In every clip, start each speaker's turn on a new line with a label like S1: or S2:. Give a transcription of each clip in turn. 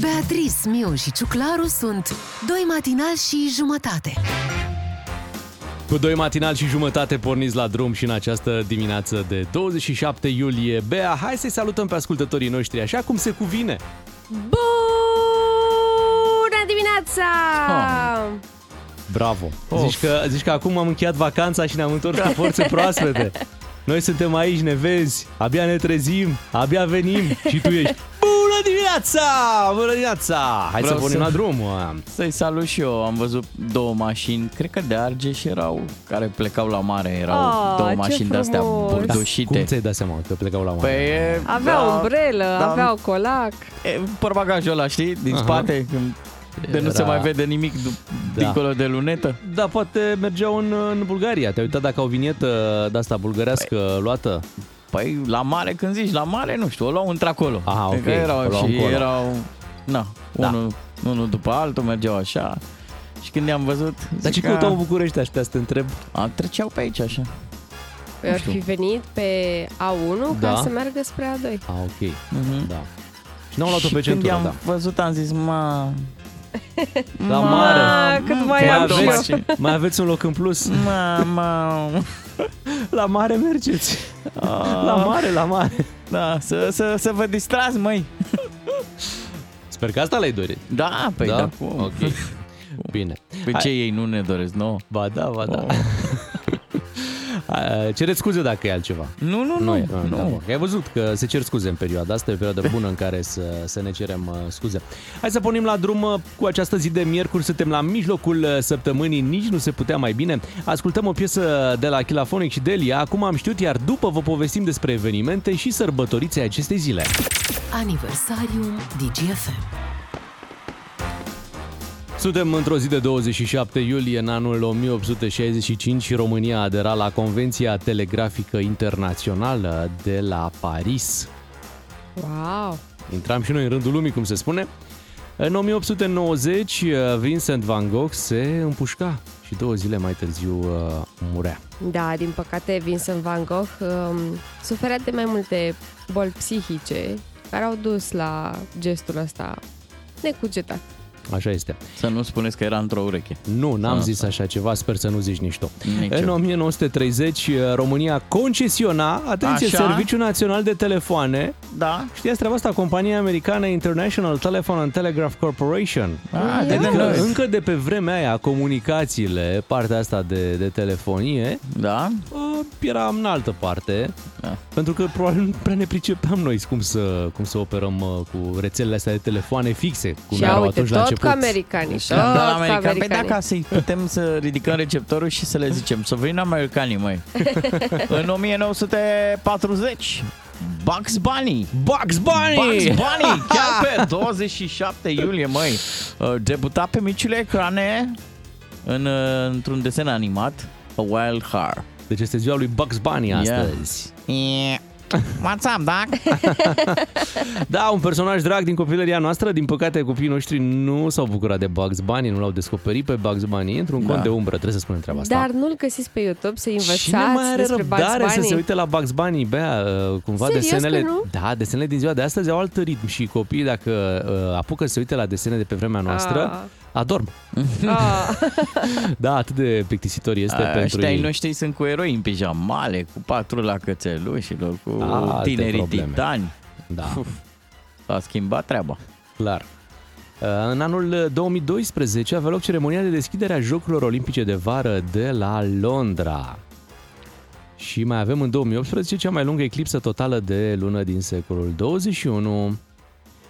S1: Beatriz, Miu și Ciuclaru sunt Doi matinal și jumătate
S2: Cu doi matinal și jumătate porniți la drum și în această dimineață de 27 iulie. Bea, hai să-i salutăm pe ascultătorii noștri așa cum se cuvine.
S3: Bună dimineața!
S2: Bravo! Zici că, zici că acum am încheiat vacanța și ne-am întors cu
S4: Da.
S2: forțe proaspete. Noi suntem aici, ne vezi, abia ne trezim, abia venim și tu ești Bună dimineața! Bună dimineața! Hai
S4: Vreau
S2: să pornim
S4: să-
S2: la drum! mă.
S4: Să-i salut și eu, am văzut două mașini, cred că de Argeș erau, care plecau la mare, erau
S3: Ah,
S4: două
S3: ce
S4: mașini de-astea
S3: frumos!
S4: burdușite.
S2: Cum ți-ai dat seama că plecau la mare?
S4: Păi e,
S3: Aveau
S4: da,
S3: umbrelă,
S4: da,
S3: aveau colac.
S4: e, Porbagajul ăla, știi, din
S2: Aha.
S4: spate, când de nu se
S2: Era-
S4: mai vede nimic du-
S2: Da.
S4: dincolo de lunetă.
S2: Da, poate mergeau în, în Bulgaria. Te-ai uitat dacă au vinietă de-asta bulgărească luată?
S4: Păi la mare, când zici la mare, nu știu, o luau într-acolo.
S2: Aha, ok,
S4: Adică
S2: o
S4: erau
S2: luau
S4: și
S2: încolo.
S4: erau, na,
S2: Da.
S4: unul, unul după altul, mergeau așa. Și când i-am văzut,
S2: Dar
S4: zic
S2: ce
S4: că-
S2: căutau în București ăștia să te întreb?
S4: A, treceau pe aici așa.
S3: Păi Ar fi venit pe A1
S2: Da.
S3: ca să meargă spre A2.
S2: Ah, ok,
S4: Mhm.
S2: da. Și n-au luat-o
S4: Și
S2: pe centură,
S4: când
S2: da.
S4: i-am văzut, am zis, ma...
S2: La mare.
S3: Ah, cât mai
S2: Mai
S3: am și eu.
S2: aveți, mai aveți un loc în plus?
S4: Ma, ma...
S2: La mare mergeți.
S4: Ah,
S2: La mare, la mare.
S4: Da, să, să, să vă distrați, măi.
S2: Sper că asta le-ai dorit.
S4: Da, păi da, da cum?
S2: Ok. Bine.
S4: Păi
S2: Hai.
S4: ce ei nu ne doresc, nu?
S2: Ba da, ba da.
S4: Oh.
S2: A, Cereți scuze dacă e altceva.
S4: Nu, nu,
S2: Nu,
S4: nu.
S2: e, nu, nu. Ai văzut că se cer scuze în perioada asta, e o perioadă bună în care să, să ne cerem uh, scuze. Hai să pornim la drum uh, cu această zi de miercuri, suntem la mijlocul uh, săptămânii, nici nu se putea mai bine. Ascultăm o piesă de la Chilafonic și Delia, acum am știut, iar după vă povestim despre evenimente și sărbătorițe acestei zile.
S1: Aniversariu DGFM
S2: Suntem într-o zi de 27 iulie în anul 1865 și România a aderat la Convenția Telegrafică Internațională de la Paris.
S3: Wow!
S2: Intram și noi în rândul lumii, cum se spune. În 1890, Vincent van Gogh se împușca și două zile mai târziu uh, murea.
S3: Da, din păcate Vincent Van Gogh um, suferea de mai multe boli psihice care au dus la gestul ăsta necugetat.
S2: Așa este.
S4: Să nu spuneți că era într-o ureche.
S2: Nu, n-am
S4: Asta.
S2: zis așa ceva, sper să nu zici nici tu.
S4: Nici
S2: în
S4: eu.
S2: 1930, România concesiona, atenție,
S4: Așa?
S2: Serviciul Național de Telefoane.
S4: Da?
S2: Știați treaba asta? Compania americană International Telephone and Telegraph Corporation.
S4: Ah, de
S2: Adică
S4: noi.
S2: încă de pe vremea aia, comunicațiile, partea asta de, de telefonie,
S4: Da?
S2: Uh, era în altă parte,
S4: Da.
S2: pentru că probabil nu prea ne pricepeam noi cum să, cum să operăm uh, cu rețelele astea de telefoane fixe, cum
S3: și
S2: erau
S3: uite,
S2: atunci
S3: tot
S2: la început.
S3: cu americanii, tot
S4: Da, la
S3: cu
S4: american. Păi
S3: americanii.
S4: dacă să-i putem să ridicăm receptorul și să le zicem să vină americanii, măi. în 1940, Bugs Bunny.
S2: Bugs Bunny!
S4: Bugs Bunny, chiar pe 27 iulie, măi, uh, debuta pe micile ecrane în, uh, într-un desen animat, A Wild Heart.
S2: Deci este ziua lui Bugs Bunny astăzi.
S4: Yeah. What's up, doc?
S2: Da, un personaj drag din copilăria noastră, din păcate copiii noștri nu s-au bucurat de Bugs Bunny, nu l-au descoperit pe Bugs Bunny, într-un da.
S4: Da.
S2: cont de umbră, trebuie să spunem treaba asta.
S3: Dar nu-l găsiți pe YouTube să
S2: Cine mai
S3: învățați
S2: are
S3: despre Bugs
S2: răbdare să
S3: Bunny?
S2: se uite la Bugs Bunny? Bea, uh, cumva
S3: Serios că
S2: desenele...
S3: nu?
S2: Da, desenele din ziua de astăzi au alt ritm și copiii, dacă uh, apucă să se uite la desene de pe vremea noastră,
S3: Ah.
S2: adorm.
S3: Ah,
S2: Da, atât de plictisitor este
S4: Ah, Ăștia
S2: pentru
S4: ai
S2: ei.
S4: noștri sunt cu eroi în pijamale, cu patrula cățelușilor, cu
S2: Alte
S4: tinerii
S2: probleme.
S4: titani.
S2: Da,
S4: Uf, S-a schimbat treaba.
S2: clar. Uh, În anul 2012 avea loc ceremonia de deschidere a Jocurilor Olimpice de Vară de la Londra. Și mai avem în 2018 cea mai lungă eclipsă totală de lună din secolul 21.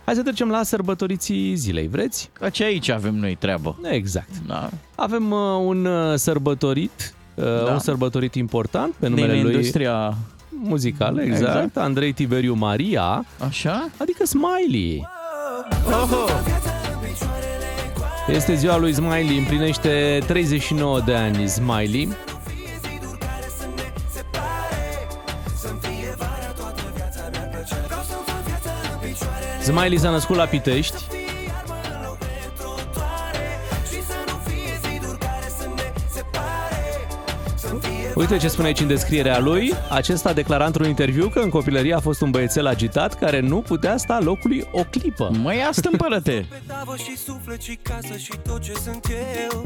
S2: Hai să trecem la sărbătoriții zilei, vreți?
S4: Că ce aici avem noi treabă?
S2: Exact.
S4: Da.
S2: Avem uh, un uh, sărbătorit, uh, da.
S4: Da.
S2: un sărbătorit important pe
S4: Din
S2: numele lui
S4: industria...
S2: muzical, exact, exact,
S4: Exact.
S2: Andrei Tiberiu Maria,
S4: Așa?
S2: adică Smiley. Este ziua lui Smiley, împlinește 39 de ani Smiley. Smiley s-a născut la Pitești. Uite ce spune aici în descrierea lui. Acesta declara într-un interviu că în copilărie a fost un băiețel agitat care nu putea sta locului o clipă.
S4: Mă ia stâmpără-te!
S5: pe tavă și suflet și casă și tot ce sunt eu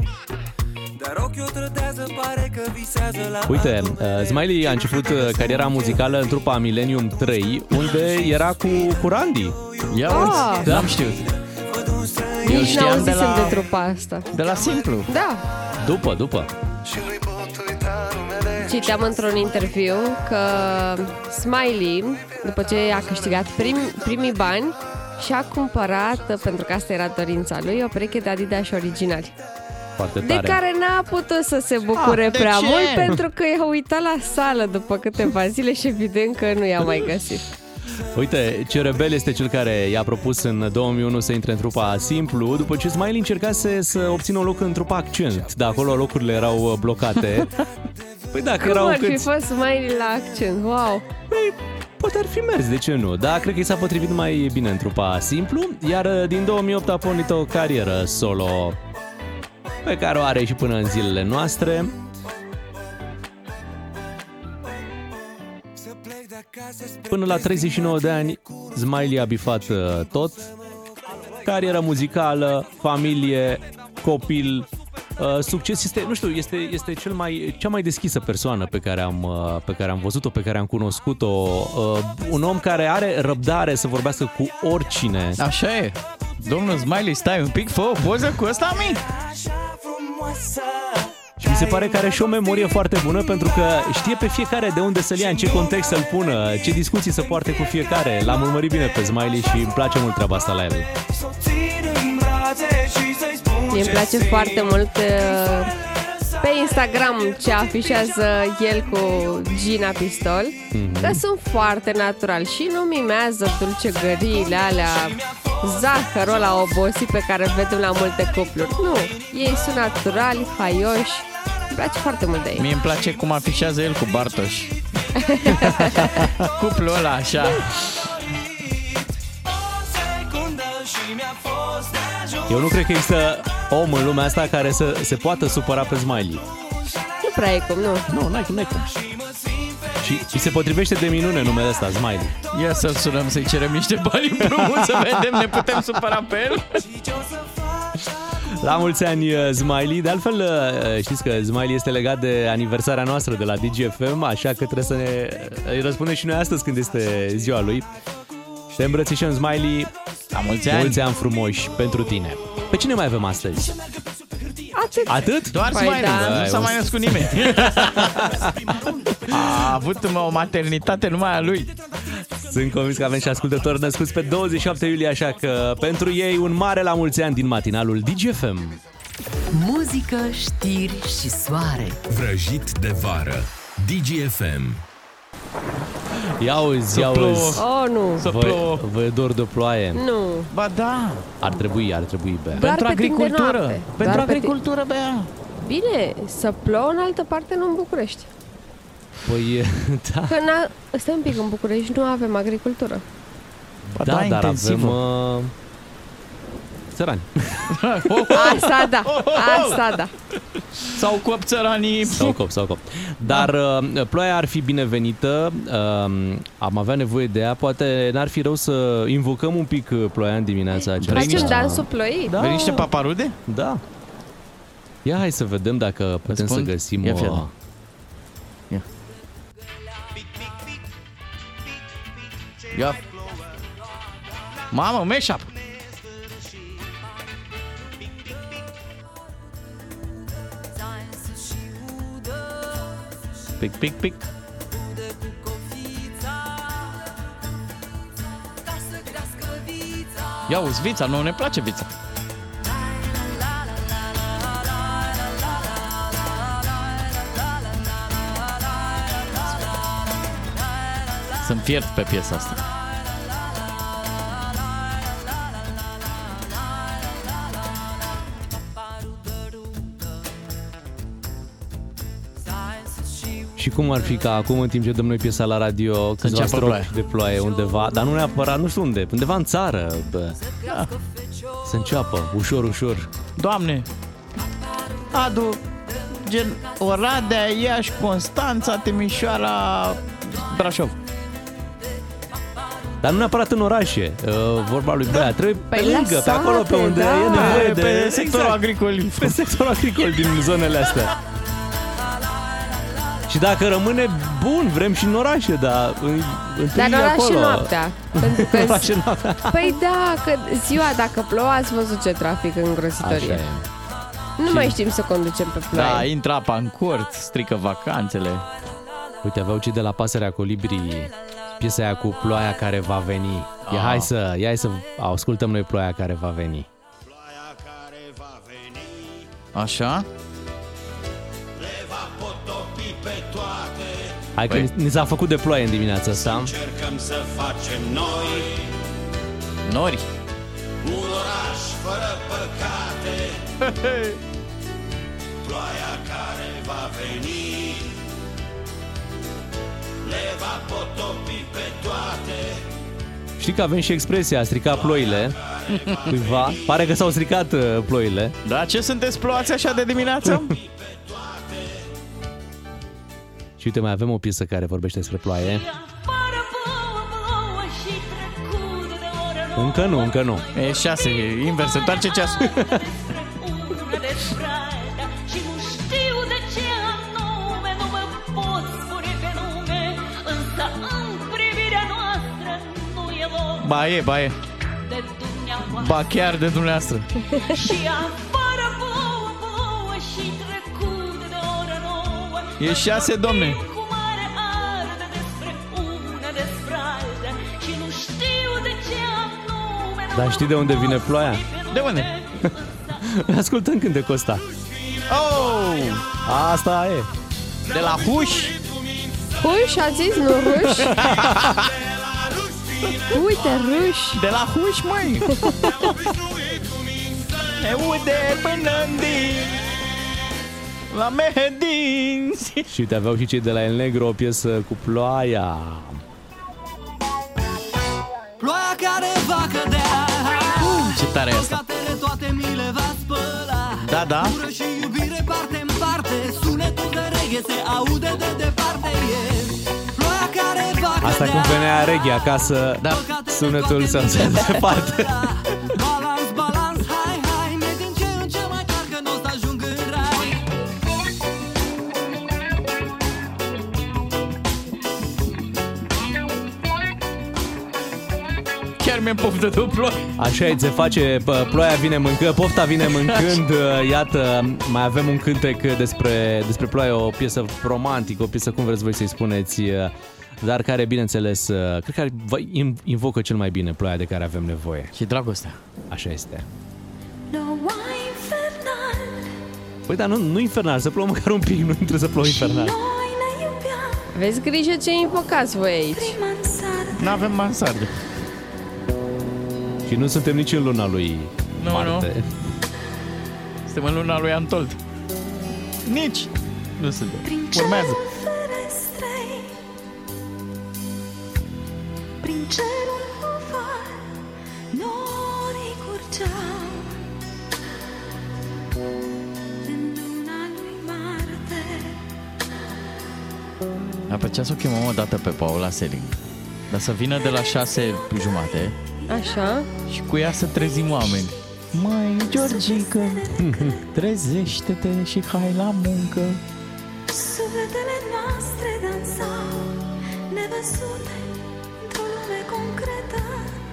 S5: Dar ochii o trădează, pare că visează la
S2: Uite,
S5: altul
S2: uh,
S5: mereu.
S2: Smiley a început uh, cariera muzicală în trupa Millennium 3, unde era cu Curandi.
S4: Ia uite,
S3: Ah.
S2: Da.
S4: n-am știut. Eu
S3: Nici
S4: știam de
S3: n-auzisem de,
S4: la,
S3: de trupa asta.
S4: de la simplu.
S3: Da,
S2: După, după.
S3: Citeam într-un interviu că Smiley, după ce a câștigat prim, primii bani, și-a cumpărat, pentru că asta era dorința lui, o pereche de Adidas originali,
S2: Foarte
S3: de
S2: tare.
S3: care n-a putut să se bucure
S4: Ah, de
S3: prea
S4: ce?
S3: mult pentru că i-a uitat la sală după câteva zile și evident că nu i-a mai găsit.
S2: Uite, ce rebel este cel care i-a propus în 2001 să intre în trupa Simplu, după ce Smiley încercase să obțină un loc în trupa Accent, dar acolo locurile erau uh, blocate. Păi dacă
S3: Cum
S2: erau
S3: ar fi
S2: câți... Păi,
S3: fost Smiley la accent? Wow!
S2: Poate ar fi mers, de ce nu? Dar cred că i s-a potrivit mai bine în trupa Simplu, iar uh, din 2008 a pornit o carieră solo pe care o are și până în zilele noastre. Până la 39 de ani, Smiley a bifat uh, tot. Carieră muzicală, familie, copil, uh, succes este, nu știu, este, este cel mai, cea mai deschisă persoană pe care am, uh, pe care am văzut-o, pe care am cunoscut-o. Uh, Un om care are răbdare să vorbească cu oricine.
S4: Așa e. Domnul Smiley, stai un pic, fă o poză cu ăsta, mi?
S5: Așa frumoasă
S2: Și mi se pare că are și o memorie foarte bună pentru că știe pe fiecare de unde să-l ia, în ce context să-l pună, ce discuții să poarte cu fiecare. L-am urmărit bine pe Smiley și îmi place mult treaba asta la el.
S5: Să o țin în brațe și să-i spun
S3: Mie îmi
S5: ce
S3: place
S5: simt.
S3: foarte mult uh, pe Instagram ce afișează el cu Gina Pistol,
S4: Mhm.
S3: mm-hmm. dar sunt foarte natural și nu mimează dulcegăriile alea, zahărul ăla obosit pe care îl vedem la multe cupluri. Nu, ei sunt naturali, haioși, îmi place foarte mult de ei.
S4: Mie îmi place cum afișează el cu Bartoș. Cuplul ăla, așa.
S5: O secundă și mi-a fost de ajuns
S2: Eu nu cred că există om în lumea asta care să se poată supăra pe Smiley.
S3: Nu prea e cum, nu.
S2: Nu, n-ai cum, n-ai cum. Și îi se potrivește de minune numele ăsta, Smiley.
S4: Ia să-l sunăm să-i cerem niște bani împrumut să vedem, ne putem supăra pe el?
S2: La mulți ani, uh, Smiley. De altfel, uh, știți că Smiley este legat de aniversarea noastră de la DGFM, așa că trebuie să ne uh, îi răspundem și noi astăzi când este ziua lui. Te îmbrățișăm, Smiley.
S4: La mulți ani.
S2: Mulți ani frumoși pentru tine. Pe cine mai avem astăzi?
S3: Atât.
S2: Atât?
S4: Doar
S3: Păi
S4: Smiley,
S3: da.
S4: nu
S2: Vai,
S4: s-a
S2: o-
S4: mai născut nimeni. A avut o maternitate numai a lui.
S2: Sunt convins că avem și ascultători născuți pe 27 iulie, așa că pentru ei un mare la mulți ani din matinalul DGFM.
S1: Muzică, știri și soare.
S6: Vrăjit de vară. DGFM.
S2: Ia uzi, ia
S4: plouă.
S2: uzi.
S3: Oh, nu.
S4: Să
S2: Vă,
S4: plouă. Mm.
S2: vă e dor de ploaie.
S3: Nu.
S4: Ba da,
S2: Ar trebui, ar trebui, Bea.
S3: Doar
S4: pentru
S3: pe timp de
S4: agricultură.
S3: noapte.
S4: Pentru
S3: Doar pe
S4: agricultură, Bea.
S3: Bine, să plouă în altă parte, nu în București.
S2: Păi,
S4: Ah.
S2: da,
S3: Că n-a... Stai un pic, în București nu avem agricultură.
S4: Ba
S2: da, dar avem...
S4: Păi, intensivă.
S2: Uh, țărani.
S3: Asta da, asta da.
S4: Sau cu țăranii. Da.
S2: Sau cop, sau cop. Dar uh, ploaia ar fi binevenită, uh, am avea nevoie de ea, poate n-ar fi rău să invocăm un pic uh, ploaia în
S4: Păi,
S2: dimineața aceasta.
S3: Facem dansul ploii?
S2: Da.
S4: Veni niște paparude?
S2: Da. Ia hai să vedem dacă putem să
S4: Răspund?
S2: găsim
S4: Ia fii
S2: o...
S4: atent. Ia. Mamă, mashup! Pic, pic, pic. Ia uzi vița, nouă ne place vița. Sunt fiert pe piesa asta.
S2: Și cum ar fi ca acum, în timp ce dăm noi piesa la radio, câțiva
S4: înceapă
S2: stropi
S4: ploaia.
S2: de ploaie undeva, dar nu neapărat, nu știu unde, undeva în țară, bă.
S4: Da.
S2: Să înceapă, ușor, ușor.
S4: Doamne, adu gen Oradea, Iași, Constanța, Timișoara, Brașov.
S2: Dar nu neapărat în orașe, uh, vorba lui Bea. Trebuie pe
S3: Păi la
S2: lângă, pe acolo, pe
S3: sate,
S2: unde
S3: da.
S2: e nevoie de...
S4: Da. Pe, pe sectorul
S2: Exact.
S4: agricol.
S2: pe sectorul agricol din zonele astea. Și dacă rămâne bun, vrem și în orașe, dar în,
S3: Dar
S2: întâlniri
S3: nu
S2: acolo.
S3: și noaptea. Pentru
S2: În
S3: că
S2: oraș și noaptea.
S3: Păi da, că ziua dacă plouă ați văzut ce trafic
S2: Așa
S3: îngrozitorie.
S2: e.
S3: Nu mai știm să conducem pe
S4: Da,
S3: ploaie.
S4: intră apa în cort, strică vacanțele.
S2: Uite, aveau cei de la Pasărea Colibrii piesa aia cu ploaia care va veni. Ia
S4: Ah.
S2: hai să, ia hai să ascultăm noi ploaia care va veni.
S4: Așa?
S2: Hai că
S4: Păi.
S2: ni, ni s-a făcut de ploaie în dimineața asta.
S4: Nori.
S2: Știi că avem și expresia a strica ploile cuiva. Pare că s-au stricat uh, ploile.
S4: Da, ce sunteți ploați așa de dimineață?
S2: Și uite, mai avem o piesă care vorbește despre ploaie. Încă nu, încă nu.
S4: e șase, e invers, se întoarce ceasul.
S7: Și nu știu de ce anume nu mă pot spune pe nume Însă în privirea noastră nu e loc
S4: Ba e, ba e.
S7: de dumneavoastră
S4: Ba chiar de dumneavoastră.
S7: Și afară vouă, vouă și trecut de oră nouă
S4: E
S7: Noi
S4: șase,
S7: vorbim
S4: domne.
S7: Cu mare ardă despre una, despre alta Și nu știu de ce anume nu
S2: Dar
S7: mă
S2: știi de unde
S7: pot
S2: vine ploaia?
S7: spune pe
S4: De unde?
S7: nume,
S2: Ascultăm cântecul ăsta.
S4: Oh!
S2: Asta e.
S4: De la huși?
S3: Ruși, a zis, nu ruși? Uite, ruși!
S4: De la huși, măi! Ne ude până în din La mehedinți
S2: Și uite, aveau și cei de la El Negro o piesă cu ploaia.
S8: Ploaia care va cădea
S4: Ce tare e asta
S8: Păcatele toate mi le va spăla
S4: Da, da
S8: Ură și iubire parte în parte Sunetul de reghe se aude de departe e Ploaia care va cădea
S2: Asta cum venea reggae acasă, da.
S8: Păcatele toate
S2: sunetul să
S8: mi le
S2: se
S8: va
S2: departe.
S8: spăla. Balans, balans, hai, hai Mi-e din ce în ce mai tare că nu o să ajung în rai
S4: Chiar mi-e poftă de ploaie
S2: Așa e, se face, pă, ploaia vine mâncând, pofta vine mâncând, iată, mai avem un cântec despre, despre ploaie, o piesă romantică, o piesă cum vreți voi să-i spuneți, dar care, bineînțeles, cred că ar- vă in- invocă cel mai bine ploaia de care avem nevoie.
S4: Și dragostea
S2: Așa este.
S7: Noua infernal
S2: Păi, dar nu, nu infernal, să plouă măcar un pic, nu trebuie să plouă infernal.
S7: Noi ne iubeam
S3: Aveți grijă ce invocați voi aici.
S7: prima în sară
S4: N-avem mansardă
S2: Și nu suntem nici în luna lui
S4: Nu,
S2: Marte.
S4: nu. Suntem în luna lui Antold Nici Nu suntem
S7: Prin
S4: Urmează
S7: cerul ferestrei Prin cerul oval Norii curgeau În luna lui Marte
S4: Ar plăcea să o chemăm o dată pe Paula Seling Dar să vină de la șase jumate
S3: Așa?
S4: Și cu ea să trezim oameni Măi, Georgica, trezește-te și hai la muncă
S7: Sufletele noastre dansau Nevăzute într-o lume concretă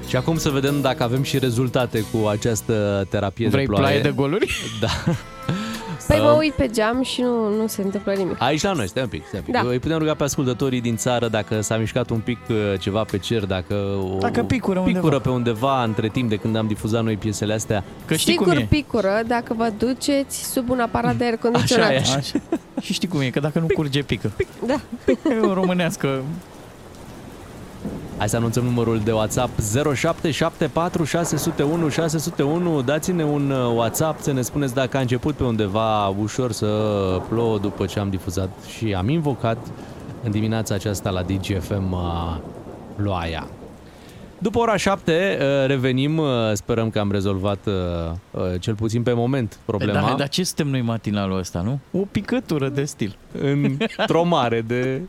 S2: Și acum să vedem dacă avem și rezultate cu această terapie
S4: Vrei
S2: de ploaie.
S4: ploaie de goluri?
S2: Da.
S3: Păi mă uit pe geam și nu, nu se întâmplă nimic.
S2: Aici la noi, stai un pic, stai un pic. Da.
S3: Da.
S2: Îi putem ruga pe ascultătorii din țară dacă s-a mișcat un pic uh, ceva pe cer, dacă, o,
S4: Dacă picură
S2: picură
S4: undeva.
S2: pe undeva între timp de când am difuzat noi piesele astea.
S4: Că știi
S3: Sigur
S4: cum e
S3: picură dacă vă duceți sub un aparat de aer condiționat.
S2: Așa e, așa.
S4: Așa. Și știi cum e, că dacă nu curge pică
S3: Da.
S4: E o românească
S2: Hai să anunțăm numărul de WhatsApp 0774 601 601. Dați-ne un uh, WhatsApp să ne spuneți dacă a început pe undeva ușor să plouă după ce am difuzat și am invocat în dimineața aceasta la DGFM uh, ploaia. După ora 7 uh, revenim, uh, sperăm că am rezolvat uh, uh, cel puțin pe moment problema.
S4: Da, dar ce suntem noi matinalul ăsta, nu? O picătură de stil.
S2: într-o mare de...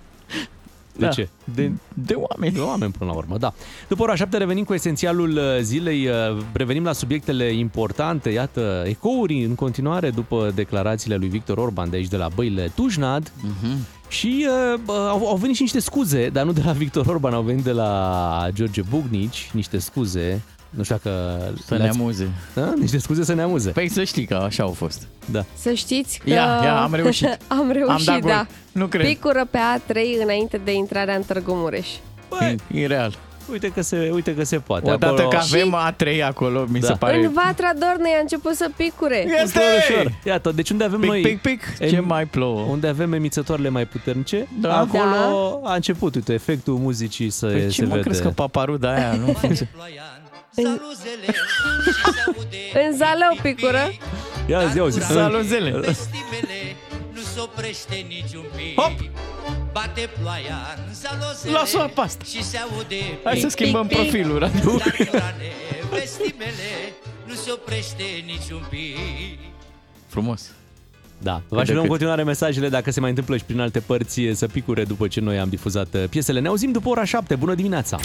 S2: De
S4: Da.
S2: ce? De,
S4: De oameni.
S2: de oameni până la urmă, da. După ora 7 revenim cu esențialul uh, zilei, uh, revenim la subiectele importante, iată, ecouri în continuare după declarațiile lui Victor Orban de aici de la Băile Tujnad
S4: Mhm.
S2: uh-huh. și uh, bă, au, au venit și niște scuze, dar nu de la Victor Orban, au venit de la George Bugnici, niște scuze, nu știu dacă
S4: Să ne
S2: le-ați-
S4: amuze.
S2: Da? Niște scuze să ne amuze.
S4: Păi să știi că așa au fost.
S2: Da.
S3: Să știți că...
S4: Ia, ia, am reușit.
S3: am reușit,
S4: dat gol.
S3: da.
S4: Nu cred.
S3: Picură pe A3 înainte de intrarea în Târgu Mureș.
S2: Băi,
S4: E, e real.
S2: uite că se, uite că se poate.
S4: Odată
S2: Acolo-
S4: că
S3: Și-
S4: avem A3 acolo, mi
S2: Da.
S4: se
S3: Pare...
S4: pare...
S3: În Vatra Dornei a început să picure.
S4: Este!
S2: Ușor, ușor. Iată, deci unde avem noi...
S4: Pic, pic, pic. Ce
S2: Em-
S4: mai plouă?
S2: Unde avem emițătoarele mai puternice,
S4: Da.
S2: acolo a început, uite, efectul muzicii să
S4: Păi
S2: se
S4: ce mă
S2: vede.
S4: crezi că paparuda aia nu funcționează?
S8: Saluzele și se aude
S3: În Zalău picură.
S2: Ia zi, auzi.
S4: Salut zile!
S8: Vestimele nu se oprește niciun pic
S4: Hop!
S8: Bate ploaia în salozele
S4: Lasă-o pe asta.
S8: Și se aude
S4: Hai să
S8: pic,
S4: schimbăm
S8: pic, pic.
S4: profilul, Radu.
S8: Dar curane, vestimele nu se oprește niciun pic
S4: Frumos.
S2: Da, vă
S4: de
S2: așteptăm în
S4: cât.
S2: continuare mesajele dacă se mai întâmplă și prin alte părți să picure după ce noi am difuzat uh, piesele. Ne auzim după ora 7. Bună dimineața!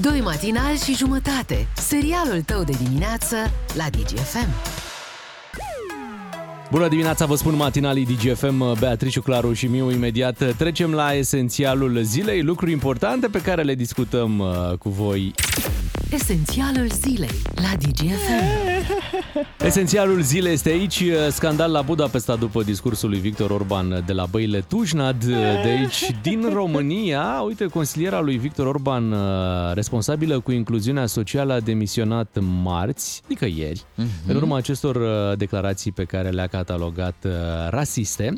S1: Doi matinali și jumătate. Serialul tău de dimineață la DGFM.
S2: Bună dimineața, vă spun matinalii DGFM, Beatrice, Claru și Miu. Imediat trecem la esențialul zilei, lucruri importante pe care le discutăm uh, cu voi
S1: Esențialul zilei la DGFM.
S2: Esențialul zilei este aici, uh, scandal la Budapesta după discursul lui Victor Orban de la Băile Tujnad, uh, de aici din România. Uite, consiliera lui Victor Orban, uh, responsabilă cu incluziunea socială, a demisionat marți, adică ieri, mm-hmm. în urma acestor uh, declarații pe care le-a catalogat uh, rasiste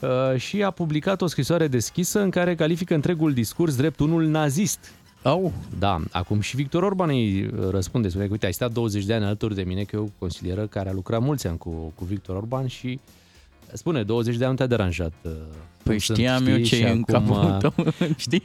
S2: uh, și a publicat o scrisoare deschisă în care califică întregul discurs drept unul nazist.
S4: Au,
S2: Da, acum și Victor Orban îi uh, răspunde, spune că uite, ai stat 20 de ani alături de mine, că eu consilieră care a lucrat mulți ani cu, cu Victor Orban și spune, 20 de ani nu te-a deranjat. uh,
S4: păi
S2: cum sunt,
S4: știam eu
S2: știi,
S4: ce
S2: și
S4: e în
S2: acum, uh,
S4: capul tău, știi?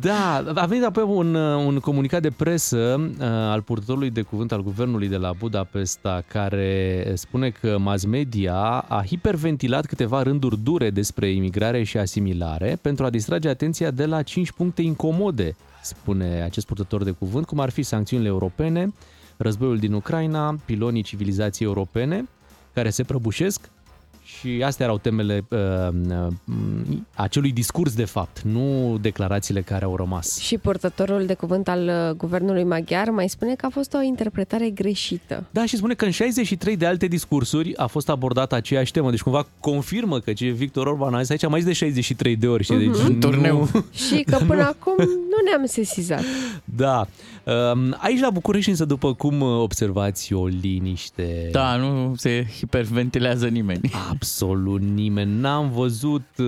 S2: Da, a venit apoi un, uh, un comunicat de presă uh, al purtătorului de cuvânt al guvernului de la Budapesta care spune că mass media a hiperventilat câteva rânduri dure despre imigrare și asimilare pentru a distrage atenția de la 5 puncte incomode, spune acest purtător de cuvânt, cum ar fi sancțiunile europene, războiul din Ucraina, pilonii civilizației europene care se prăbușesc, și astea erau temele uh, uh, acelui discurs, de fapt, nu declarațiile care au rămas.
S3: Și purtătorul de cuvânt al uh, guvernului maghiar mai spune că a fost o interpretare greșită.
S2: Da, și spune că în 63 de alte discursuri a fost abordată aceeași temă. Deci cumva confirmă că ce Victor Orban a zis aici mai zis de 63 de ori. Știi? Deci
S4: În Mhm. turneu.
S3: Mhm. Și că până acum nu ne-am sesizat.
S2: Da. Um, Aici la București însă, după cum observați, o liniște
S4: Da, nu se hiperventilează nimeni.
S2: Absolut nimeni. N-am văzut uh,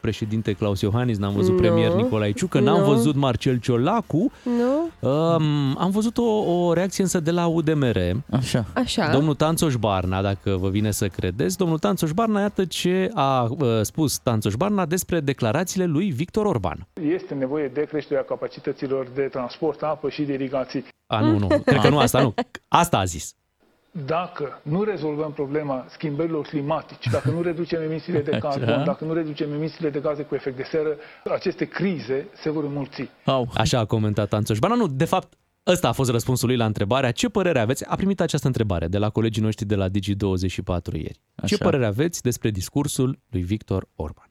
S2: președinte Claus Iohannis, n-am văzut
S3: Nu.
S2: premier Nicolae Ciucă, n-am
S3: Nu.
S2: văzut Marcel Ciolacu.
S3: Nu?
S2: Um, am văzut o, o reacție însă de la UDMR.
S4: Așa.
S3: Așa.
S2: Domnul Tanțoș Barna, dacă vă vine să credeți, domnul Tanțoș Barna, iată ce a uh, spus Tanțoș Barna despre declarațiile lui Victor Orban.
S9: Este nevoie de creșterea capacităților de transport, apă și de irigații.
S2: A, nu, nu, cred că nu asta, nu. Asta a zis.
S9: Dacă nu rezolvăm problema schimbărilor climatice, dacă nu reducem emisiile de carbon, dacă nu reducem emisiile de gaze cu efect de seră, aceste crize se vor înmulți.
S4: Au.
S2: Așa a comentat Tanțoș Barna. Nu, de fapt, ăsta a fost răspunsul lui la întrebarea ce părere aveți? A primit această întrebare de la colegii noștri de la Digi24 ieri. Ce
S4: Așa.
S2: părere aveți despre discursul lui Victor Orban?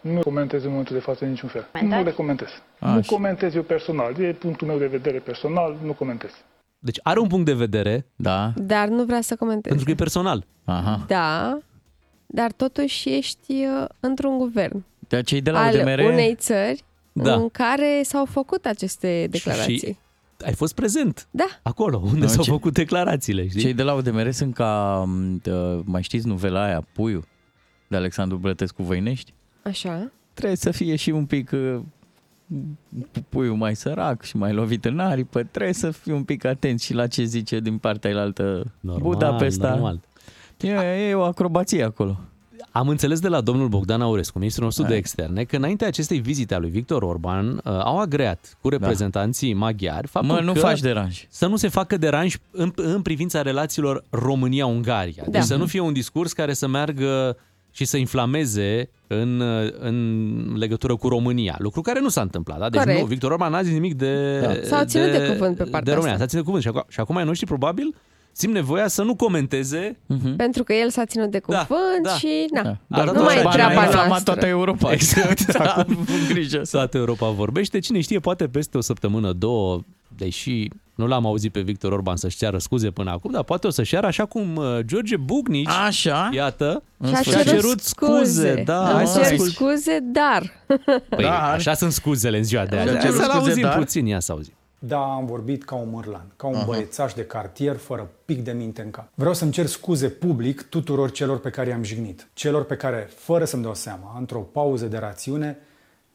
S9: Nu comentez în momentul de față niciun fel. Nu le comentez. Nu
S4: Așa.
S9: comentez eu personal. E punctul meu de vedere personal, nu comentez.
S2: Deci are un punct de vedere,
S4: Da,
S3: Dar nu vrea să comentez.
S2: pentru că e personal.
S4: aha.
S3: Da, dar totuși ești uh, într-un guvern
S4: Dar cei de la
S3: al
S4: UDMR...
S3: unei țări
S2: Da.
S3: în care s-au făcut aceste declarații.
S2: Și ai fost prezent
S3: Da,
S2: acolo, unde
S4: Nu,
S2: s-au
S4: ce-
S2: făcut declarațiile, știi?
S4: Cei de la UDMR sunt ca, m, tă, mai știți novela aia, Puiu, de Alexandru Brătescu Voinești?
S3: așa.
S4: Trebuie să fie și un pic uh, puiul mai sărac și mai lovit în aripă, trebuie să fii un pic atent și la ce zice din partea elaltă
S2: Normal,
S4: Budapesta.
S2: normal.
S4: E, e o acrobație acolo.
S2: Am înțeles de la domnul Bogdan Aurescu, ministrul nostru de externe, că înaintea acestei vizite a lui Victor Orban uh, au agreat cu reprezentanții maghiari faptul
S4: Da. Mă, nu
S2: că
S4: faci deranj.
S2: să nu se facă deranj în, în privința relațiilor România-Ungaria. Da.
S3: Da.
S2: Deci să nu fie un discurs care să meargă și să inflameze în, uh, în legătură cu România. Lucru care nu s-a întâmplat. Da? Deci
S3: Corect.
S2: nu, Victor Orban n-a zis nimic de
S4: Da.
S3: S-au ținut de cuvânt pe partea
S2: de România.
S3: asta.
S2: S-a ținut de cuvânt. Și acum, și acum ai noștri probabil simt nevoia să nu comenteze
S3: Pentru că el s-a ținut de cuvânt
S2: Mhm. da.
S3: și na.
S4: Da.
S2: Dar
S4: Dar
S2: nu mai e
S4: Orban
S2: treaba
S4: a inflamat
S3: noastră.
S4: toată Europa.
S2: Exact.
S4: Da, Am grijă.
S2: Toată Europa vorbește. Cine știe, poate peste o săptămână, două, deși nu l-am auzit pe Victor Orban să-și ceară scuze până acum, dar poate o să-și ceară așa cum uh, George Bugnici,
S4: Așa.
S2: iată,
S3: Și-a
S2: sfârșit.
S3: cerut
S2: A cerut scuze, da,
S3: Îmi
S2: hai să
S3: cer
S2: ascult.
S3: scuze, dar...
S2: păi,
S4: Da.
S2: așa sunt scuzele în ziua de azi.
S4: Ce
S2: Hai
S4: scuze,
S2: să-l auzim
S4: dar?
S2: puțin, ia să auzim.
S10: Da, am vorbit ca un mărlan, ca un Aha. băiețaș de cartier fără pic de minte în cap. Vreau să-mi cer scuze public tuturor celor pe care i-am jignit, celor pe care, fără să-mi dau seama, într-o pauză de rațiune,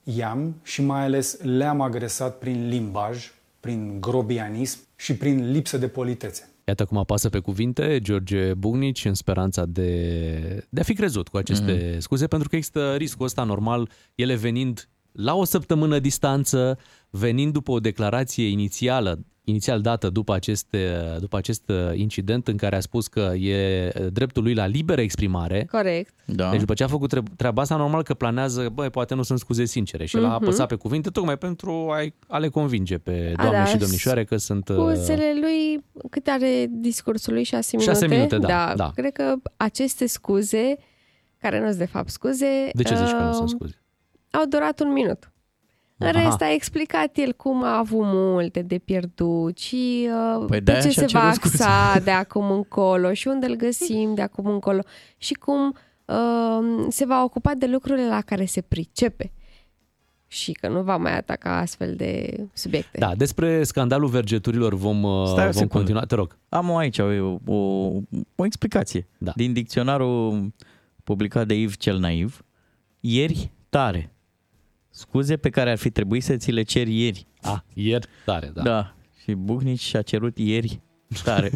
S10: i-am și mai ales le-am agresat prin limbaj, prin grobianism și prin lipsă de politețe.
S2: Iată cum apasă pe cuvinte George Bugnici în speranța de, de a fi crezut cu aceste
S3: Mhm.
S2: mm-hmm. scuze, pentru că există riscul ăsta normal, ele venind la o săptămână distanță, venind după o declarație inițială, inițial dată după acest, după acest incident în care a spus că e dreptul lui la liberă exprimare.
S3: Corect.
S4: Da.
S2: Deci după ce a făcut tre- treaba asta, normal că planează, băi, poate nu sunt scuze sincere și l-a apăsat pe cuvinte tocmai pentru a, a le convinge pe
S3: Mhm. A,
S2: doamne
S3: da,
S2: și domnișoare că sunt... uh,
S3: Scuzele lui, cât are discursul lui? Șase minute?
S2: Șase minute, da, da.
S3: Cred că aceste scuze, care nu sunt de fapt scuze,
S2: De ce zici că nu
S3: uh,
S2: sunt scuze?
S3: au durat un minut. În
S2: Aha.
S3: rest a explicat el cum a avut multe de pierdut și uh,
S4: Păi de-aia
S3: pe ce
S4: și-a
S3: se va
S4: cerut scuze.
S3: axa de acum încolo și unde îl găsim de acum încolo și cum uh, se va ocupa de lucrurile la care se pricepe și că nu va mai ataca astfel de subiecte.
S2: Da, despre scandalul vergeturilor vom, uh,
S4: Stai o
S2: vom
S4: secundă.
S2: continua. Te rog.
S4: Am o aici o, o, o explicație
S2: Da.
S4: din dicționarul publicat de Iv cel Naiv. Ieri tare. Scuze pe care ar fi trebuit să ți le ceri ieri.
S2: A, iertare, da.
S4: Da.
S2: da.
S4: da. Și Buhnici și-a cerut ieri tare.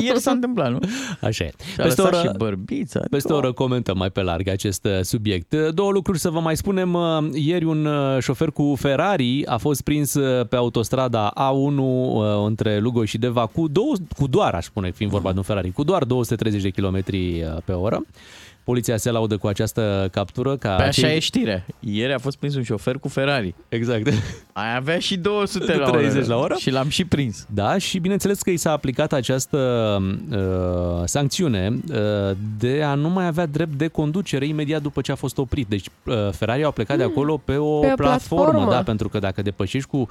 S4: ieri s-a întâmplat, nu?
S2: Așa e.
S4: Și-a
S2: Peste o,
S4: lăsat
S2: oră,
S4: și bărbița. adică-
S2: peste o oră comentăm mai pe larg acest uh, subiect. Uh, Două lucruri să vă mai spunem. Uh, Ieri un uh, șofer cu Ferrari a fost prins uh, pe autostrada A1 uh, între Lugo și Deva cu, două, cu doar, aș spune, fiind vorba de un Ferrari, cu doar 230 de km pe oră. Poliția se laudă cu această captură ca
S4: Pe așa
S2: cei-
S4: e știrea. Ieri a fost prins un șofer cu Ferrari.
S2: Exact.
S4: Ai avea și 200 la oră.
S2: 30 la oră?
S4: Și l-am și prins.
S2: Da, și bineînțeles că i s-a aplicat această uh, sancțiune uh, de a nu mai avea drept de conducere imediat după ce a fost oprit. Deci uh, Ferrari au plecat de acolo pe o,
S3: Hmm. Pe o platformă.
S2: da, pentru că dacă depășești cu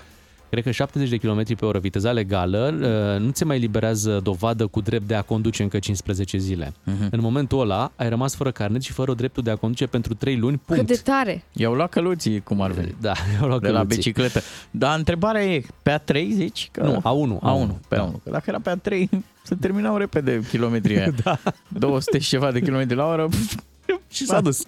S2: cred că 70 de km pe oră viteza legală, uh, nu ți mai liberează dovadă cu drept de a conduce încă 15 zile.
S4: Mhm.
S2: În momentul ăla ai rămas fără carnet și fără dreptul de a conduce pentru 3 luni, punct.
S3: Cât de tare!
S4: I-au luat căluții, cum ar veni.
S2: Da, au luat
S4: De la
S2: căluții.
S4: bicicletă. Dar întrebarea e, pe a 30? Că
S2: Nu, A1,
S4: A1, pe
S2: da.
S4: A1. Că dacă era pe a 3, se terminau repede kilometrii aia. da. 200 și ceva de kilometri la oră.
S2: Și s-a dus.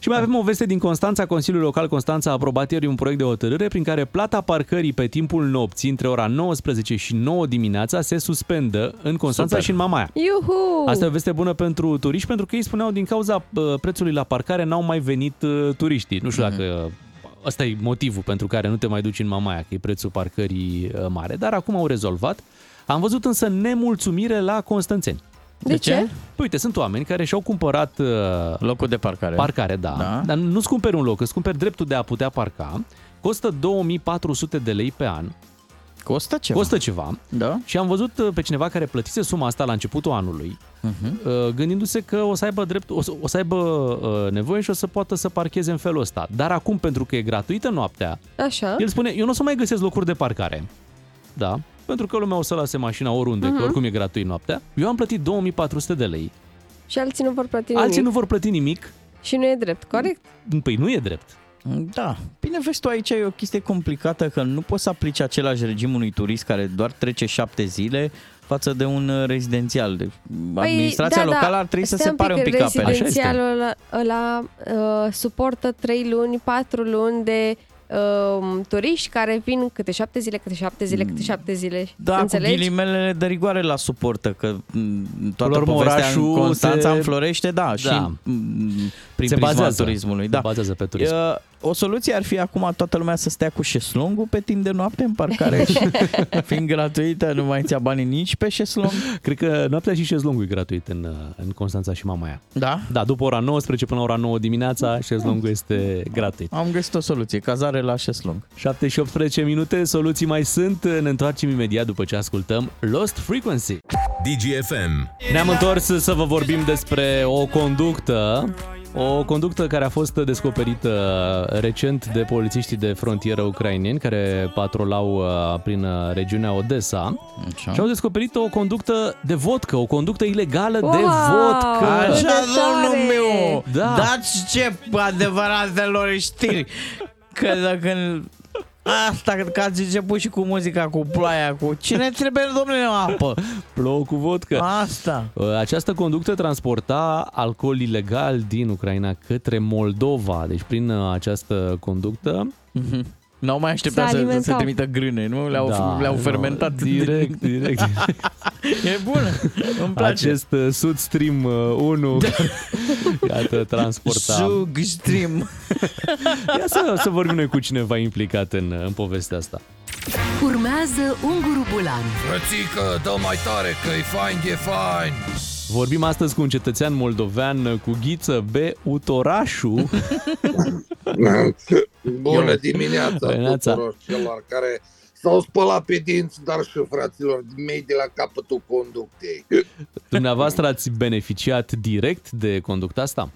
S2: Și mai avem o veste din Constanța. Consiliul Local Constanța a aprobat ieri un proiect de hotărâre prin care plata parcării pe timpul nopții între ora 19 și 9 dimineața se suspendă în Constanța
S4: Super.
S2: și în Mamaia.
S3: Iuhu!
S2: Asta e o veste bună pentru turiști, pentru că ei spuneau din cauza uh, prețului la parcare n-au mai venit uh, turiștii. Nu
S4: Mhm.
S2: știu dacă uh, ăsta e motivul pentru care nu te mai duci în Mamaia, că e prețul parcării uh, mare, dar acum au rezolvat. Am văzut însă nemulțumire la Constanțeni. Păi
S3: De ce?
S2: Uite, sunt oameni care și-au cumpărat uh,
S4: Locul de parcare.
S2: Parcare, da. da.
S4: Da.
S2: Dar nu-ți cumperi un loc, îți cumperi dreptul de a putea parca. Costă 2400 de lei pe an.
S4: Costă ceva.
S2: Costă ceva.
S4: Da?
S2: Și am văzut uh, pe cineva care plătise suma asta la începutul anului,
S3: Mhm.
S2: uh-huh. gândindu-se că o să aibă, drept, o să, o să aibă uh, nevoie și o să poată să parcheze în felul ăsta. Dar acum, pentru că e gratuită noaptea,
S3: Așa.
S2: el spune, eu nu o să mai găsesc locuri de parcare. Da, pentru că lumea o să lase mașina oriunde,
S3: Mhm.
S2: uh-huh. că oricum e gratuit noaptea. Eu am plătit 2400 de lei.
S3: Și alții nu vor plăti nimic.
S2: Alții nu vor plăti nimic.
S3: Și nu e drept, corect?
S2: Păi nu e drept.
S4: Da. Bine, vezi tu, aici e o chestie complicată, că nu poți să aplici același regim unui turist care doar trece șapte zile față de un uh, rezidențial. Deci, Administrația
S3: da,
S4: locală
S3: da.
S4: ar trebui să
S3: Stai
S4: separe un pic apele.
S3: Rezidențialul ăla, ăla uh, suportă 3 luni, 4 luni de um, turiști care vin câte șapte zile, câte șapte zile, câte șapte zile.
S4: Mm. Da, cu
S3: înțelegi?
S4: ghilimele de rigoare la suportă, că m, toată
S2: Lor
S4: povestea
S2: orașul
S4: în Constanța
S2: se-
S4: înflorește, da, și
S2: Da.
S4: m, prin
S2: Se
S4: prisma
S2: bazează.
S4: turismului. Da.
S2: Se bazează pe turism.
S4: Uh, O soluție ar fi acum toată lumea să stea cu șeslongul pe timp de noapte în parcare și fiind gratuită, nu mai ți banii nici pe șeslong.
S2: Cred că uh, noaptea și șezlongul e gratuit în, uh, în Constanța și Mamaia.
S4: Da?
S2: Da, după ora 19 până la ora 9 dimineața, șezlongul este gratuit.
S4: Am găsit o soluție, cazare la șeslong.
S2: 7 și 18 minute, soluții mai sunt, ne întoarcem imediat după ce ascultăm Lost Frequency.
S6: DGFM.
S2: Ne-am întors să vă vorbim despre o conductă, o conductă care a fost descoperită recent de polițiștii de frontieră ucraineni care patrolau uh, prin uh, regiunea Odessa
S4: Așa.
S2: și au descoperit o conductă de vodcă, o conductă ilegală de
S3: Wow!
S2: vodcă.
S3: Așa,
S4: Așa, domnul
S3: tare!
S4: meu!
S2: Da.
S4: Dați ce adevăratelor știri! Că dacă... Asta, că ați început și cu muzica, cu ploaia, cu... Cine trebuie, domnule, apă?
S2: Plouă cu vodcă. Uh,
S4: Asta.
S2: Această conductă transporta alcool ilegal din Ucraina către Moldova. Deci prin uh, această conductă
S4: Mhm. N-au mai așteptat
S3: S-a
S4: să, să se
S3: alimentau.
S4: trimită grâne, nu? Le-au, da, le-au
S2: nu,
S4: fermentat.
S2: Direct, direct.
S4: E bun, îmi place. Da.
S2: Acest uh, Sud Stream uh, 1 care, iată, transporta.
S4: Sug stream.
S2: Ia să, să vorbim noi cu cineva implicat în, în povestea asta.
S1: Urmează Unguru Bulan.
S6: Frățică, dă mai tare că e fain, e fain.
S2: Vorbim astăzi cu un cetățean moldovean uh, cu ghiță B. Utorașu.
S11: Bună dimineața
S2: Dimineața.
S11: tuturor celor care s-au spălat pe dinți, dar și fraților mei de la capătul conductei.
S2: Dumneavoastră ați beneficiat direct de conducta asta?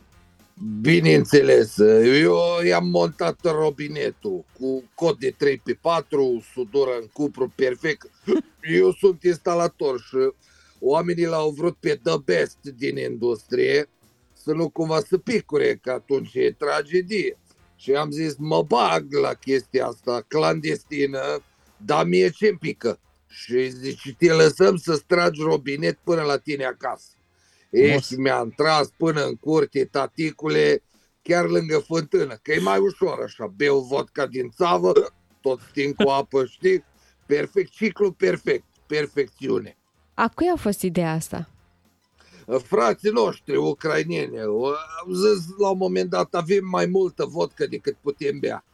S11: Bineînțeles, eu i-am montat robinetul cu cod de 3 pe 4, sudură în cupru, perfect. Eu sunt instalator și oamenii l-au vrut pe the best din industrie să nu cumva să picure, că atunci e tragedie. Și am zis, mă bag la chestia asta clandestină, dar mie ce pică? Și zice, te lăsăm să-ți tragi robinet până la tine acasă. Ești, mi-am tras până în curte, taticule, chiar lângă fântână, că e mai ușor așa. Beau vodka din țavă, tot sting cu apă, știi? Perfect, ciclu perfect, perfecțiune.
S3: A cui a fost ideea asta?
S11: Frații noștri, ucraineni, am zis la un moment dat, avem mai multă vodcă decât putem bea.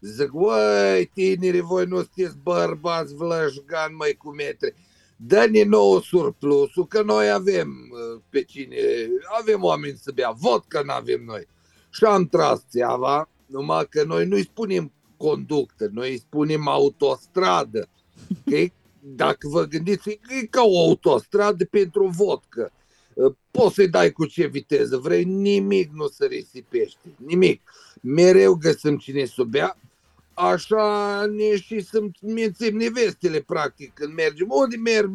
S11: Zic, uai, tineri, voi nu sunteți bărbați vlășgani, mai cu metre. Dă-ne nouă surplusul, că noi avem uh, pe cine, avem oameni să bea, vodcă nu avem noi. Și am tras țeava, numai că noi nu-i spunem conductă, noi îi spunem autostradă. Că e, dacă vă gândiți, e ca o autostradă pentru vodcă. Uh, Poți să-i dai cu ce viteză vrei, nimic nu se risipește, nimic. Mereu găsim cine să bea, așa ne și să-mi mințim nevestele, practic, când mergem. Unde merg?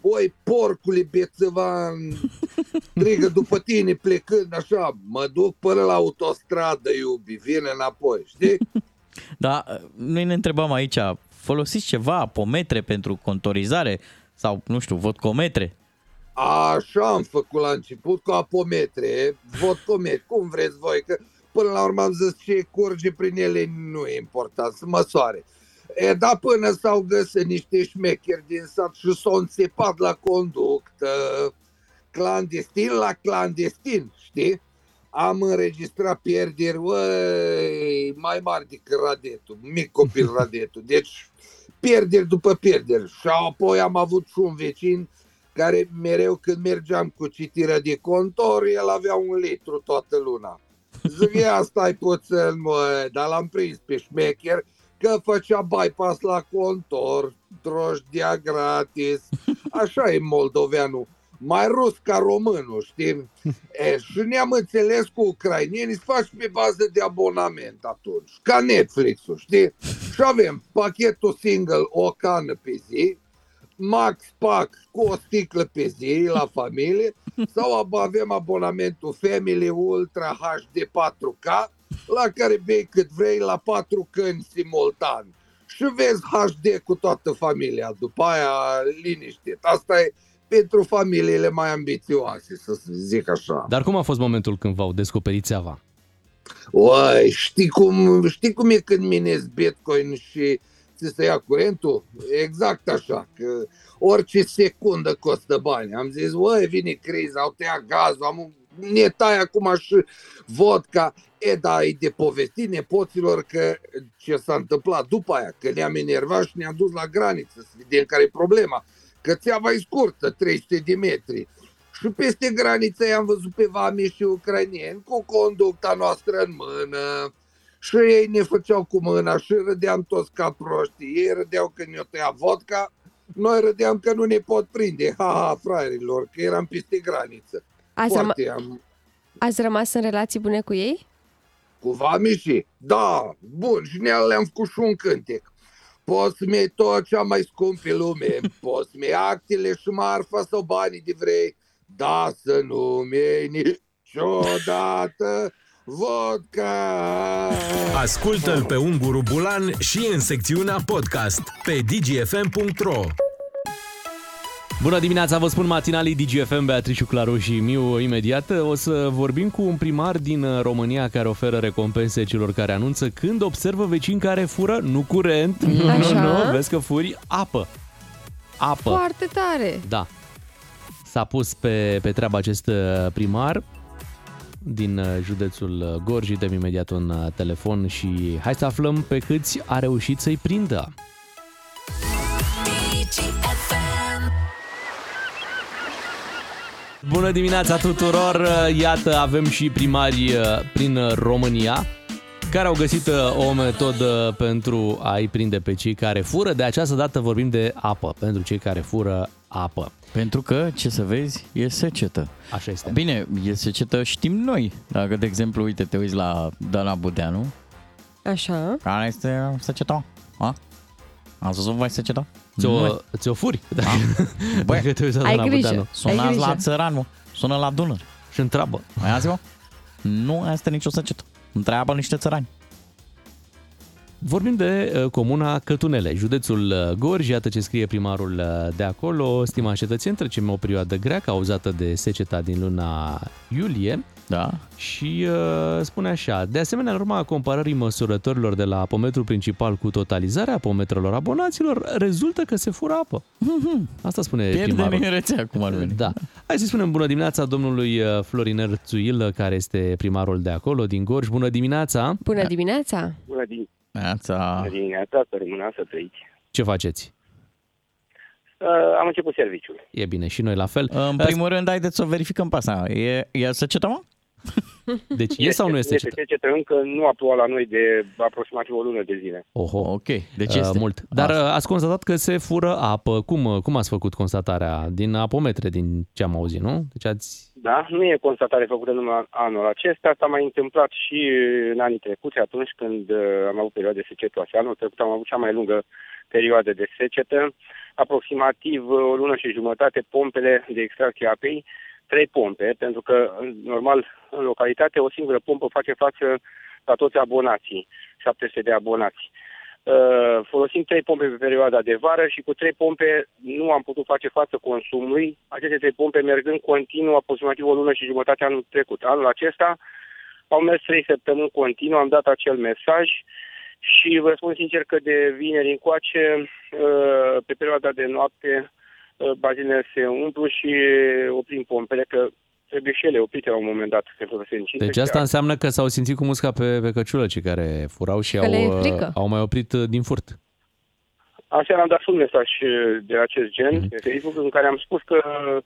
S11: Băi, porcule, bețăvan, strigă după tine plecând, așa, mă duc până la autostradă, iubi, vine înapoi, știi?
S4: Da, noi ne întrebam aici, folosiți ceva, apometre pentru contorizare sau, nu știu, vodcometre?
S11: Așa am făcut la început cu apometre, vodcometre, cum vreți voi, că până la urmă am zis ce curge prin ele nu e important, să măsoare. E, da, până s-au găsit niște șmecheri din sat și s-au înțepat la conductă, clandestin la clandestin, știi? Am înregistrat pierderi uăi, mai mari decât Radetul, mic copil Radetul, deci pierderi după pierderi. Și apoi am avut și un vecin care mereu când mergeam cu citirea de contor, el avea un litru toată luna. Zic, ia stai puțin, mă, dar l-am prins pe șmecher că făcea bypass la contor, drojdea gratis. Așa e moldoveanul. Mai rus ca românul, știi? E, și ne-am înțeles cu ucrainienii să faci pe bază de abonament atunci, ca Netflix-ul, știi? Și avem pachetul single o cană pe zi, max pac cu o sticlă pe zi la familie sau ab- avem abonamentul Family Ultra HD 4K la care bei cât vrei la patru căni simultan și vezi HD cu toată familia. După aia, liniștit. Asta e pentru familiile mai ambițioase, să zic așa.
S2: Dar cum a fost momentul când v-au descoperit țeava?
S11: Oai, știi cum, știi cum e când minezi Bitcoin și ți se ia curentul? Exact așa, că orice secundă costă bani. Am zis, uai, vine criza, au tăiat gazul, am un ne tai acum și vodka. E, da, e de povestit nepoților că ce s-a întâmplat după aia, că ne-am enervat și ne-am dus la graniță să vedem care e problema. Că țeava e scurtă, 300 de metri. Și peste graniță i-am văzut pe vami și ucrainieni cu conducta noastră în mână. Și ei ne făceau cu mâna și râdeam toți ca proștii. Ei râdeau că ne-o tăia vodka, noi râdeam că nu ne pot prinde. Ha, ha, fraierilor, că eram peste graniță.
S3: Ați,
S11: Foarte
S3: răma-
S11: am
S3: ați rămas în relații bune cu ei?
S11: cu vamișii. Da, bun, și ne le-am făcut și un cântec. Poți mi tot cea mai scump pe lume, poți mi actele și marfa sau banii de vrei, da să nu mi niciodată vodka.
S12: Ascultă-l pe Unguru Bulan și în secțiunea podcast pe dgfm.ro
S2: Bună dimineața, vă spun matinalii DGFM, Beatrice Claru și Miu imediat. O să vorbim cu un primar din uh, România care oferă recompense celor care anunță când observă vecini care fură, nu curent, nu,
S3: Mm, Așa.
S2: nu, nu, vezi că furi apă. Apă.
S3: Foarte tare!
S2: Da. S-a pus pe, pe treaba acest uh, primar din uh, județul uh, Gorj. Dăm imediat un uh, telefon și hai să aflăm pe câți a reușit să-i prindă. Bună dimineața tuturor! Iată, avem și primari uh, prin România care au găsit uh, o metodă pentru a-i prinde pe cei care fură. De această dată vorbim de apă, pentru cei care fură apă.
S4: Pentru că, ce să vezi, e secetă.
S2: Așa este.
S4: Bine, e secetă știm noi. Dacă, de exemplu, uite, te uiți la Dana Budeanu,
S3: Așa.
S4: care este seceta? A? Ați văzut voi seceta?
S2: Ți-o- ți-o furi. Da.
S4: Băi,
S2: Dacă te uiți la
S3: Ai Dana grijă, Budeanu. ai
S4: Sunați la
S3: grijă.
S4: țăran, mă. Sună la Dunăre.
S2: Și întreabă.
S4: Mai azi, mă? Nu este nicio secetă. Întreabă niște țărani.
S2: Vorbim de uh, comuna Cătunele, județul uh, Gorj, iată ce scrie primarul uh, de acolo. Stima cetățeni, trecem o perioadă grea cauzată de seceta din luna iulie.
S4: Da.
S2: Și uh, spune așa, de asemenea, în urma comparării măsurătorilor de la apometrul principal cu totalizarea apometrelor abonaților, rezultă că se fură apă. Asta spune
S4: Pierdem
S2: primarul.
S4: în rețea, cum ar veni.
S2: Da. Hai să spunem bună dimineața domnului uh, Florin Erțuil, care este primarul de acolo, din Gorj. Bună dimineața!
S4: Da.
S3: Bună dimineața!
S13: Bună din-
S4: Dimineața!
S13: bună dimineața, să rămână să trăiți.
S2: Ce faceți?
S13: Uh, am început serviciul.
S2: E bine, și noi la fel.
S4: În primul rând, haideți să o verificăm pe asta. E, e secetă, mă?
S2: Deci e sau nu este
S13: Este secetă încă, nu a plouat la noi de aproximativ o lună de zile.
S2: Oho.
S4: Ok, deci
S2: Uh,
S4: este.
S2: mult. Dar Asta. ați constatat că se fură apă. Cum, uh, cum ați făcut constatarea? Din apometre, din ce am auzit, nu? Deci ați...
S13: Da, nu e constatare făcută numai anul acesta, s-a mai întâmplat și în anii trecuți, atunci când uh, am avut perioade secetoase. Anul trecut am avut cea mai lungă perioadă de secetă, aproximativ uh, o lună și jumătate pompele de extracție a apei, trei pompe, pentru că, în- normal, în localitate, o singură pompă face față la toți abonații, 700 de abonați. Uh, Folosim trei pompe pe perioada de vară și cu trei pompe nu am putut face față consumului. Aceste trei pompe mergând continuu aproximativ o lună și jumătate anul trecut. Anul acesta au mers trei săptămâni continuu, am dat acel mesaj și vă spun sincer că de vineri încoace, uh, pe perioada de noapte, uh, bazinele se umplu și uh, oprim pompele, că trebuie și ele oprite la un moment dat. Cred că sunt 15
S2: Deci asta înseamnă că s-au simțit cu musca pe, pe căciulă cei care furau și
S13: Că le e
S2: au, uh,
S13: frică.
S2: au mai oprit uh, din furt.
S13: Aseară am dat și un mesaj uh, de acest gen pe Facebook în care am spus că uh,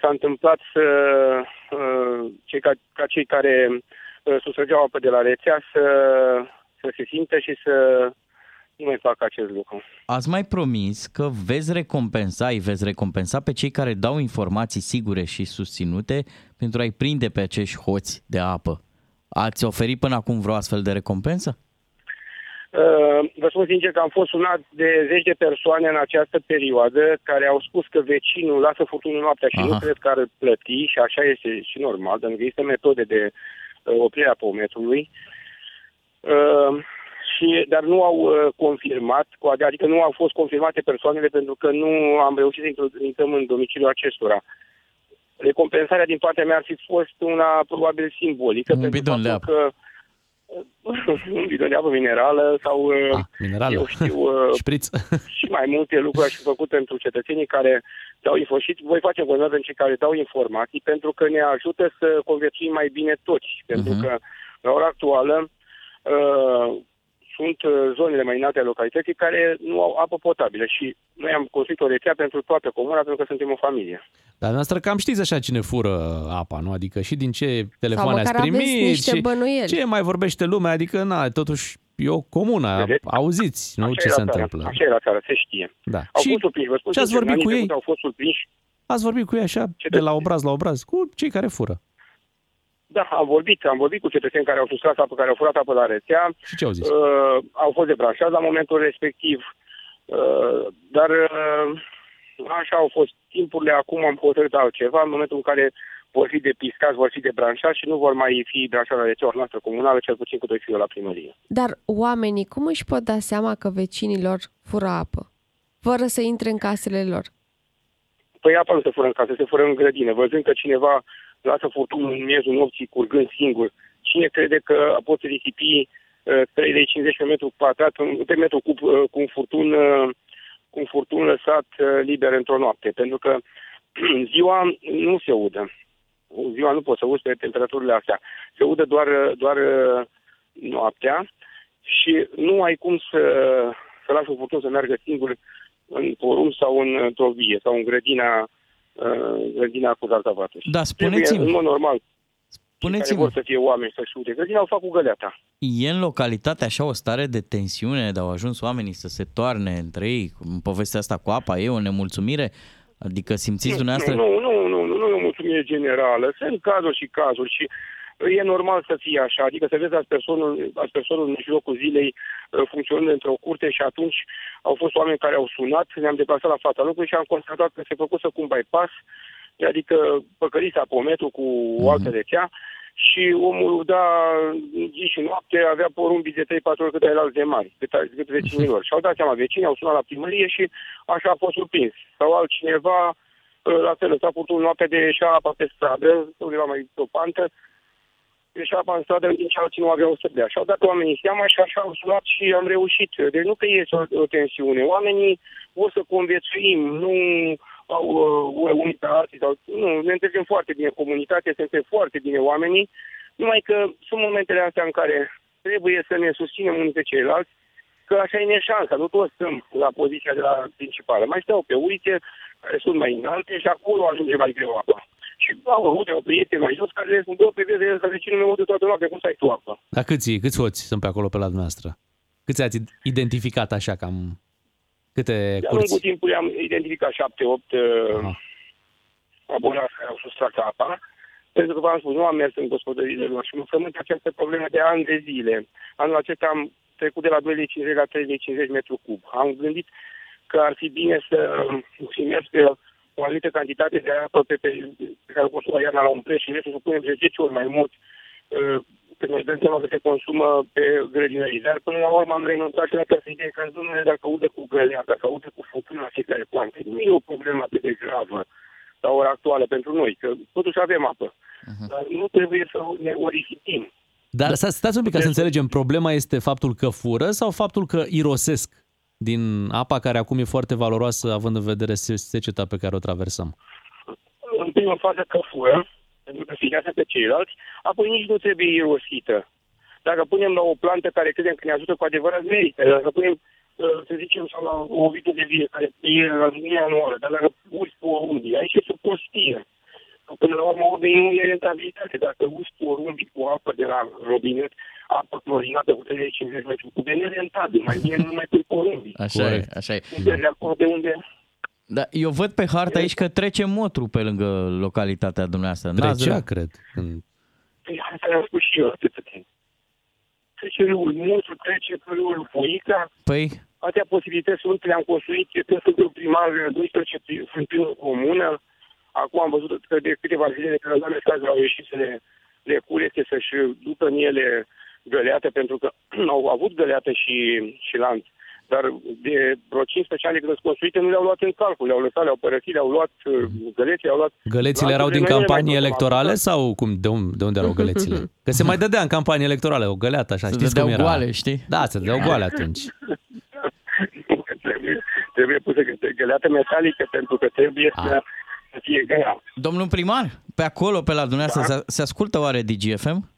S13: s-a întâmplat să uh, cei ca, ca cei care uh, sustrăgeau apă de la rețea să, să se simtă și să nu mai facă acest lucru.
S4: Ați mai promis că veți recompensa, îi veți recompensa pe cei care dau informații sigure și susținute pentru a-i prinde pe acești hoți de apă. Ați oferit până acum vreo astfel de recompensă?
S13: Uh, Vă spun sincer că am fost sunat de zeci de persoane în această perioadă care au spus că vecinul lasă furtunul noaptea și
S14: Aha.
S13: nu cred că ar plăti și așa este și normal, pentru că există metode de uh, oprire a pometului. Uh, și, dar nu au uh, confirmat, cu ad- adică nu au fost confirmate persoanele pentru că nu am reușit să intrăm în domiciliul acestora. Recompensarea din partea mea ar fi fost una probabil simbolică, pentru faptul că un bidon de apă minerală sau, ah,
S2: minerală.
S13: eu știu, uh,
S2: Șpriț.
S13: și mai multe lucruri aș fi făcut pentru cetățenii care dau info și voi face în pentru cei care dau informații pentru că ne ajută să conviețuim mai bine toți. Pentru
S14: Mhm.
S13: că la ora actuală uh, sunt uh, zonele mai înalte ale localității care nu au apă potabilă și noi am construit o rețea pentru toată comuna pentru că suntem o familie.
S2: Dar noastră cam știți așa cine fură apa, nu? Adică și din ce telefoane ați
S3: măcar aveți
S2: primit,
S3: niște
S2: și
S3: bănuieli.
S2: ce mai vorbește lumea, adică na, totuși e o comună, auziți, nu,
S13: Așa
S2: ce
S13: e
S2: se
S13: la țară.
S2: întâmplă.
S13: Așa e la țară, se știe.
S2: Da.
S13: Au
S2: și
S13: fost surprinși, vă spun
S2: ce ați
S13: sincer,
S2: vorbit
S13: în
S2: cu
S13: anii
S2: ei?
S13: trecuți Au fost surprinși
S2: ați vorbit cu ei așa, de la obraz la obraz, cu cei care fură.
S13: Da, am vorbit, am vorbit cu cetățeni care au sustras apă, care au furat apă la rețea.
S2: Și ce au zis?
S13: Uh, au fost debranșați la momentul respectiv. Uh, dar uh, așa au fost timpurile, acum am hotărât altceva, în momentul în care vor fi depiscați, vor fi debranșați și nu vor mai fi branșați la rețeaua noastră comunală, cel puțin cu doi fiu la primărie.
S3: Dar oamenii cum își pot da seama că vecinilor fură apă? Fără să intre în casele lor.
S13: Păi apa nu se fură în casă, se fură în grădină. Văzând că cineva lasă furtunul în miezul nopții curgând singur, cine crede că poți risipi uh, 350 pe metru pătrat, un- pe metru cub, uh, cu un furtun, uh, cu un furtun lăsat uh, liber într-o noapte? Pentru că ziua nu se udă. Ziua nu poți să uzi pe temperaturile astea. Se udă doar, uh, doar uh, noaptea și nu ai cum să, să lași un furtun să meargă singur în porum sau în, într-o vie sau în grădina, uh, grădina cu zarzavaturi.
S4: Da,
S13: Trebuie,
S4: spuneți-mi.
S13: în mod normal,
S4: spuneți
S13: care vor să fie oameni să-și ude grădina, o fac cu găleata.
S4: E în localitate așa o stare de tensiune, dar au ajuns oamenii să se toarne între ei. Cum Povestea asta cu apa e o nemulțumire? Adică simțiți dumneavoastră...
S13: Nu, nu, nu, nu, nu e o mulțumire generală. Sunt cazuri și cazuri și uh, e normal să fie așa. Adică să vezi aspersonul, aspersonul în mijlocul zilei uh, funcționând într-o curte și atunci au fost oameni care au sunat, ne-am deplasat la fața locului și am constatat că se făcuse cu un bypass, adică păcălița pe un metru cu o altă rețea și omul uda zi și noapte, avea porumbii de 3-4 ori cât ai la alți de mari, cât, cât vecinilor. Și au dat seama, vecinii au sunat la primărie și așa a fost surprins. Sau altcineva ă, la fel, s-a putut noaptea de ieșea apa pe stradă, undeva mai pe o pantă, ieșea apa în stradă, în timp ce alții nu aveau să dea. Și au dat oamenii seama și așa au sunat și am reușit. Deci nu că este o, o tensiune. Oamenii vor să conviețuim, nu au uh, unii pe alții. Sau, nu, ne înțelegem foarte bine comunitatea, se înțeleg foarte bine oamenii, numai că sunt momentele astea în care trebuie să ne susținem unii pe ceilalți că așa e neșansa, nu toți sunt la poziția de la principală. Mai stau pe ulițe care sunt mai înalte și acolo ajunge mai greu apa. Și au avut o prieteni mai jos care le spun, bă, pe vezi, că vecinul meu de toată noaptea, cum stai tu apă?
S2: Dar câți, câți hoți sunt pe acolo pe la dumneavoastră? Câți ați identificat așa cam câte
S13: De-a
S2: curți?
S13: lungul timpului am identificat 7-8 uh, abonați care au sustrat apa, pentru că v-am spus, nu am mers în gospodăriile lor și mă frământ această problemă de ani de zile. Anul acesta am trecut de la 250 la 350 metru cub. Am gândit că ar fi bine să primesc pe uh, o anumită cantitate de apă pe, pe, pe care o consumă iarna la un preț și restul să punem de 10 ori mai mult uh, când ne dăm seama că se consumă pe grădinării. Dar până la urmă am renunțat și la această idee că, domnule, dacă udă cu grălea, dacă udă cu furtuna fiecare plante, nu e o problemă atât de gravă la ora actuală pentru noi, că totuși avem apă. Dar nu trebuie să ne orisitim.
S2: Dar sta- stați un pic ca să înțelegem, problema este faptul că fură sau faptul că irosesc din apa care acum e foarte valoroasă având în vedere se- seceta pe care o traversăm?
S13: În prima fază că fură, pentru că finează pe ceilalți, apoi nici nu trebuie irosită. Dacă punem la o plantă care credem că ne ajută cu adevărat, merită. Dacă punem, uh, să zicem, sau la o vită de vie care e la linia anuală, dar dacă uzi pe oriunde, aici este o prostie. Până la urmă, ordine nu e rentabilitate. Dacă uzi porumbii cu apă de la robinet, apă clorinată cu 350 metri cube, nu e rentabil. Mai bine nu mai pui porumbii.
S4: Așa e, așa e.
S13: Unde de acolo de unde...
S4: Da, eu văd pe hartă aici că trece motru pe lângă localitatea dumneavoastră. N-ați
S2: Trecea,
S4: vrea-
S2: cred.
S13: Păi asta am spus și eu atât timp. Trece râul Munțu, trece râul Foica,
S4: Păi,
S13: Atâtea posibilități sunt, le-am construit când sunt eu primar, 12 pri- sunt primul comună. Acum am văzut că de câteva zile de când am stat, au ieșit să le, le curețe, să-și ducă în ele găleată, pentru că au avut găleată și, și lanț. Dar de vreo 15 ani de când sunt construite, nu le-au luat în calcul, le-au lăsat, le-au părăsit, le-au luat uh, găleții, le-au luat...
S2: Gălețile erau din
S13: Noi nu le mai
S2: campanii
S13: consumăm.
S2: electorale sau cum? De, un, de unde erau gălețile? Că se mai dădea în campanii electorale o găleată, așa, știți cum
S4: dădeau
S2: era?
S4: goale, știi?
S2: Da, se dădeau goale atunci.
S13: Trebuie, trebuie pusă gă- găleată metalică pentru că trebuie să să fie grea.
S4: Domnul primar, pe acolo, pe la dumneavoastră, se, se ascultă oare DGFM?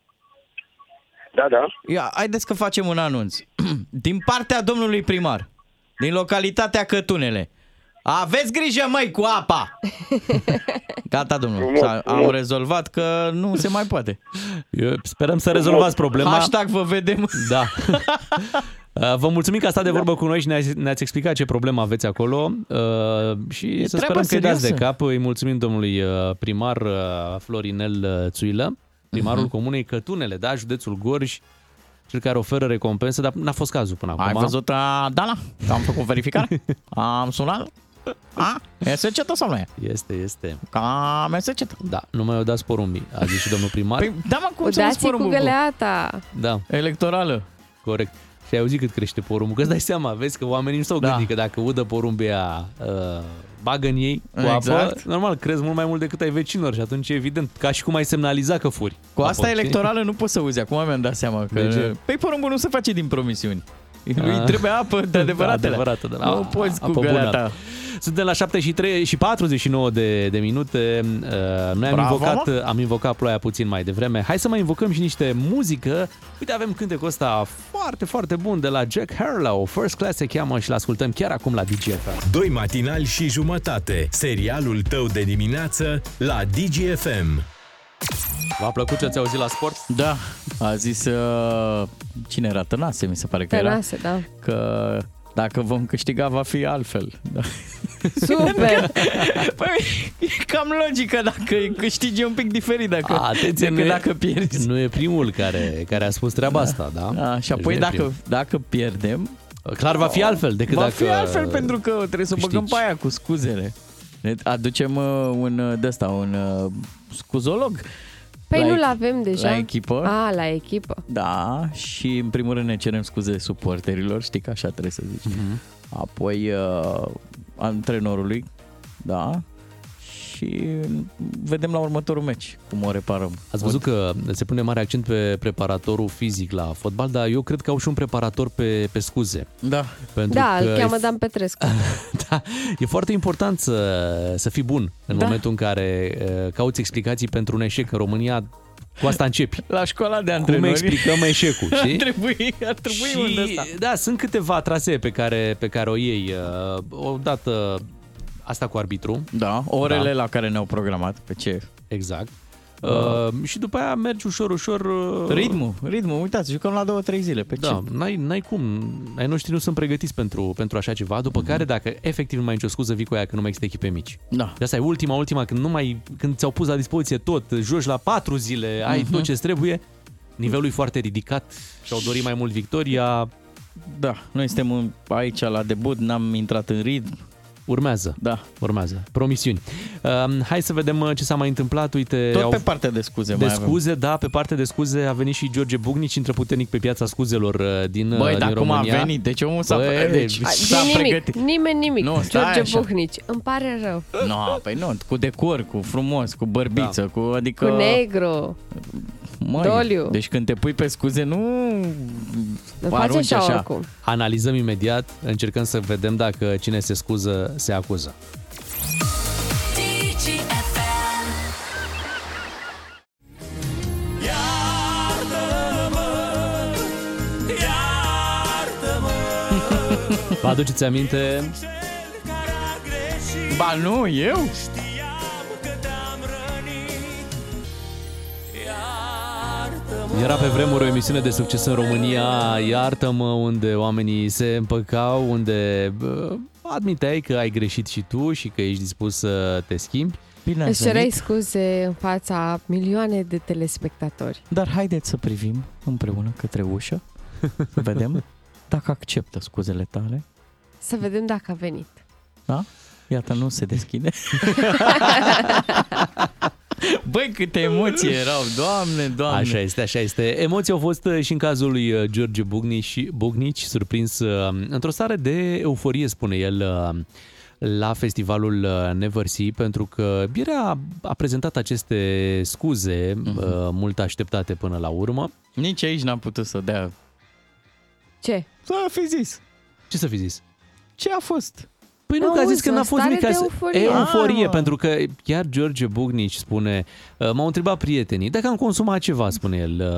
S13: Da, da.
S4: Ia, haideți că facem un anunț. Din partea domnului primar, din localitatea Cătunele, aveți grijă, măi, cu apa! Gata, domnul.
S2: Frumos,
S4: S-a- Am
S2: frumos.
S4: rezolvat că nu se mai poate.
S2: Eu sperăm să rezolvați problema.
S4: Hashtag vă vedem.
S2: Da. Uh, Vă mulțumim că a stat de vorbă cu noi și ne-ați, ne-ați explicat ce problemă aveți acolo uh, și să sperăm
S4: treabă
S2: că îi dați de
S4: serioasă.
S2: cap. Îi mulțumim domnului uh, primar uh, Florinel uh, Țuilă, primarul
S4: Mhm.
S2: comunei Cătunele, da, județul Gorj, cel care oferă recompensă, dar n-a fost cazul până acum.
S4: Ai văzut, uh, Dana? Că am făcut verificare? Am sunat? A, e secetă sau nu e?
S2: Este, este.
S4: Ca e secetă.
S2: Da, nu mai o dați porumbii, a zis și domnul primar.
S4: Păi, da, mă, cum
S3: Cu
S4: să nu
S3: dați
S4: spun
S3: cu găleata.
S2: Da.
S4: Electorală.
S2: Corect. Și ai auzit cât crește porumbul, că îți dai seama, vezi că oamenii nu s-au da. gândit că dacă udă porumbia, uh, bagă în ei cu apă,
S4: Exact.
S2: normal, crezi mult mai mult decât ai vecinilor și atunci e evident, ca și cum ai semnaliza că furi.
S4: Cu asta
S2: știi?
S4: electorală nu poți să uzi, acum mi-am dat seama că...
S2: De ce?
S4: Păi porumbul nu se face din promisiuni. Lui
S2: Deci- Ah.
S4: trebuie apă de adevăratele.
S2: adevărată, da.
S4: Nu
S2: A-
S4: poți cu
S2: apă bună.
S4: găleata.
S2: Suntem la 7 și, 3, și 49 de, de minute. Uh, Noi am
S4: Bravo,
S2: invocat, am invocat ploaia puțin mai devreme. Hai să mai invocăm și niște muzică. Uite, avem cântecul ăsta foarte, foarte bun de la Jack Harlow. First Class se cheamă și l-ascultăm chiar acum la DGFM.
S12: Doi matinali și jumătate. Serialul tău de dimineață la DGFM.
S2: V-a plăcut ce ați auzit la sport?
S4: Da, a zis... Uh, cine era? Tănase, mi se pare că era.
S3: Tănase, da.
S4: Că dacă vom câștiga, va fi altfel. Da.
S3: Super!
S4: păi, e cam logică da. dacă îi câștigi un pic diferit dacă,
S2: Atenție,
S4: decât
S2: e-
S4: dacă pierzi.
S2: nu e primul care, care a spus treaba asta, da?
S4: A, și apoi dacă, dacă pierdem...
S2: Clar va fi altfel decât
S4: va
S2: dacă
S4: fi altfel pentru că trebuie să o băgăm
S2: câștigi.
S4: pe aia cu scuzele. Ne aducem uh, un uh, de ăsta, un uh, scuzolog.
S3: Păi
S4: la
S3: nu-l
S4: ech-
S3: avem deja. Ah.
S4: La echipă.
S3: A, la echipă.
S4: Da, și în primul rând ne cerem scuze suporterilor, știi că așa trebuie să zici.
S2: Mhm.
S4: Apoi uh, antrenorului, da, și vedem la următorul meci cum o reparăm.
S2: Ați văzut că se pune mare accent pe preparatorul fizic la fotbal, dar eu cred că au și un preparator pe, pe scuze.
S4: Da.
S2: Pentru
S3: da,
S2: că
S3: îl cheamă
S2: e,
S3: Dan Petrescu.
S2: e foarte important să, să fii bun în
S3: Da.
S2: momentul în care uh, cauți explicații pentru un eșec în România. Cu asta începi.
S4: La școala de
S2: Cum
S4: antrenori.
S2: explicăm eșecul, știi?
S4: Ar trebui, ar trebui
S2: Și,
S4: unul de ăsta.
S2: Da, sunt câteva trasee pe care, pe care o iei. Uh, Odată asta cu arbitru.
S4: Da, orele la care ne-au programat, pe ce?
S2: Exact. Uh, și după aia mergi ușor, ușor... uh,
S4: Ritmul, ritmul, uitați, jucăm la două, trei zile, pe
S2: Da,
S4: ce?
S2: n-ai, n-ai cum. Ai noștri nu sunt pregătiți pentru, pentru așa ceva,
S4: Mhm.
S2: după care dacă efectiv nu mai ai nicio scuză, vii cu aia că nu mai există echipe mici.
S4: Da.
S2: De asta e ultima, ultima, când, nu mai, când ți-au pus la dispoziție tot, joci la patru zile, ai
S4: Mhm.
S2: tot ce trebuie, nivelul e foarte ridicat și-au dorit mai mult victoria.
S4: Da, noi suntem în- aici la debut, n-am intrat în ritm.
S2: Urmează.
S4: Da.
S2: Urmează. Promisiuni. Um, hai să vedem uh, ce s-a mai întâmplat. Uite,
S4: Tot pe partea de scuze
S2: de
S4: mai avem.
S2: scuze, da, pe partea de scuze a venit și George Bugnici, intrăputernic pe piața scuzelor uh, din, uh,
S4: Băi,
S2: din
S4: dar cum a
S2: România.
S4: venit? Deci omul s-a-
S2: Băi,
S4: deci-
S3: A,
S4: S-a
S3: din nimic,
S4: pregătit.
S3: nimeni nimic.
S4: Nu, stai
S3: George
S4: așa.
S3: Buhnici, îmi pare rău.
S4: Nu, no, păi nu, cu decor, cu frumos, cu bărbiță, da. cu adică...
S3: Cu negru.
S4: măi,
S3: doliu.
S4: Deci când te pui pe scuze, nu
S3: faci
S4: arunci
S3: așa
S4: așa.
S3: oricum.
S2: Analizăm imediat, încercăm să vedem dacă cine se scuză, se acuză. Vă aduceți aminte?
S4: Ba nu, eu?
S2: Era pe vremuri o emisiune de succes în România, iartă-mă, unde oamenii se împăcau, unde bă, admiteai că ai greșit și tu și că ești dispus să te schimbi. Bine
S3: Își cerai scuze în fața milioane de telespectatori.
S4: Dar haideți să privim împreună către ușă, să vedem dacă acceptă scuzele tale.
S3: Să vedem dacă a venit.
S4: Da? Iată, nu se deschide. Băi, câte emoții erau, doamne, doamne.
S2: Așa este, așa este. Emoții au fost uh, și în cazul lui uh, George Bugnici, Bugnici surprins uh, într-o stare de euforie, spune el, uh, la festivalul uh, Never See, pentru că Birea a prezentat aceste scuze uh, mult așteptate până la urmă.
S4: Mhm. Nici aici n-am putut să dea.
S3: Ce?
S4: S-a fi zis.
S2: Ce să fi zis?
S4: Ce a fost?
S2: Păi nu, că a zis
S3: Auzi,
S2: că n-a
S3: o
S2: fost
S3: stare
S2: mica
S3: de
S2: să-
S3: euforie.
S2: euforie
S3: Ah.
S2: pentru că chiar George Bugnici spune, uh, m-au întrebat prietenii dacă am consumat ceva, spune el.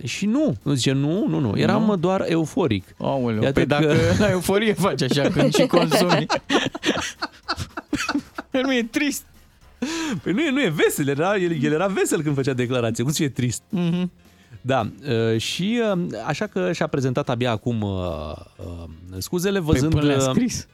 S2: uh, Și nu, nu zice, nu, nu, nu, eram
S4: Nu?
S2: doar euforic.
S4: Aoleu, păi dacă la euforie faci așa când și consumi. nu e trist.
S2: Păi nu e, nu e vesel, era, el, el era vesel când făcea declarație, cum e trist.
S4: Mhm.
S2: Da, uh, și uh, așa că și-a prezentat abia acum uh, uh, scuzele, văzând...
S4: Păi până le-a
S2: uh,
S4: scris.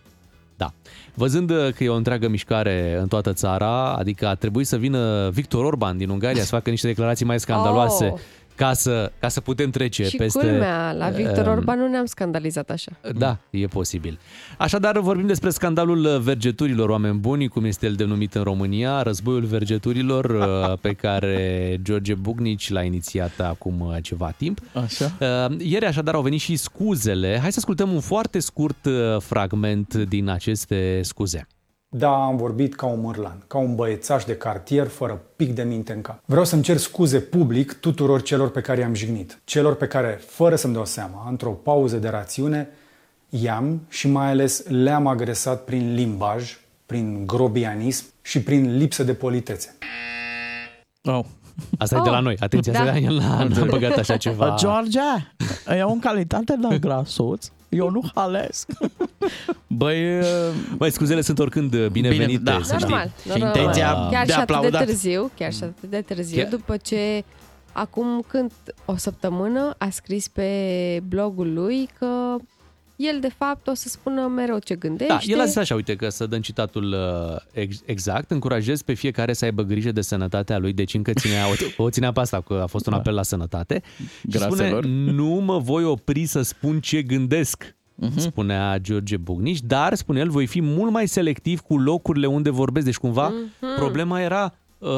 S2: Da. Văzând uh, că e o întreagă mișcare în toată țara, adică a trebuit să vină Victor Orban din Ungaria să facă niște declarații mai scandaloase
S3: Oh.
S2: ca, să, ca să putem trece
S3: Și
S2: peste...
S3: culmea, la
S4: Ehm,
S3: Victor
S2: uh,
S3: Orban nu ne-am scandalizat așa.
S2: da, e posibil. Așadar, vorbim despre scandalul uh, vergeturilor, oameni buni, cum este el denumit în România, războiul vergeturilor, uh, pe care George Bugnici l-a inițiat acum uh, ceva timp.
S3: Ah.
S4: Așa.
S2: Uh, Ieri, așadar, au venit și scuzele. Hai să ascultăm un foarte scurt uh, fragment din aceste scuze.
S10: Da, am vorbit ca un mărlan, ca un băiețaș de cartier fără pic de minte în cap. Vreau să-mi cer scuze public tuturor celor pe care i-am jignit, celor pe care, fără să-mi dau seama, într-o pauză de rațiune, i-am și mai ales le-am agresat prin limbaj, prin grobianism și prin lipsă de politețe.
S4: Oh.
S2: Asta e de la noi.
S3: Da.
S2: Atenție, asta e de la noi. N-am băgat așa ceva.
S4: George, eu în calitate de grasuț, eu nu halesc. Băi,
S2: Băi, scuzele sunt oricând binevenite,
S4: Bine, da.
S2: să
S3: Normal,
S2: știi.
S3: normal. chiar și atât de târziu, chiar și atât de târziu,
S2: Chiar-
S3: după ce acum când o săptămână a scris pe blogul lui că el de fapt o să spună mereu ce gândește.
S2: Da, el a zis așa, uite, că să dăm citatul uh, ex- exact, încurajez pe fiecare să aibă grijă de sănătatea lui, deci încă ținea, o, o ținea pe asta, că a fost un apel la sănătate. Și
S4: Graselor.
S2: spune, nu mă voi opri să spun ce gândesc,
S4: Mhm.
S2: spunea George Bugnici, dar, spune el, voi fi mult mai selectiv cu locurile unde vorbesc. Deci, cumva, problema era uh,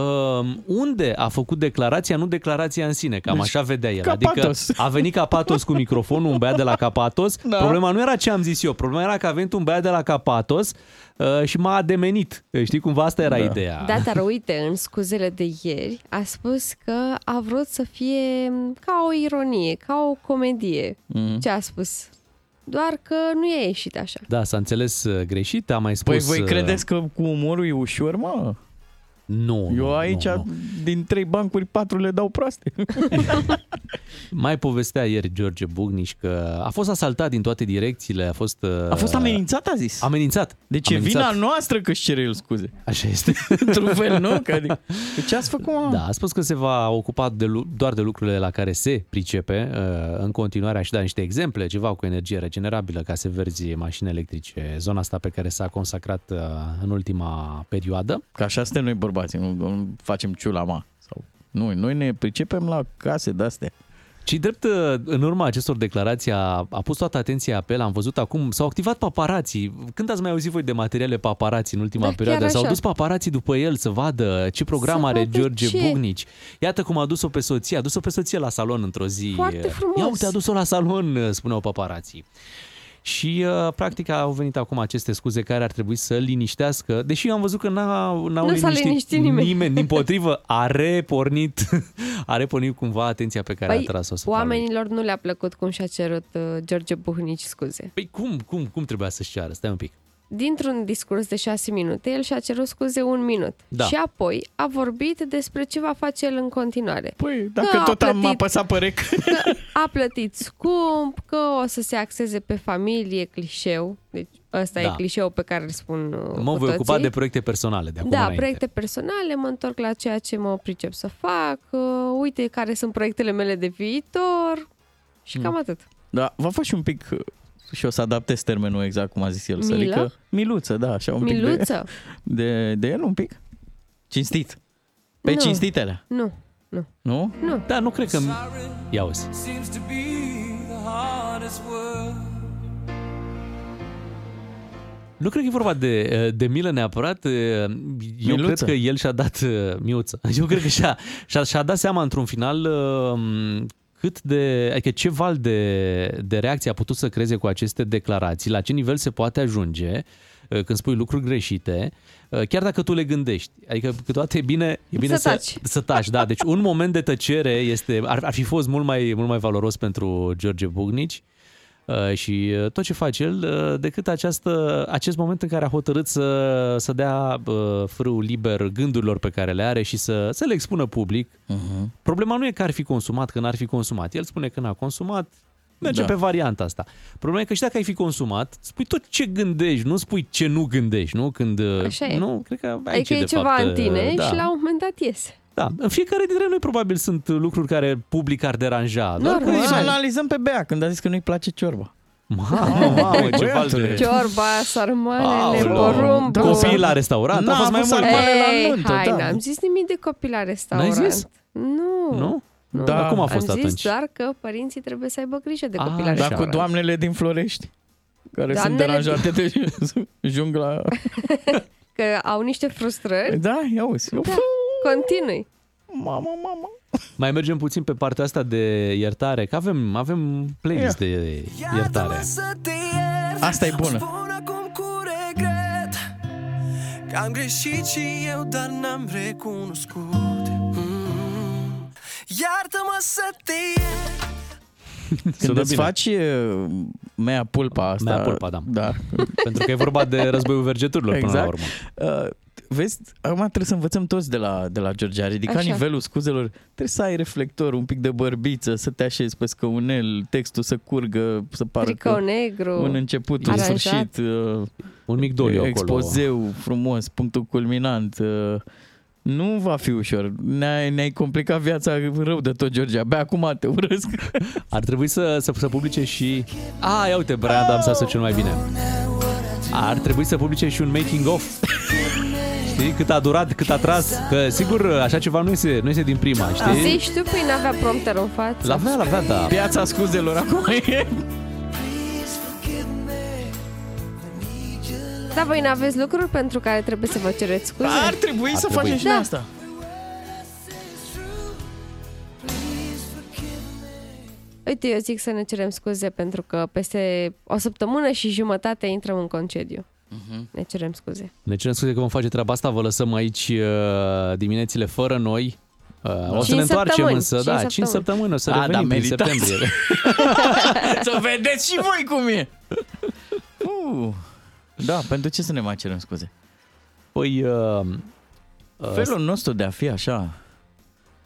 S2: unde a făcut declarația, nu declarația în sine, cam
S4: Deci,
S2: așa vedea el.
S4: ca
S2: adică
S4: Patos.
S2: a venit Capatos cu microfonul, un băiat de la Capatos.
S4: Da.
S2: Da. Problema nu era ce am zis eu, problema era că a venit un băiat de la Capatos uh, și m-a ademenit. Știi, cumva asta era da. ideea.
S3: Da, dar uite, în scuzele de ieri a spus că a vrut să fie ca o ironie, ca o comedie
S4: Mm.
S2: Mhm.
S3: ce a spus. Doar că nu i-a ieșit așa.
S2: Da, s-a înțeles uh, greșit, a mai
S4: Păi
S2: spus...
S4: voi
S2: uh,
S4: credeți că cu umorul e ușor, mă?
S2: Oh, Nu.
S4: Eu aici, din trei bancuri, patru le dau proaste.
S2: Mai povestea ieri George Bugniș că a fost asaltat din toate direcțiile, a fost... uh,
S4: A fost amenințat, a zis.
S2: Amenințat.
S4: Deci e
S2: Amenințat.
S4: vina noastră că își cere el scuze.
S2: Așa este.
S4: Într-un fel, nu? Că adică, ce ați făcut, mă?
S2: Da, a spus că se va ocupa de, lu- doar de lucrurile la care se pricepe. Uh, În continuare aș da niște exemple, ceva cu energie regenerabilă ca să verzi mașini electrice, zona asta pe care s-a consacrat uh, în ultima perioadă.
S4: Că așa suntem noi bărbații, nu, nu facem ciula, ma. Sau... Noi, noi ne pricepem la case de-astea.
S2: Și drept uh, în urma acestor declarații a, a pus toată atenția pe el, am văzut acum, s-au activat paparații. Când ați mai auzit voi de materiale paparații în ultima
S4: Da, chiar
S2: perioadă? S-au
S4: așa.
S2: dus paparații după el să vadă ce program
S4: Să
S2: are
S4: vadă
S2: George
S4: ce.
S2: Bugnici. Iată cum a dus-o pe soție, a dus-o pe soție la salon într-o zi.
S4: Foarte frumos.
S2: Ia uite, a dus-o la salon, uh, spuneau paparații. Și uh, practic au venit acum aceste scuze care ar trebui să liniștească, deși am văzut că n-a, n-au
S3: Nu s-a liniștit nimeni.
S2: nimeni. Din potrivă, a repornit, a repornit cumva atenția pe
S3: Păi,
S2: care a tras-o să
S3: oamenilor nu le-a plăcut cum și-a cerut uh, George Buhnici scuze.
S2: Păi cum, cum, cum trebuia să-și ceară? Stai un pic.
S3: Dintr-un discurs de șase minute, el și-a cerut scuze un minut.
S2: Da.
S3: Și apoi a vorbit despre ce va face el în continuare.
S4: Păi, Dacă
S3: Da,
S4: tot am apăsat pe rec.
S3: a plătit scump, că o să se axeze pe familie, clișeu. Deci ăsta
S2: Da.
S3: e clișeu pe care îl spun uh,
S2: Mă
S3: cu
S2: voi
S3: toții.
S2: ocupa de proiecte personale de acum
S3: da,
S2: înainte.
S3: proiecte personale, mă întorc la ceea ce mă pricep să fac, uh, uite care sunt proiectele mele de viitor și
S4: Mm.
S3: cam atât.
S4: Da, va fost și un pic și o să adaptez termenul exact cum a zis el. să-
S3: Milă?
S4: Adică, miluță, da, așa un
S3: Miluță?
S4: pic de, de, de el un pic. Cinstit. Pe
S3: Nu.
S4: cinstitele,
S3: Nu,
S4: nu?
S3: nu.
S2: Da, nu cred că... Ia uzi.
S5: Seems to be the hardest word
S2: Nu cred că e vorba de, de milă neapărat. Eu cred
S4: Miluță.
S2: că el și-a dat... Miuță. Eu cred că și-a, și-a, și-a dat seama într-un final um, cât de... Adică ce val de, de reacție a putut să creeze cu aceste declarații, la ce nivel se poate ajunge uh, când spui lucruri greșite, uh, chiar dacă tu le gândești. Adică câteodată e bine, e bine
S3: Să
S2: să,
S3: taci.
S2: să taci, da. Deci un moment de tăcere este, ar, ar fi fost mult mai, mult mai valoros pentru George Bugnici uh, și uh, tot ce face el, uh, decât această, acest moment în care a hotărât să, să dea uh, frâul liber gândurilor pe care le are și să, să le expună public. Uh-huh. Problema nu e că ar fi consumat, că n-ar fi consumat. El spune că n-a consumat, merge
S4: Da.
S2: da. pe varianta asta. Problema e că și dacă ai fi consumat, spui tot ce gândești, nu spui ce nu gândești, nu? Când, uh,
S3: Așa e.
S2: Nu, cred că aici
S3: Adică e
S2: de
S3: ceva
S2: fapt,
S3: în tine
S2: uh, da.
S3: și la un moment dat iese.
S2: Da, în fiecare dintre noi probabil sunt lucruri care public ar deranja. Doar că
S4: Să
S2: e
S4: analizăm pe Bea când a zis că nu-i place ciorba.
S3: Ah,
S2: Mamă, mamă, ce val de...
S3: Ciorba, sarmalele,
S2: Aoleu.
S3: porumb.
S2: Copiii la restaurant?
S4: N-a
S2: a fost mai
S4: avut
S2: mult.
S4: sarmale. la
S3: Ei,
S4: nuntă,
S3: hai,
S4: da.
S3: n-am zis nimic de copii la restaurant.
S4: zis?
S3: Nu.
S2: Nu?
S4: Nu.
S2: Dar cum a fost
S3: Am
S2: atunci?
S3: zis doar că părinții trebuie să aibă grijă de copii la
S4: Ah, Dar
S3: restaurant.
S4: cu doamnele din Florești, care sunt
S3: Doamnele
S4: deranjate de jungla.
S3: Că au niște frustrări.
S4: Da, ia uzi.
S3: Da. Continui.
S4: Mama, mama.
S2: Mai mergem puțin pe partea asta de iertare, că avem, avem playlist de iertare.
S4: Asta e bună.
S5: regret Că am greșit și eu, dar n-am recunoscut Mm. Iartă-mă să te iert
S4: Când
S2: dă
S4: îți
S2: bine.
S4: faci uh, mea pulpa asta.
S2: Mea pulpa, da.
S4: da.
S2: Pentru că e vorba de războiul vergeturilor până la
S4: exact.
S2: urmă.
S4: urmă. Uh, vezi, acum trebuie să învățăm toți de la, de la George. A ridicat
S2: Așa.
S4: nivelul scuzelor. Trebuie să ai reflector, un pic de bărbiță, să te așezi pe scăunel, textul să curgă, să pară
S3: Tricou
S4: că
S3: negru.
S4: un început, un
S3: aranjat.
S4: sfârșit. Uh,
S2: un mic doliu acolo.
S4: Expozeu frumos, punctul culminant. Uh, nu va fi ușor. Ne-ai, ne-ai complicat viața rău de tot, George. Abia acum te urăsc.
S2: Ar trebui să, să, să publice și... A, ia uite, Brian Adams a cel mai bine. Ar trebui să publice și un making of. Știi? Cât a durat, cât a tras. Că, sigur, așa ceva nu este, nu este din prima, știi?
S3: Zici tu, păi n-avea prompter în față.
S2: L-avea, l-avea, da.
S4: Piața scuzelor acum e...
S3: Da, voi n-aveți lucruri pentru care trebuie să vă cereți scuze? Da.
S4: Ar trebui Ar să trebui. facem și noi asta.
S3: Uite, eu zic să ne cerem scuze pentru că peste o săptămână și jumătate intrăm în concediu.
S2: Mhm.
S3: Ne cerem scuze.
S2: Ne cerem scuze că vom face treaba asta, vă lăsăm aici uh, diminețile fără noi. Uh, o să
S4: Cinci
S2: ne întoarcem
S4: săptămâni,
S2: însă, da,
S4: cinci
S2: 5 săptămâni, o să
S4: A,
S2: revenim
S4: da,
S2: prin
S4: meritați.
S2: septembrie.
S4: Să vedeți și voi cum e. Uh, da, pentru ce să ne mai cerem scuze?
S2: Păi... Uh,
S4: Felul nostru de a fi așa...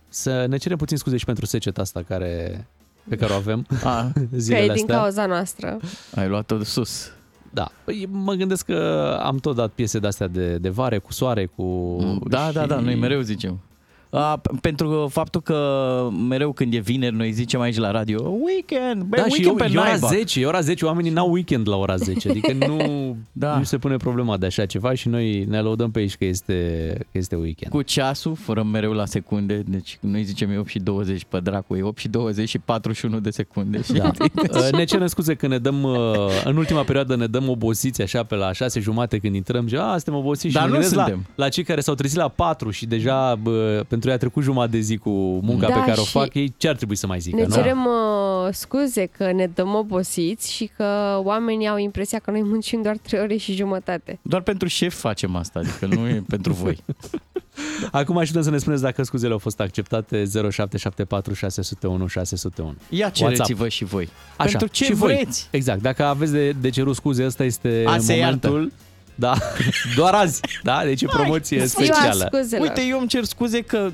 S2: Să ne cerem puțin scuze și pentru seceta asta care, pe care o avem
S4: A,
S3: că e
S2: zilele
S3: din
S2: astea.
S3: cauza noastră.
S4: Ai luat-o de sus.
S2: Da, păi mă gândesc că am tot dat piese de-astea de, de vare, cu soare, cu...
S4: Da, da, da, noi mereu zicem. A, p- pentru faptul că mereu când e vineri noi zicem aici la radio Weekend, bă,
S2: Bă, da,
S4: weekend
S2: și eu,
S4: pe
S2: e ora
S4: naiba.
S2: 10, e ora 10, oamenii n-au weekend la ora 10, adică nu,
S4: Da.
S2: da. nu se pune problema de așa ceva și noi ne lăudăm pe aici că este, că este weekend.
S4: Cu ceasul, fără mereu la secunde, deci noi zicem e 8 și 20 pe dracu, e 8 și 20 și 41 de secunde.
S2: Da.
S4: știi?
S2: Uh, ne cerem scuze că ne dăm, uh, în ultima perioadă ne dăm obosiți așa pe la șase jumate când intrăm și a, suntem obosiți
S4: Dar
S2: și mă
S4: nu
S2: gândesc la,
S4: suntem.
S2: la cei care s-au trezit la patru și deja bă, pentru ei a trecut jumătate de zi cu munca
S3: Da,
S2: pe care o
S3: și
S2: fac, ei ce ar trebui să mai zică,
S3: ne
S2: nu?
S3: cerem uh, scuze că ne dăm obosiți și că oamenii au impresia că noi muncim doar 3 ore și jumătate.
S4: Doar pentru șef facem asta, adică nu e pentru voi.
S2: Acum așteptăm să ne spuneți dacă scuzele au fost acceptate 0774 601 601.
S4: Ia cereți-vă și voi. Pentru ce
S2: și voi.
S4: vreți?
S2: Exact, dacă aveți de, de cerut scuze, ăsta este
S4: Azi se iartă.
S2: momentul. Da, doar azi. Da, deci e promoție
S4: Hai,
S2: specială.
S3: scuzelor.
S4: Uite, eu îmi cer scuze că...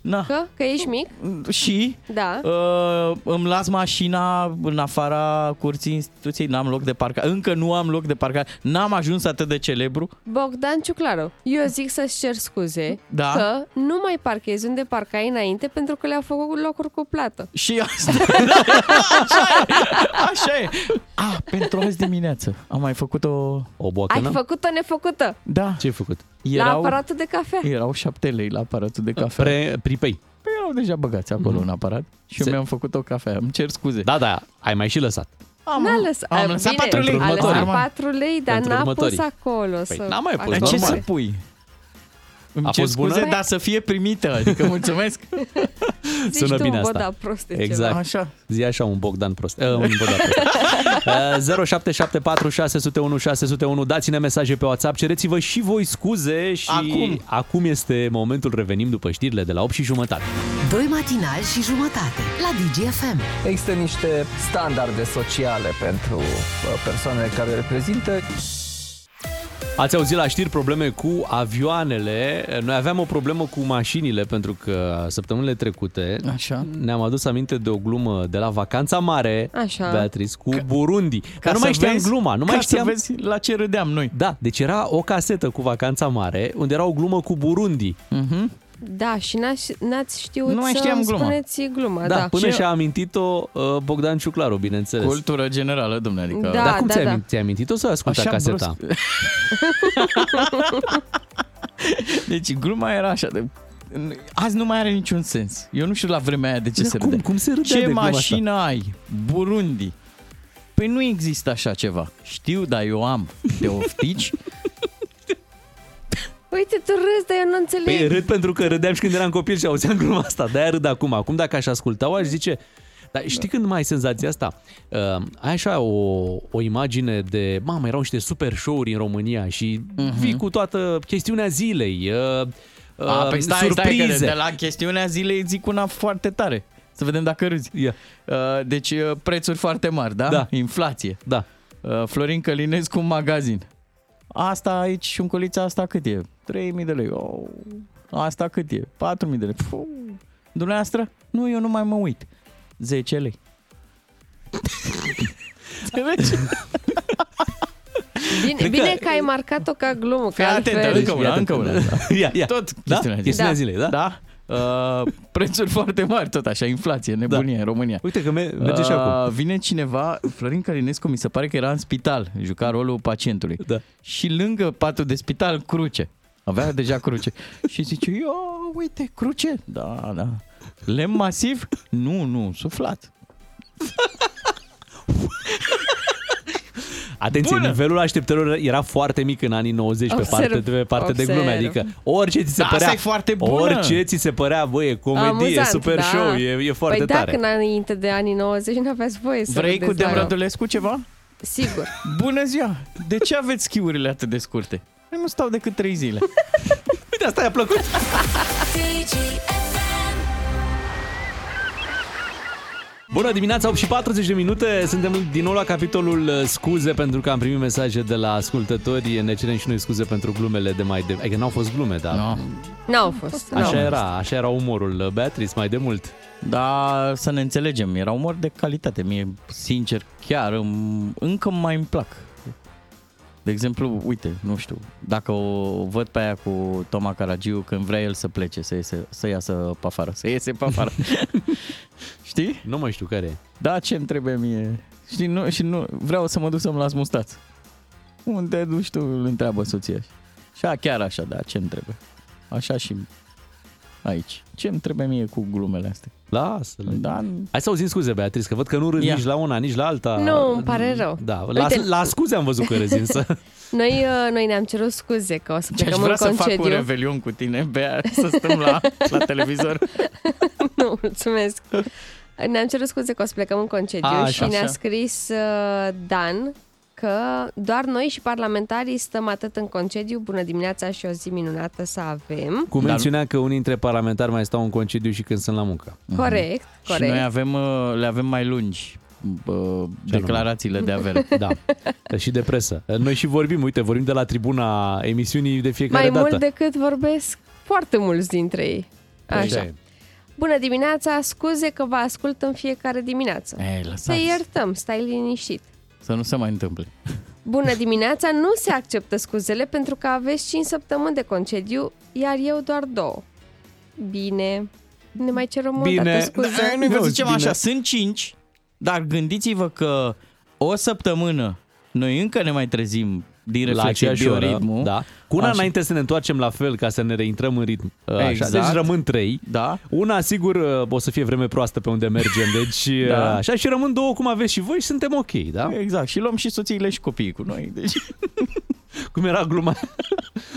S4: Na.
S3: Că? Că ești mic?
S4: Și
S3: Da.
S4: uh, îmi las mașina în afara curții instituției, n-am loc de parcare. Încă nu am loc de parcare. N-am ajuns atât de celebru.
S3: Bogdan Ciuclaru, eu zic să-ți cer scuze
S4: Da.
S3: că nu mai parchezi unde parcai înainte pentru că le-au făcut locuri cu plată.
S4: Și asta, așa e. Ah, pentru azi dimineață am mai făcut o...
S2: O
S3: Ai făcut-o nefăcută
S4: Da.
S2: Ce ai făcut?
S4: Erau,
S3: la aparatul de cafea.
S4: Erau șapte lei la aparatul de cafea.
S2: Pre, pripei. Mhm.
S4: Păi erau deja băgați acolo mm-hmm. în aparat și eu mi-am făcut o cafea. Îmi cer scuze.
S2: Da, da, ai mai și lăsat.
S3: Am, n-a lăsat,
S4: am
S3: a,
S4: lăsat
S3: bine,
S4: patru lei.
S3: A lăsat
S4: Normal.
S3: 4 lei, dar
S4: Pentru
S3: n-a pus
S4: următorii.
S3: acolo.
S2: Păi,
S3: să
S4: n-am mai pus,
S3: facă Păi,
S4: ce să
S3: bani.
S4: pui? Îmi
S2: A
S4: cer
S2: fost bună?
S4: scuze, dar să fie primită, adică mulțumesc.
S3: Zici tu, bă, da, prost e
S2: exact.
S3: ceva.
S2: Așa. Zi așa un Bogdan prost. Uh, un Bogdan prost. Uh, 0774 601 601. Dați-ne mesaje pe WhatsApp, cereți-vă și voi scuze și
S1: Acum.
S2: acum este momentul, revenim după știrile de la 8 și jumătate.
S1: Doi matinali și jumătate la DGFM.
S14: Există niște standarde sociale pentru uh, persoanele care le reprezintă.
S2: Ați auzit la știri probleme cu avioanele. Noi aveam o problemă cu mașinile pentru că săptămânile trecute Așa. ne-am adus aminte de o glumă de la vacanța mare,
S4: Așa.
S2: Beatriz, cu Burundi. Dar nu
S4: să
S2: mai știam
S4: vezi-
S2: gluma, nu
S4: ca
S2: mai
S4: să
S2: știam
S4: vezi la ce râdeam noi.
S2: Da, deci era o casetă cu vacanța mare unde era o glumă cu Burundi.
S4: Mhm.
S2: Mm-hmm.
S3: Da, și n-ați, n-ați știut
S4: Nu mai
S3: să
S4: știam
S3: îmi
S4: gluma.
S3: spuneți gluma.
S2: Da,
S3: Da,
S2: până și-a amintit-o uh, Bogdan Ciuclaru, bineînțeles.
S4: Cultură generală, domnule, adică...
S3: Da,
S2: Dar cum
S3: da,
S2: ți-ai
S3: da.
S2: amintit? Ți-ai amintit-o sau ai ascultat
S4: Așa,
S2: caseta? Da,
S4: Deci gluma era așa de... Azi nu mai are niciun sens. Eu nu știu la vremea aia de ce
S2: Dar
S4: se
S2: cum?
S4: râdea.
S2: Cum se râdea
S4: Ce
S2: de gluma asta?
S4: mașină ai? Burundi. Păi nu există așa ceva. Știu, dar eu am. Te oftici?
S3: Uite, tu râzi, dar eu nu înțeleg.
S2: Păi râd pentru că râdeam și când eram copil și auzeam gluma asta. De-aia râd acum. Acum dacă aș asculta-o, aș zice...
S4: Da.
S2: Dar știi când mai ai senzația asta? Uh, ai așa o, o imagine de... Mamă, erau niște super show-uri în România și
S4: Mhm.
S2: uh-huh. vii cu toată chestiunea zilei. Uh, uh,
S4: A, păi stai,
S2: surprize.
S4: stai, că de, de la chestiunea zilei zic una foarte tare. Să vedem dacă râzi.
S2: Yeah.
S4: Deci uh, prețuri foarte mari, da?
S2: Da.
S4: Inflație. Uh,
S2: Da.
S4: Florin Călinescu, un magazin. Asta aici, și un coliță, asta cât e? 3.000 de lei. Oh. Asta cât e? 4.000 de lei. Puh. Dumneavoastră? Nu, eu nu mai mă uit. 10 lei. Înțelegi?
S3: Bine,
S4: Cred
S3: bine că...
S4: Păi că-
S3: ai marcat-o ca glumă.
S4: Deci, Fii
S3: Că
S4: atent,
S3: altfel...
S4: încă una, încă una.
S2: Ia, ia.
S4: Tot
S2: Da?
S4: chestiunea zilei.
S2: Chestiunea Da. zilei, da?
S4: Da. Uh, prețuri foarte mari, tot așa, inflație, nebunie da. în România.
S2: Uite că me- merge și
S4: Uh,
S2: acum.
S4: Ah, Vine cineva, Florin Călinescu, mi se pare că era în spital, juca rolul pacientului.
S2: Da.
S4: Și lângă patul de spital, cruce. Avea deja cruce. și zice, eu, uite, cruce. Da, da. Lem masiv? Nu, nu, suflat.
S2: Atenție,
S4: Bună!
S2: Bună. nivelul așteptărilor era foarte mic în anii 90
S4: Observ,
S2: pe parte, pe parte de
S4: observ.
S2: glume, adică orice ți se
S4: Da,
S2: părea,
S4: asta e foarte bună!
S2: orice ți se părea, bă, e comedie,
S3: Amuzant,
S2: super
S3: da.
S2: show, e, e foarte
S3: păi
S2: tare.
S3: dacă înainte de anii 90 n-aveați voie să
S4: Vrei
S3: râdeți
S4: cu
S3: la-
S4: Demrădulescu ceva?
S3: Sigur.
S4: Bună ziua! De ce aveți schiurile atât de scurte? Eu nu stau decât 3 zile.
S2: Uite, asta i-a plăcut! Bună dimineața, 8 și 40 de minute. Suntem din nou la capitolul uh, scuze pentru că am primit mesaje de la ascultători. Ne cerem și noi scuze pentru glumele de mai de... Adică n-au fost glume, dar... No.
S3: N-au fost. n-au
S2: Așa
S3: fost.
S2: era, așa era umorul, uh, Beatriz, mai de mult.
S4: Da, să ne înțelegem, era umor de calitate. Mie, sincer, chiar îmi- încă mai îmi plac. De exemplu, uite, nu știu, dacă o văd pe aia cu Toma Caragiu când vrea el să plece, să, iese, să iasă pe afară, să iese pe afară. Știi?
S2: Nu mai știu care e.
S4: Da, ce îmi trebuie mie? Știi, nu, și nu, vreau să mă duc să-mi las mustață. Unde te duci tu, îl întreabă soția. Și a, chiar așa, da, ce îmi trebuie? Așa și aici. Ce îmi trebuie mie cu glumele astea?
S2: Lasă-le.
S4: Da,
S2: Hai să auzim scuze, Beatriz, că văd că nu râzi
S4: Ia.
S2: nici la una, nici la alta.
S3: Nu, îmi pare rău.
S2: Da, la,
S3: Uite-
S2: la scuze am văzut că râzi, însă.
S3: Noi, uh, noi ne-am cerut scuze că o să
S4: Ce aș
S3: plecăm
S4: vrea
S3: în
S4: să fac un
S3: concediu.
S4: revelion cu tine, Bea, să stăm la, la televizor.
S3: nu, mulțumesc. Ne-am cerut scuze că o să plecăm în concediu
S4: A,
S3: și
S4: așa.
S3: ne-a
S4: Așa.
S3: scris uh, Dan că doar noi și parlamentarii stăm atât în concediu. Bună dimineața și o zi minunată să avem.
S4: Da.
S2: Cu mențiunea că unii dintre parlamentari mai stau în concediu și când sunt la muncă.
S4: Mhm.
S3: Corect,
S4: Mm. Și
S3: corect.
S4: noi avem, uh, le avem mai lungi uh, declarațiile de avere.
S2: Da. Și de presă. Noi și vorbim, uite, vorbim de la tribuna emisiunii de fiecare
S3: Mai
S2: dată. Păi
S3: mult decât vorbesc foarte mulți dintre ei. Așa.
S2: e.
S3: Bună dimineața, scuze că vă ascult în fiecare dimineață.
S4: Ei,
S3: Să
S4: lăsați,
S3: iertăm, stai liniștit.
S4: să nu se mai întâmple.
S3: Bună dimineața, nu se acceptă scuzele pentru că aveți 5 săptămâni de concediu, iar eu doar două. Bine, ne mai cerem o dată scuze.
S4: Dar Da, Noi vă zicem așa, sunt 5, dar gândiți-vă că o săptămână noi încă ne mai trezim din
S2: la
S4: reflexie,
S2: aceeași oră,
S4: bioritmul.
S2: da. Cu una
S4: Așa.
S2: înainte să ne întoarcem la fel ca să ne reintrăm în ritm. Așa.
S4: Exact.
S2: Deci rămân trei.
S4: Da.
S2: Una, sigur, uh, o să fie vreme proastă pe unde mergem, deci da.
S4: Da.
S2: așa și rămân două cum aveți și voi și suntem ok, da?
S4: Exact, și luăm și soțiile și copiii cu noi. Deci...
S2: Cum era gluma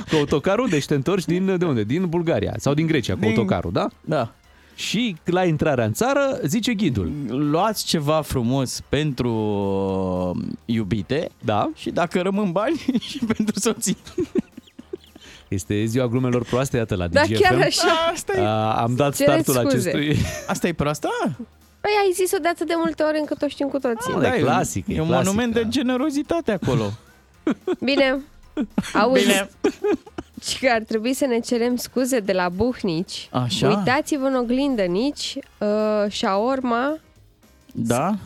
S2: cu autocarul, deci te întorci din, de unde? Din Bulgaria sau din Grecia cu
S4: Din-
S2: autocarul, da?
S4: Da.
S2: Și la intrarea în țară, zice ghidul.
S4: Luați ceva frumos pentru uh, iubite
S2: da.
S4: și dacă rămân bani și pentru soții.
S2: Este ziua glumelor proaste, iată, la
S3: Da,
S2: DGFM.
S3: chiar așa.
S4: Asta
S2: A, am dat
S3: Cereți
S2: startul
S3: scuze.
S2: acestui...
S4: Asta e proasta?
S3: Păi ai zis-o de atât de multe ori încât o știm cu toții.
S2: Da, e clasic, e
S4: Da, Ah, E un
S2: clasic, da.
S4: monument de generozitate acolo.
S3: Bine, auzi. Bine. că ar trebui să ne cerem scuze de la buhnici.
S4: Așa.
S3: Uitați-vă în oglindă, nici. Uh, șaorma
S4: Da?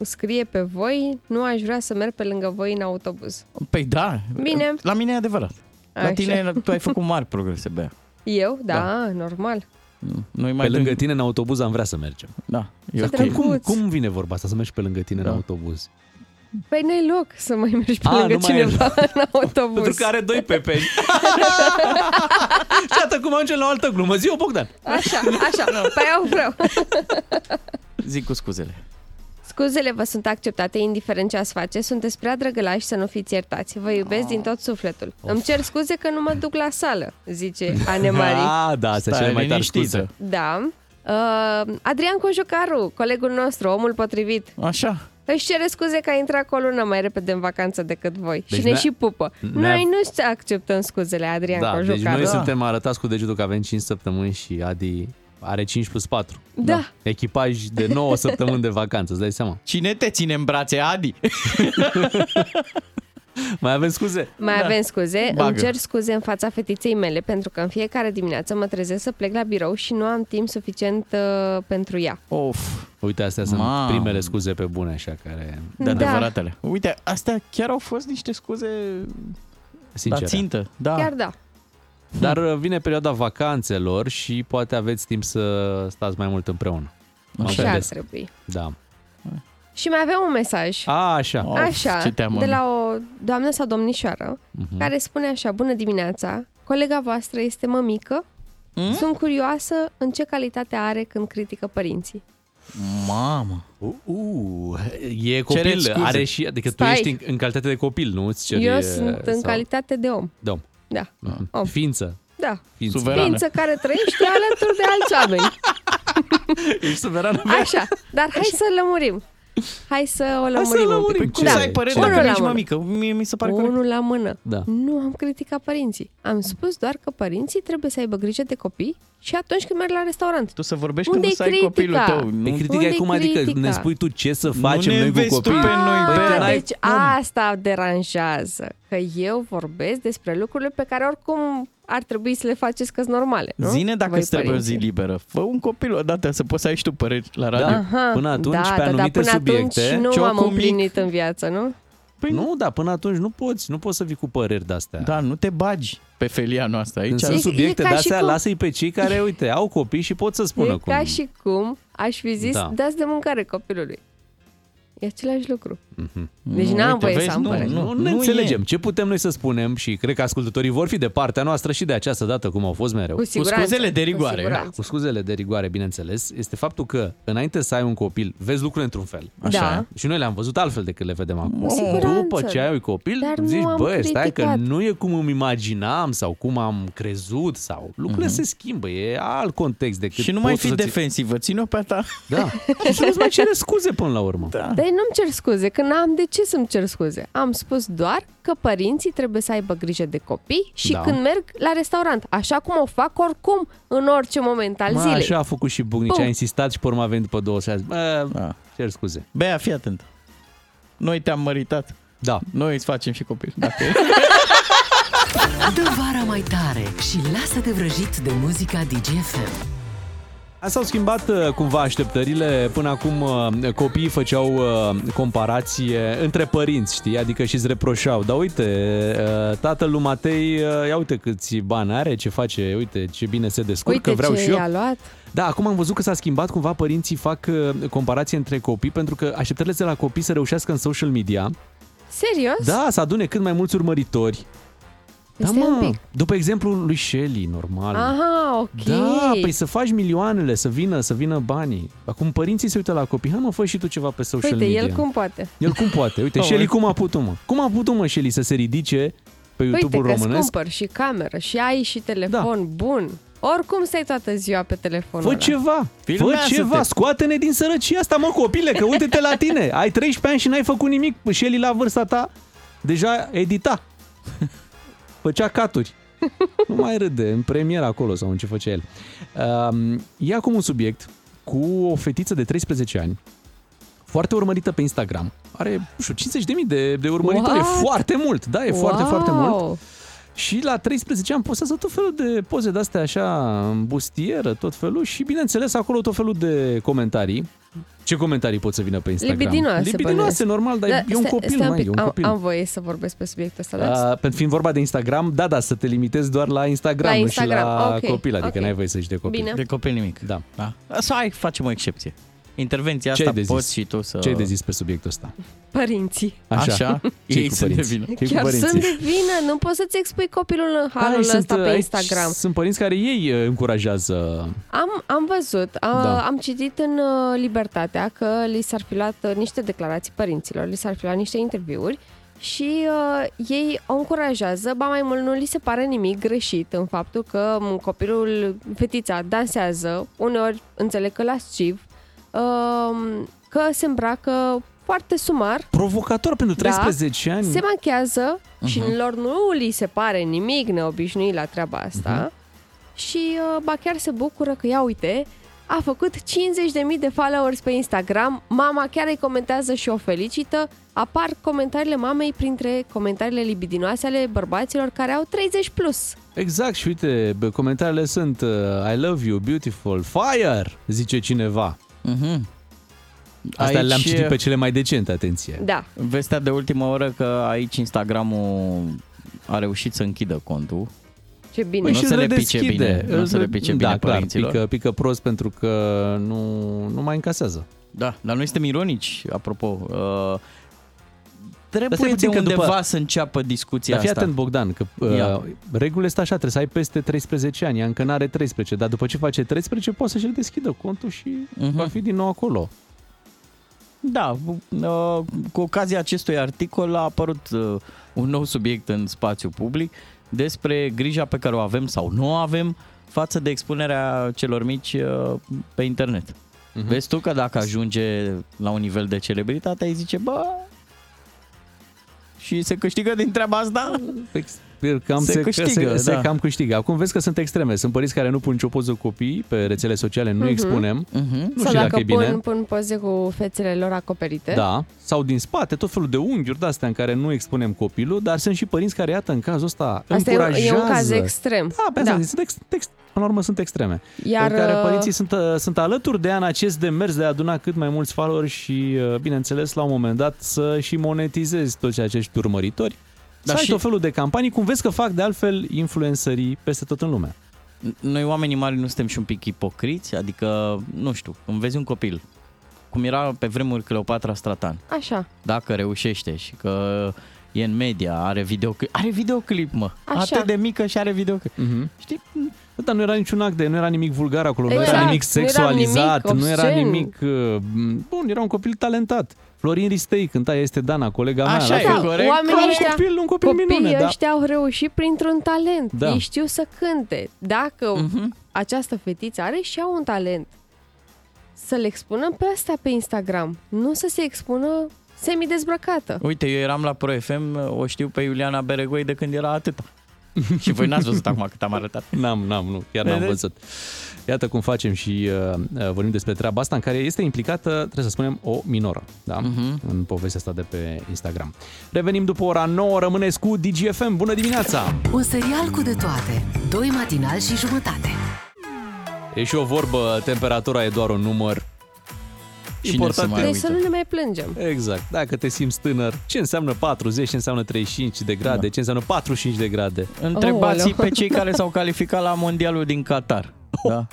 S3: scrie pe voi, nu aș vrea să merg pe lângă voi în autobuz.
S4: Păi da.
S3: Bine.
S4: La mine e adevărat. La
S3: Așa.
S4: tine tu ai făcut mari progrese, Bea.
S3: Eu? Da, da. normal.
S4: Noi
S2: mai pe lângă tine în autobuz am vrea să mergem.
S4: Da,
S3: e ok.
S2: cum, cum,
S3: drăguț.
S2: cum vine vorba asta, să mergi pe lângă tine da. în autobuz?
S3: Păi n-ai loc să mai mergi pe
S2: A,
S3: lângă
S2: nu mai e
S3: cineva în autobuz.
S2: Pentru că are doi pepeni. Și acum ajungem la o altă glumă. Ziua, Bogdan!
S3: Așa, așa, pe aia o vreau.
S4: Zic cu scuzele.
S3: Scuzele vă sunt acceptate, indiferent ce ați face. Sunteți prea drăgălași să nu fiți iertați. Vă iubesc
S2: Ah.
S3: din tot sufletul. Îmi cer scuze că nu mă duc la sală, zice Anemarie.
S2: Ah, da, asta e cele mai tare scuză.
S3: Da. Uh, Adrian Cojucaru, colegul nostru, omul potrivit.
S4: Așa.
S3: Își cere scuze că a intrat cu o lună mai repede în vacanță decât voi
S2: Deci
S3: și ne
S2: ne-
S3: și pupă.
S2: ne-
S3: Noi nu acceptăm scuzele, Adrian
S2: Da,
S3: Cojucaru.
S2: deci noi suntem arătați cu degetul că avem 5 săptămâni și Adi are 5 plus 4.
S3: Da. Da.
S2: Echipaj de 9 săptămâni de vacanță, îți dai seama.
S4: Cine te ține în brațe, Adi?
S2: Mai avem scuze?
S3: Mai da. avem scuze. Bagă.
S2: Bagă.
S3: Îmi cer scuze în fața fetiței mele pentru că în fiecare dimineață mă trezesc să plec la birou și nu am timp suficient uh, pentru ea.
S4: Of.
S2: Uite, astea sunt
S4: Mamă.
S2: primele scuze pe bune, așa, care...
S3: Da.
S2: Da.
S4: De adevăratele. Uite, astea chiar au fost niște scuze
S2: Sincere.
S4: la țintă. Da.
S3: Chiar da.
S2: Dar uh, vine perioada vacanțelor și poate aveți timp să stați mai mult împreună. Mă
S3: Așa ar
S2: gândesc.
S3: trebui.
S2: Da.
S3: Și mai avem un mesaj.
S2: A, așa.
S3: Așa, de la o doamnă sau domnișoară,
S2: Mhm.
S3: uh-huh. care spune așa, bună dimineața, colega voastră este mămică, mm? sunt curioasă în ce calitate are când critică părinții.
S4: Mamă.
S2: Uh, uh, e
S4: Cereți
S2: copil,
S4: scuze.
S2: are și... Adică
S3: Stai.
S2: tu ești în, în calitate de copil, nu? Îți ceri,
S3: Eu
S2: uh,
S3: sunt în
S2: sau-
S3: calitate de om,
S2: Da.
S3: da,
S2: Mhm.
S4: Ah.
S3: om.
S2: Ființă.
S3: da.
S2: Ființă.
S3: Ființă care trăiește alături de alți oameni.
S2: Ești suverană.
S4: Da.
S3: Așa, dar hai să lămurim. Hai să o lămurim,
S4: Hai
S3: un
S4: să lămurim.
S3: pic.
S4: Cum să ai părere
S3: Unul
S4: dacă nu
S3: la
S4: ești
S3: mână.
S4: mămică? Mie mi se pare corect.
S3: Unul la mână.
S2: Da.
S3: Nu am criticat părinții. Am spus doar că părinții trebuie să aibă grijă de copii și atunci când merg la restaurant.
S4: Tu să vorbești
S3: Unde
S4: când să ai copilul tău.
S2: Pe critica e cum adică ne spui tu ce să facem
S4: ne
S2: noi cu
S4: înveți tu
S2: copii.
S4: pe noi,
S2: Păi,
S4: pe-
S2: te n-ai-
S3: Deci asta deranjează, că eu vorbesc despre lucrurile pe care oricum ar trebui să le faceți că normale, nu?
S4: Zine dacă
S3: Voi
S4: îți trebuie o zi
S3: părinții.
S4: liberă. Fă un copil odată să poți să ai și tu păreri la radio.
S2: Da. Aha. Până atunci,
S3: da,
S2: pe
S3: da, da,
S2: anumite
S3: până
S2: subiecte,
S3: atunci nu
S2: ciocul
S3: m-am
S2: mic.
S3: împlinit în viață, nu?
S2: Păi nu, da, până atunci nu poți, nu poți să vii cu păreri de-astea.
S4: Da, nu te bagi pe felia noastră aici.
S2: Când sunt subiecte
S3: ca și
S2: de-astea,
S3: cum-
S2: lasă-i pe cei care, uite, au copii și pot să spună
S3: e
S2: cum.
S3: ca și cum aș fi zis,
S2: Da.
S3: da. dați de mâncare copilului. E același lucru.
S2: Mhm.
S3: Deci n-am voie să am părere.
S2: Nu,
S3: Nu
S2: ne
S3: e.
S2: înțelegem. Ce putem noi să spunem și cred că ascultătorii vor fi de partea noastră și de această dată, cum au fost mereu.
S3: Cu siguranță, Cu scuzele de cu rigoare.
S2: Cu,
S3: siguranță.
S2: da, cu scuzele de rigoare, bineînțeles, este faptul că înainte să ai un copil, vezi lucrurile într-un fel.
S3: Așa Da. e.
S2: Și noi le-am văzut altfel decât le vedem acum.
S3: Cu siguranță.
S2: După ce ai un copil,
S3: Dar nu
S2: zici,
S3: am
S2: bă, stai că
S3: criticat."
S2: nu e cum îmi imaginam sau cum am crezut sau lucrurile
S4: Mhm.
S2: se schimbă, e alt context decât
S4: Și nu mai
S2: poți
S4: fi
S2: să-ți-
S4: defensivă, ține-o pe a ta.
S2: Da. Și nu-ți mai cere scuze până la urmă.
S4: Da.
S3: Dar eu nu-mi cer scuze, că n-am de ce să-mi cer scuze. Am spus doar că părinții trebuie să aibă grijă de copii și
S2: Da.
S3: da. când merg la restaurant, așa cum o fac oricum în orice moment al
S2: Mă,
S3: zilei.
S2: așa a făcut și Bugnici,
S3: Pum.
S2: a insistat și pe urmă a venit după două seazi. Bă, cer scuze.
S4: Bea, fii atent. Noi te-am măritat.
S2: Da.
S4: Noi îți facem și copil. Dacă...
S1: Dă vara mai tare și lasă-te vrăjit de muzica DGFM.
S2: S-au schimbat uh, cumva așteptările. Până acum uh, copiii făceau uh, comparație între părinți, știi? Adică și îți reproșau. Dar uite, uh, tatăl lui Matei, uh, ia uite câți bani are, ce face, uite ce bine se descurcă,
S3: Uite
S2: vreau
S3: ce
S2: și eu.
S3: i-a luat.
S2: Da, acum am văzut că s-a schimbat cumva părinții fac uh, comparație între copii pentru că așteptările de la copii să reușească în social media
S3: Serios?
S2: Da, să adune cât mai mulți urmăritori. Da,
S3: Este un
S2: mă,
S3: pic.
S2: după exemplul lui Shelley, normal.
S3: Aha, Ah, ok.
S2: Da, păi să faci milioanele, să vină, să vină banii. Acum părinții se uită la copii, hai mă, fă și tu ceva pe social
S3: Uite,
S2: media.
S3: el cum poate.
S2: El cum poate? Uite,
S4: Aoleu.
S2: Shelly cum a putut, mă? Cum a putut, mă, Shelly să se ridice pe
S3: Uite
S2: YouTube-ul
S3: că îți
S2: românesc? Da.
S3: cumpăr și cameră și ai și telefon bun. Oricum stai toată ziua pe telefonul
S2: Fă
S3: ăla.
S2: ceva, fă ceva, scoate-ne din sărăcia asta, mă, copile, că uite-te la tine. Ai 13 ani și n-ai făcut nimic. Shelly, la vârsta ta, deja edita. Făcea caturi. Nu mai râde, în premier acolo sau în ce făcea el. Um, e acum un subiect cu o fetiță de 13 ani, foarte urmărită pe Instagram. Are, nu știu, 50.000 de, de urmăritori. E
S15: What?
S2: foarte mult, da, e foarte,
S15: Wow!
S2: foarte mult. Și la 13 ani postează tot felul de poze de-astea așa, în bustieră, tot felul și bineînțeles acolo tot felul de comentarii. Ce comentarii pot să vină pe Instagram?
S3: Libidinoase,
S2: Libidinoase
S3: bănuiesc.
S2: normal, dar da, e un
S3: stai-
S2: copil,
S3: stai
S2: mai, e un
S3: am,
S2: copil.
S3: Am voie să vorbesc pe subiectul ăsta, da?
S2: A, pentru fiind vorba de Instagram, da, da, să te limitezi doar la Instagram,
S3: La
S2: nu și la
S3: Instagram, ok,
S2: copil, adică
S3: ok.
S2: n-ai voie să ieși de copil.
S3: Bine.
S4: De copil nimic.
S2: Da.
S4: da. Să hai, facem o excepție. Intervenția
S2: Ce ai
S4: asta
S2: de zis?
S4: poți și tu să...
S2: Ce ai de zis pe subiectul ăsta?
S3: Părinții.
S4: Așa.
S2: Ce-i
S4: Ei
S2: cu
S4: sunt de
S2: părinții?
S4: vină.
S2: Ce-i cu
S3: Chiar
S2: părinții?
S3: sunt de vină, nu poți să-ți expui copilul în halul
S2: Ai,
S3: ăsta pe
S2: aici
S3: Instagram.
S2: Sunt părinți care ei uh, încurajează
S3: Am, am văzut, a,
S2: Da.
S3: am citit în uh, Libertatea că li s-ar fi luat uh, niște declarații părinților, li s-ar fi luat niște interviuri și uh, ei o încurajează, ba mai mult nu li se pare nimic greșit în faptul că m, copilul, fetița, dansează, uneori înțeleg că lasciv, uh, că se îmbracă foarte sumar.
S2: Provocator pentru 13 ani.
S3: Da. Se machează uh-huh. și
S2: Mhm.
S3: lor nu li se pare nimic neobișnuit la treaba
S2: Mhm.
S3: asta. Uh-huh și uh, ba chiar se bucură că, ia uite, a făcut 50.000 de followers pe Instagram, mama chiar îi comentează și o felicită, apar comentariile mamei printre comentariile libidinoase ale bărbaților care au 30 plus.
S2: Exact și uite, bă, comentariile sunt uh, I love you, beautiful, fire, zice cineva.
S4: Mm-hmm.
S2: Asta
S4: Aici-
S2: le-am citit pe cele mai decente, atenție.
S3: Da.
S4: Vestea de ultimă oră că aici Instagramul a reușit să închidă contul.
S3: Ce bine.
S4: Păi Nu și se îl le pice redeschide. bine, nu
S2: Îl-
S4: se le pice
S2: da,
S4: bine
S2: clar,
S4: părinților.
S2: Pică, pică prost pentru că nu, nu mai încasează.
S4: Da, dar noi suntem ironici, apropo. Uh,
S2: Dar stai
S4: trebuie de
S2: puțin că
S4: undeva
S2: după-
S4: după... să înceapă discuția
S2: Dar fii
S4: asta.
S2: atent, Bogdan, că
S4: Ia.
S2: uh, regulile sunt așa, trebuie să ai peste 13 ani, ea încă n-are 13, dar după ce face 13 poate să-și deschidă contul și uh-huh.
S4: Mhm.
S2: va fi din nou acolo.
S4: Da, uh, cu ocazia acestui articol a apărut uh, un nou subiect în spațiu public despre grija pe care o avem sau nu o avem față de expunerea celor mici uh, pe internet.
S2: Mhm.
S4: Uh-huh. Vezi tu că dacă ajunge la un nivel de celebritate, ai zice, bă, și se câștigă din treaba asta?
S2: Sper că am
S4: Se
S2: se,
S4: câștigă,
S2: se,
S4: da.
S2: se cam câștigă. Acum vezi că sunt extreme. Sunt părinți care nu pun nicio poză cu copii pe rețele sociale, nu
S3: Mhm.
S2: uh-huh. expunem.
S4: Uh-huh.
S2: Nu
S3: Sau
S2: știu
S3: dacă,
S2: dacă e
S3: pun,
S2: bine.
S3: pun poze cu fețele lor acoperite.
S2: Da, sau din spate, tot felul de unghiuri de-astea în care nu expunem copilul, dar sunt și părinți care, iată, în cazul ăsta
S3: Asta e un-
S2: încurajează.
S3: e un caz extrem.
S2: Da, pe asta
S3: Da.
S2: da. Sunt ex, ex, până la urmă sunt extreme.
S3: Iar,
S2: în care
S3: uh,
S2: părinții sunt, uh, sunt alături de an acest demers de a aduna cât mai mulți followeri și, uh, bineînțeles, la un moment dat să și monetizezi toți acești urmăritori.
S4: Dar
S2: Dar și
S4: și-
S2: tot felul de campanii, cum vezi că fac de altfel influencerii peste tot în lume.
S4: noi oamenii mari nu suntem și un pic ipocriți? Adică, nu știu, învezi un copil, cum era pe vremuri Cleopatra Stratan,
S3: Așa.
S4: dacă reușește și că e în media, are videoclip, are videoclip mă,
S3: Așa.
S4: atât de mică și are videoclip.
S2: Mm-hmm.
S4: Știi?
S2: Dar nu era niciun act de, nu era nimic vulgar acolo, nu
S4: Exact,
S2: era nimic
S4: nu era
S2: sexualizat,
S4: nimic
S2: nu era
S4: obscen.
S2: nimic... uh, m, Bun, era un copil talentat. Florin Ristei cânta, este Dana, colega mea.
S4: Așa
S2: la
S4: e,
S2: fel.
S4: corect.
S2: Era
S3: Oamenii
S2: un
S3: ăștia,
S2: copil, un copil
S3: copiii
S2: minune, da.
S3: ăștia au reușit printr-un talent.
S2: Da. Mhm.
S3: Ei știu să cânte. Dacă această fetiță are și ea un talent, să-l expună pe asta pe Instagram, nu să se expună semi-dezbrăcată.
S4: Uite, eu eram la Pro FM, o știu pe Iuliana Beregoi de când era atâta. și voi n-ați văzut acum cât am arătat.
S2: N-am, n-am, nu, chiar n-am
S4: Vedeți?
S2: văzut. Iată cum facem și uh, uh, vorbim despre treaba asta în care este implicată, trebuie să spunem, o minoră, da? Uh-huh. În povestea asta de pe Instagram. Revenim după ora 9, rămâneți cu DGFM. Bună dimineața!
S1: Un serial cu de toate. Doi matinal și jumătate.
S2: E și o vorbă, temperatura e doar un număr. Cine se mai
S3: deci
S2: uită?
S3: să nu ne mai plângem.
S2: Exact. Dacă te simți tânăr, ce înseamnă 40, ce înseamnă 35 de grade, da. ce înseamnă 45 de grade?
S4: Întrebați pe cei care s-au calificat la mondialul din Qatar. Da.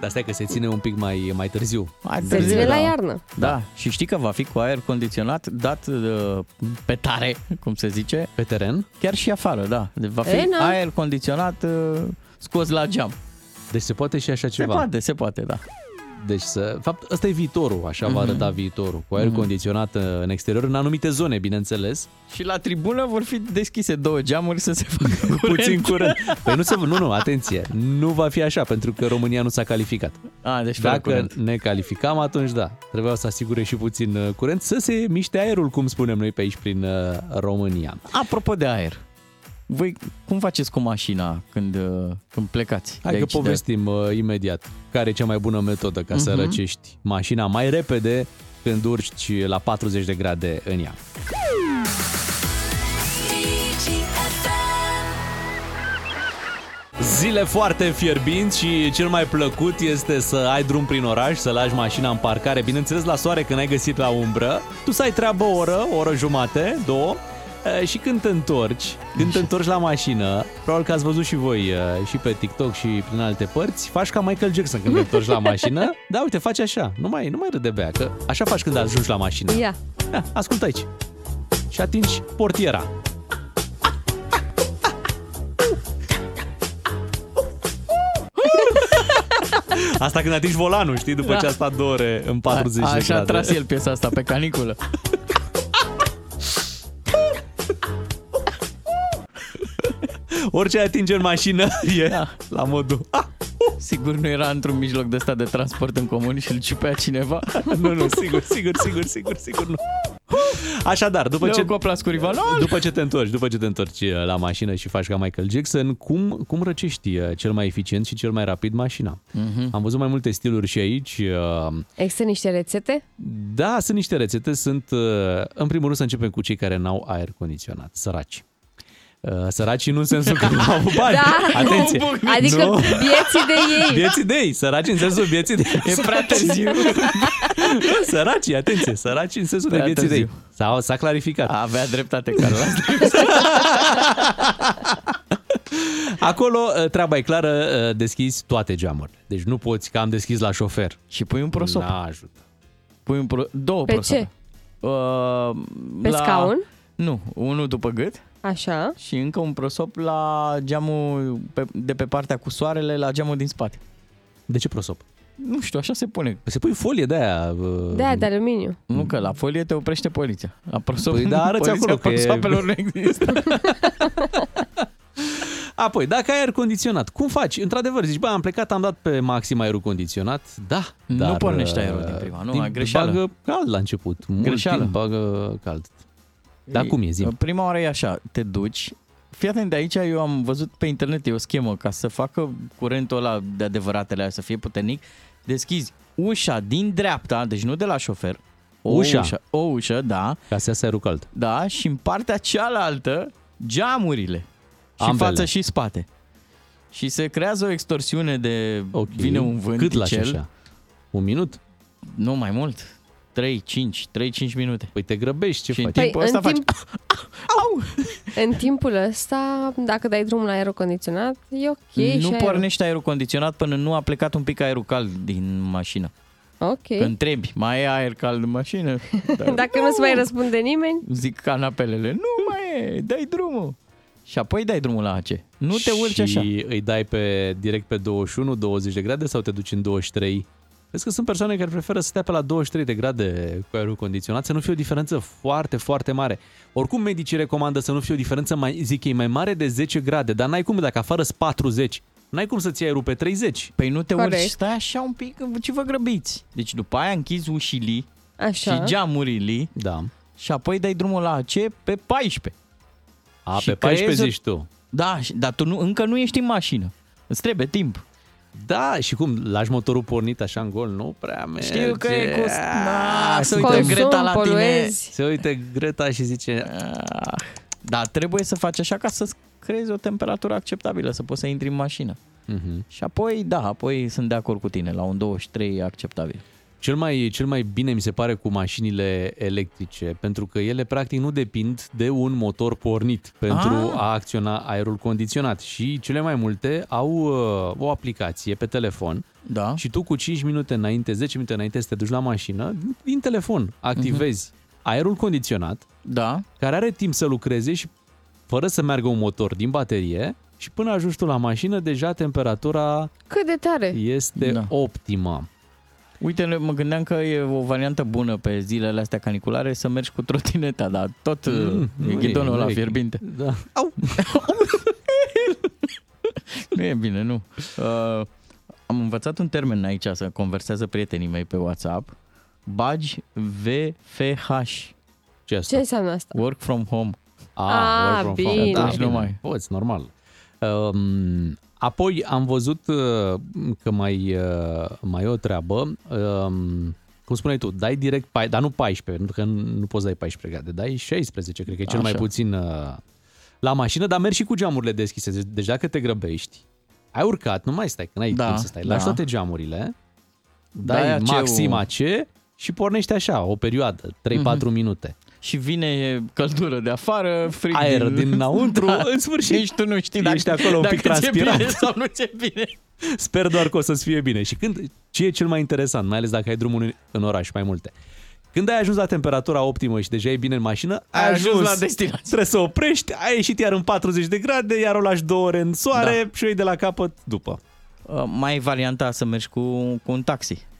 S2: Dar stai că se ține un pic mai, mai târziu.
S4: Mai
S3: Se ține
S2: Exact.
S3: la iarnă.
S4: Da. da, și știi că va fi cu aer condiționat dat uh, pe tare, cum se zice.
S2: Pe teren?
S4: Chiar și afară, da. Deci va fi
S3: E, na.
S4: aer condiționat uh, scos la geam.
S2: Deci se poate și așa ceva.
S4: Se poate, se poate, da.
S2: Deci, să, fapt, ăsta e viitorul, așa va
S4: Mhm.
S2: arăta viitorul, cu aer
S4: Mhm.
S2: condiționat uh, în exterior, în anumite zone, bineînțeles.
S4: Și la tribună vor fi deschise două geamuri să se facă curent.
S2: Puțin curând. Păi nu, se, nu, nu, atenție, nu va fi așa, pentru că România nu s-a calificat.
S4: A, deci fără
S2: Dacă
S4: curent.
S2: ne calificam, atunci da, trebuia să asigure și puțin uh, curent, să se miște aerul, cum spunem noi pe aici, prin uh, România.
S4: Apropo de aer, voi cum faceți cu mașina când, uh, când plecați?
S2: Hai
S4: de
S2: că
S4: aici, de-
S2: povestim uh, imediat care e cea mai bună metodă ca să
S4: Mhm.
S2: răcești mașina mai repede când urci la 40 de grade în ea. Zile foarte fierbinți și cel mai plăcut este să ai drum prin oraș, să lași mașina în parcare, bineînțeles la soare când ai găsit la umbră, tu să ai treabă o oră, o oră jumate, două, e, și când te întorci, când te întorci la mașină, probabil că ați văzut și voi e, și pe TikTok și prin alte părți, faci ca Michael Jackson când te întorci la mașină, da, uite, faci așa, nu mai, nu mai râde bea, că așa faci când ajungi la mașină.
S3: Ia.
S2: Ia, ascultă aici. Și atingi portiera. Asta când atingi volanul, știi, după
S4: Da.
S2: ce a stat două ore în 40
S4: a,
S2: de
S4: Așa a
S2: grade.
S4: tras el piesa asta pe caniculă.
S2: Orice atinge în mașină e
S4: da.
S2: la modul... Ah!
S4: Sigur nu era într-un mijloc de stat de transport în comun și îl ciupea cineva.
S2: nu, nu, sigur, sigur, sigur, sigur, sigur, nu. Așadar, după
S4: Leo
S2: ce,
S4: Coplas cu rivalul.
S2: după ce te întorci, după ce te întorci uh, la mașină și faci ca Michael Jackson, cum, cum răcești eh, cel mai eficient și cel mai rapid mașina?
S4: Mhm.
S2: Mm-hmm. Am văzut mai multe stiluri și aici. eh,
S3: Există niște rețete?
S2: Da, sunt niște rețete. Sunt, uh, în primul rând, să începem cu cei care n-au aer condiționat, săraci. Uh, Săraci nu în sensul că nu au bani.
S3: Da.
S2: Atenție.
S3: Adică
S2: nu.
S3: vieții de ei.
S2: Vieții de ei, săraci în sensul vieții de ei.
S4: E prea târziu.
S2: Săraci, atenție, săraci în sensul
S4: Prea
S2: de vieții
S4: târziu.
S2: de ei. S-a, s-a clarificat.
S4: Avea dreptate, Carla.
S2: Acolo uh, treaba e clară, uh, deschizi toate geamurile. Deci nu poți că am deschis la șofer.
S4: Și pui un prosop.
S2: N-a ajută.
S4: Pui un pro... două
S3: Pe
S4: prosoape.
S3: ce?
S4: Uh,
S3: Pe
S4: la...
S3: scaun?
S4: Nu, unul după gât
S3: Așa.
S4: și încă un prosop la geamul pe, de pe partea cu soarele la geamul din spate.
S2: De ce prosop? Păi
S4: Nu știu, așa se pune.
S2: Se pui folie de aia. uh,
S3: De aia de aluminiu.
S4: Nu că la folie te oprește poliția. La prosop,
S2: Păi da, arăți
S4: poliția
S2: acolo că e-
S4: prosoapelor nu există.
S2: Apoi, dacă ai aer condiționat, cum faci? Într-adevăr, zici, bă, am plecat, am dat pe maxim aerul condiționat, da.
S4: Nu
S2: Dar,
S4: pornește
S2: uh,
S4: aerul din prima, nu,
S2: din-
S4: ai greșeală.
S2: Bagă cald la început, mult
S4: Greșeală.
S2: timp bagă cald. Dar
S4: E-
S2: cum e, zi?
S4: Prima oară e așa, te duci, fii atent de aici, eu am văzut pe internet, e o schemă, ca să facă curentul ăla de adevăratele aia, să fie puternic, deschizi ușa din dreapta, deci nu de la șofer, o
S2: Ușa.
S4: ușa, ușă, o ușă da,
S2: Ca să iasă aerul cald.
S4: da, și în partea cealaltă, geamurile. Și
S2: Ambele.
S4: față și spate. Și se creează o extorsiune de okay. vine un vânt
S2: Cât lași
S4: cel,
S2: așa? Un minut?
S4: Nu, mai mult. 3, 5, 3, 5 minute.
S2: Păi te grăbești, ce
S4: și
S2: faci?
S4: în
S3: Păi,
S4: timpul ăsta faci...
S3: în timpul ăsta, dacă dai drumul la aerul condiționat, e ok. și
S4: nu
S3: aerul-
S4: pornește aerul condiționat până nu a plecat un pic aerul cald din mașină.
S3: Ok.
S4: Când întrebi, mai e aer cald în mașină?
S3: Dacă nu-ți mai răspunde nimeni,
S4: Zic canapelele, nu mai e, dai drumul. Și apoi dai drumul la AC. Nu te urci
S2: și
S4: așa.
S2: îi dai pe, direct pe 21, 20 de grade sau te duci în 23? Vezi că sunt persoane care preferă să stea pe la 23 de grade cu aerul condiționat, să nu fie o diferență foarte, foarte mare. Oricum, medicii recomandă să nu fie o diferență, mai, zic ei, mai mare de 10 grade, dar n-ai cum, dacă afară sunt 40, n-ai cum să-ți iei aerul pe 30.
S4: Păi nu te
S3: Corect.
S4: urci, stai așa un pic, ce vă grăbiți? Deci după aia închizi ușile
S3: Așa.
S4: și geamurile
S2: da.
S4: și apoi dai drumul la AC pe 14.
S2: A,
S4: Și
S2: pe 14
S4: creează-
S2: zici tu.
S4: Da, și- dar tu nu, încă nu ești în mașină. Îți trebuie timp.
S2: Da, și cum, lași motorul pornit așa în gol, nu prea merge. Ah,
S4: Știu că e cu... Na, se uită
S3: Consum,
S4: Greta la tine.
S3: poluezi.
S2: Se uită Greta și zice...
S4: "Ah." Da, trebuie să faci așa ca să creezi o temperatură acceptabilă, să poți să intri în mașină.
S2: Mhm.
S4: Și apoi, da, apoi sunt de acord cu tine, la un 23 e acceptabil.
S2: Cel mai, cel mai bine mi se pare cu mașinile electrice, pentru că ele practic nu depind de un motor pornit pentru
S4: Ah.
S2: ah. a acționa aerul condiționat și cele mai multe au uh, o aplicație pe telefon
S4: da.
S2: și tu cu 5 minute înainte, 10 minute înainte să te duci la mașină, din telefon activezi uh-huh. aerul condiționat
S4: Mhm. da.
S2: care are timp să lucreze și fără să meargă un motor din baterie și până ajungi tu la mașină, deja temperatura
S3: Cât de tare!
S2: este da. optimă.
S4: Uite, ne- mă gândeam că e o variantă bună pe zilele astea caniculare să mergi cu trotineta, dar tot mm,
S2: nu e,
S4: ghidonul
S2: nu
S4: la
S2: e.
S4: fierbinte.
S2: Da.
S4: Au! nu e bine, nu. Uh, am învățat un termen aici să conversează prietenii mei pe WhatsApp. Bagi VFH.
S2: Ce,
S3: Ce înseamnă asta?
S4: Work from home.
S3: Ah, work from home. bine.
S2: Da,
S4: Deci nu mai.
S2: Poți, normal. Um, apoi am văzut uh, că mai, uh, mai e o treabă. Um, cum spuneai tu, dai direct, pai- dar nu 14, pentru că nu, nu poți dai 14 grade, dai 16, cred că e cel mai
S4: Așa.
S2: puțin uh, la mașină, dar mergi și cu geamurile deschise. Deci- Deci dacă te grăbești, ai urcat, nu mai stai, că n-ai
S4: Da,
S2: da, timp să stai. Lași
S4: da.
S2: toate geamurile,
S4: Dai
S2: dai da,
S4: aceu-
S2: maxima ce și pornești așa, o perioadă, 3-4 minute.
S4: Și vine căldură de afară, frig
S2: Aer
S4: din... Da,
S2: dinăuntru, în sfârșit.
S4: Nici tu nu știi dacă,
S2: Ești acolo un
S4: dacă
S2: pic
S4: ți-e bine
S2: transpirat.
S4: sau nu ți-e bine.
S2: Sper doar că o să-ți fie bine. Și când, ce e cel mai interesant, mai ales dacă ai drumul în- în oraș mai multe. Când ai ajuns la temperatura optimă și deja e bine în mașină,
S4: Ai ajuns la destinație.
S2: Trebuie să oprești, ai ieșit iar în 40 de grade, iar o lași două ore în soare da. și o iei de la capăt după.
S4: Uh, mai e varianta să mergi cu, cu un taxi.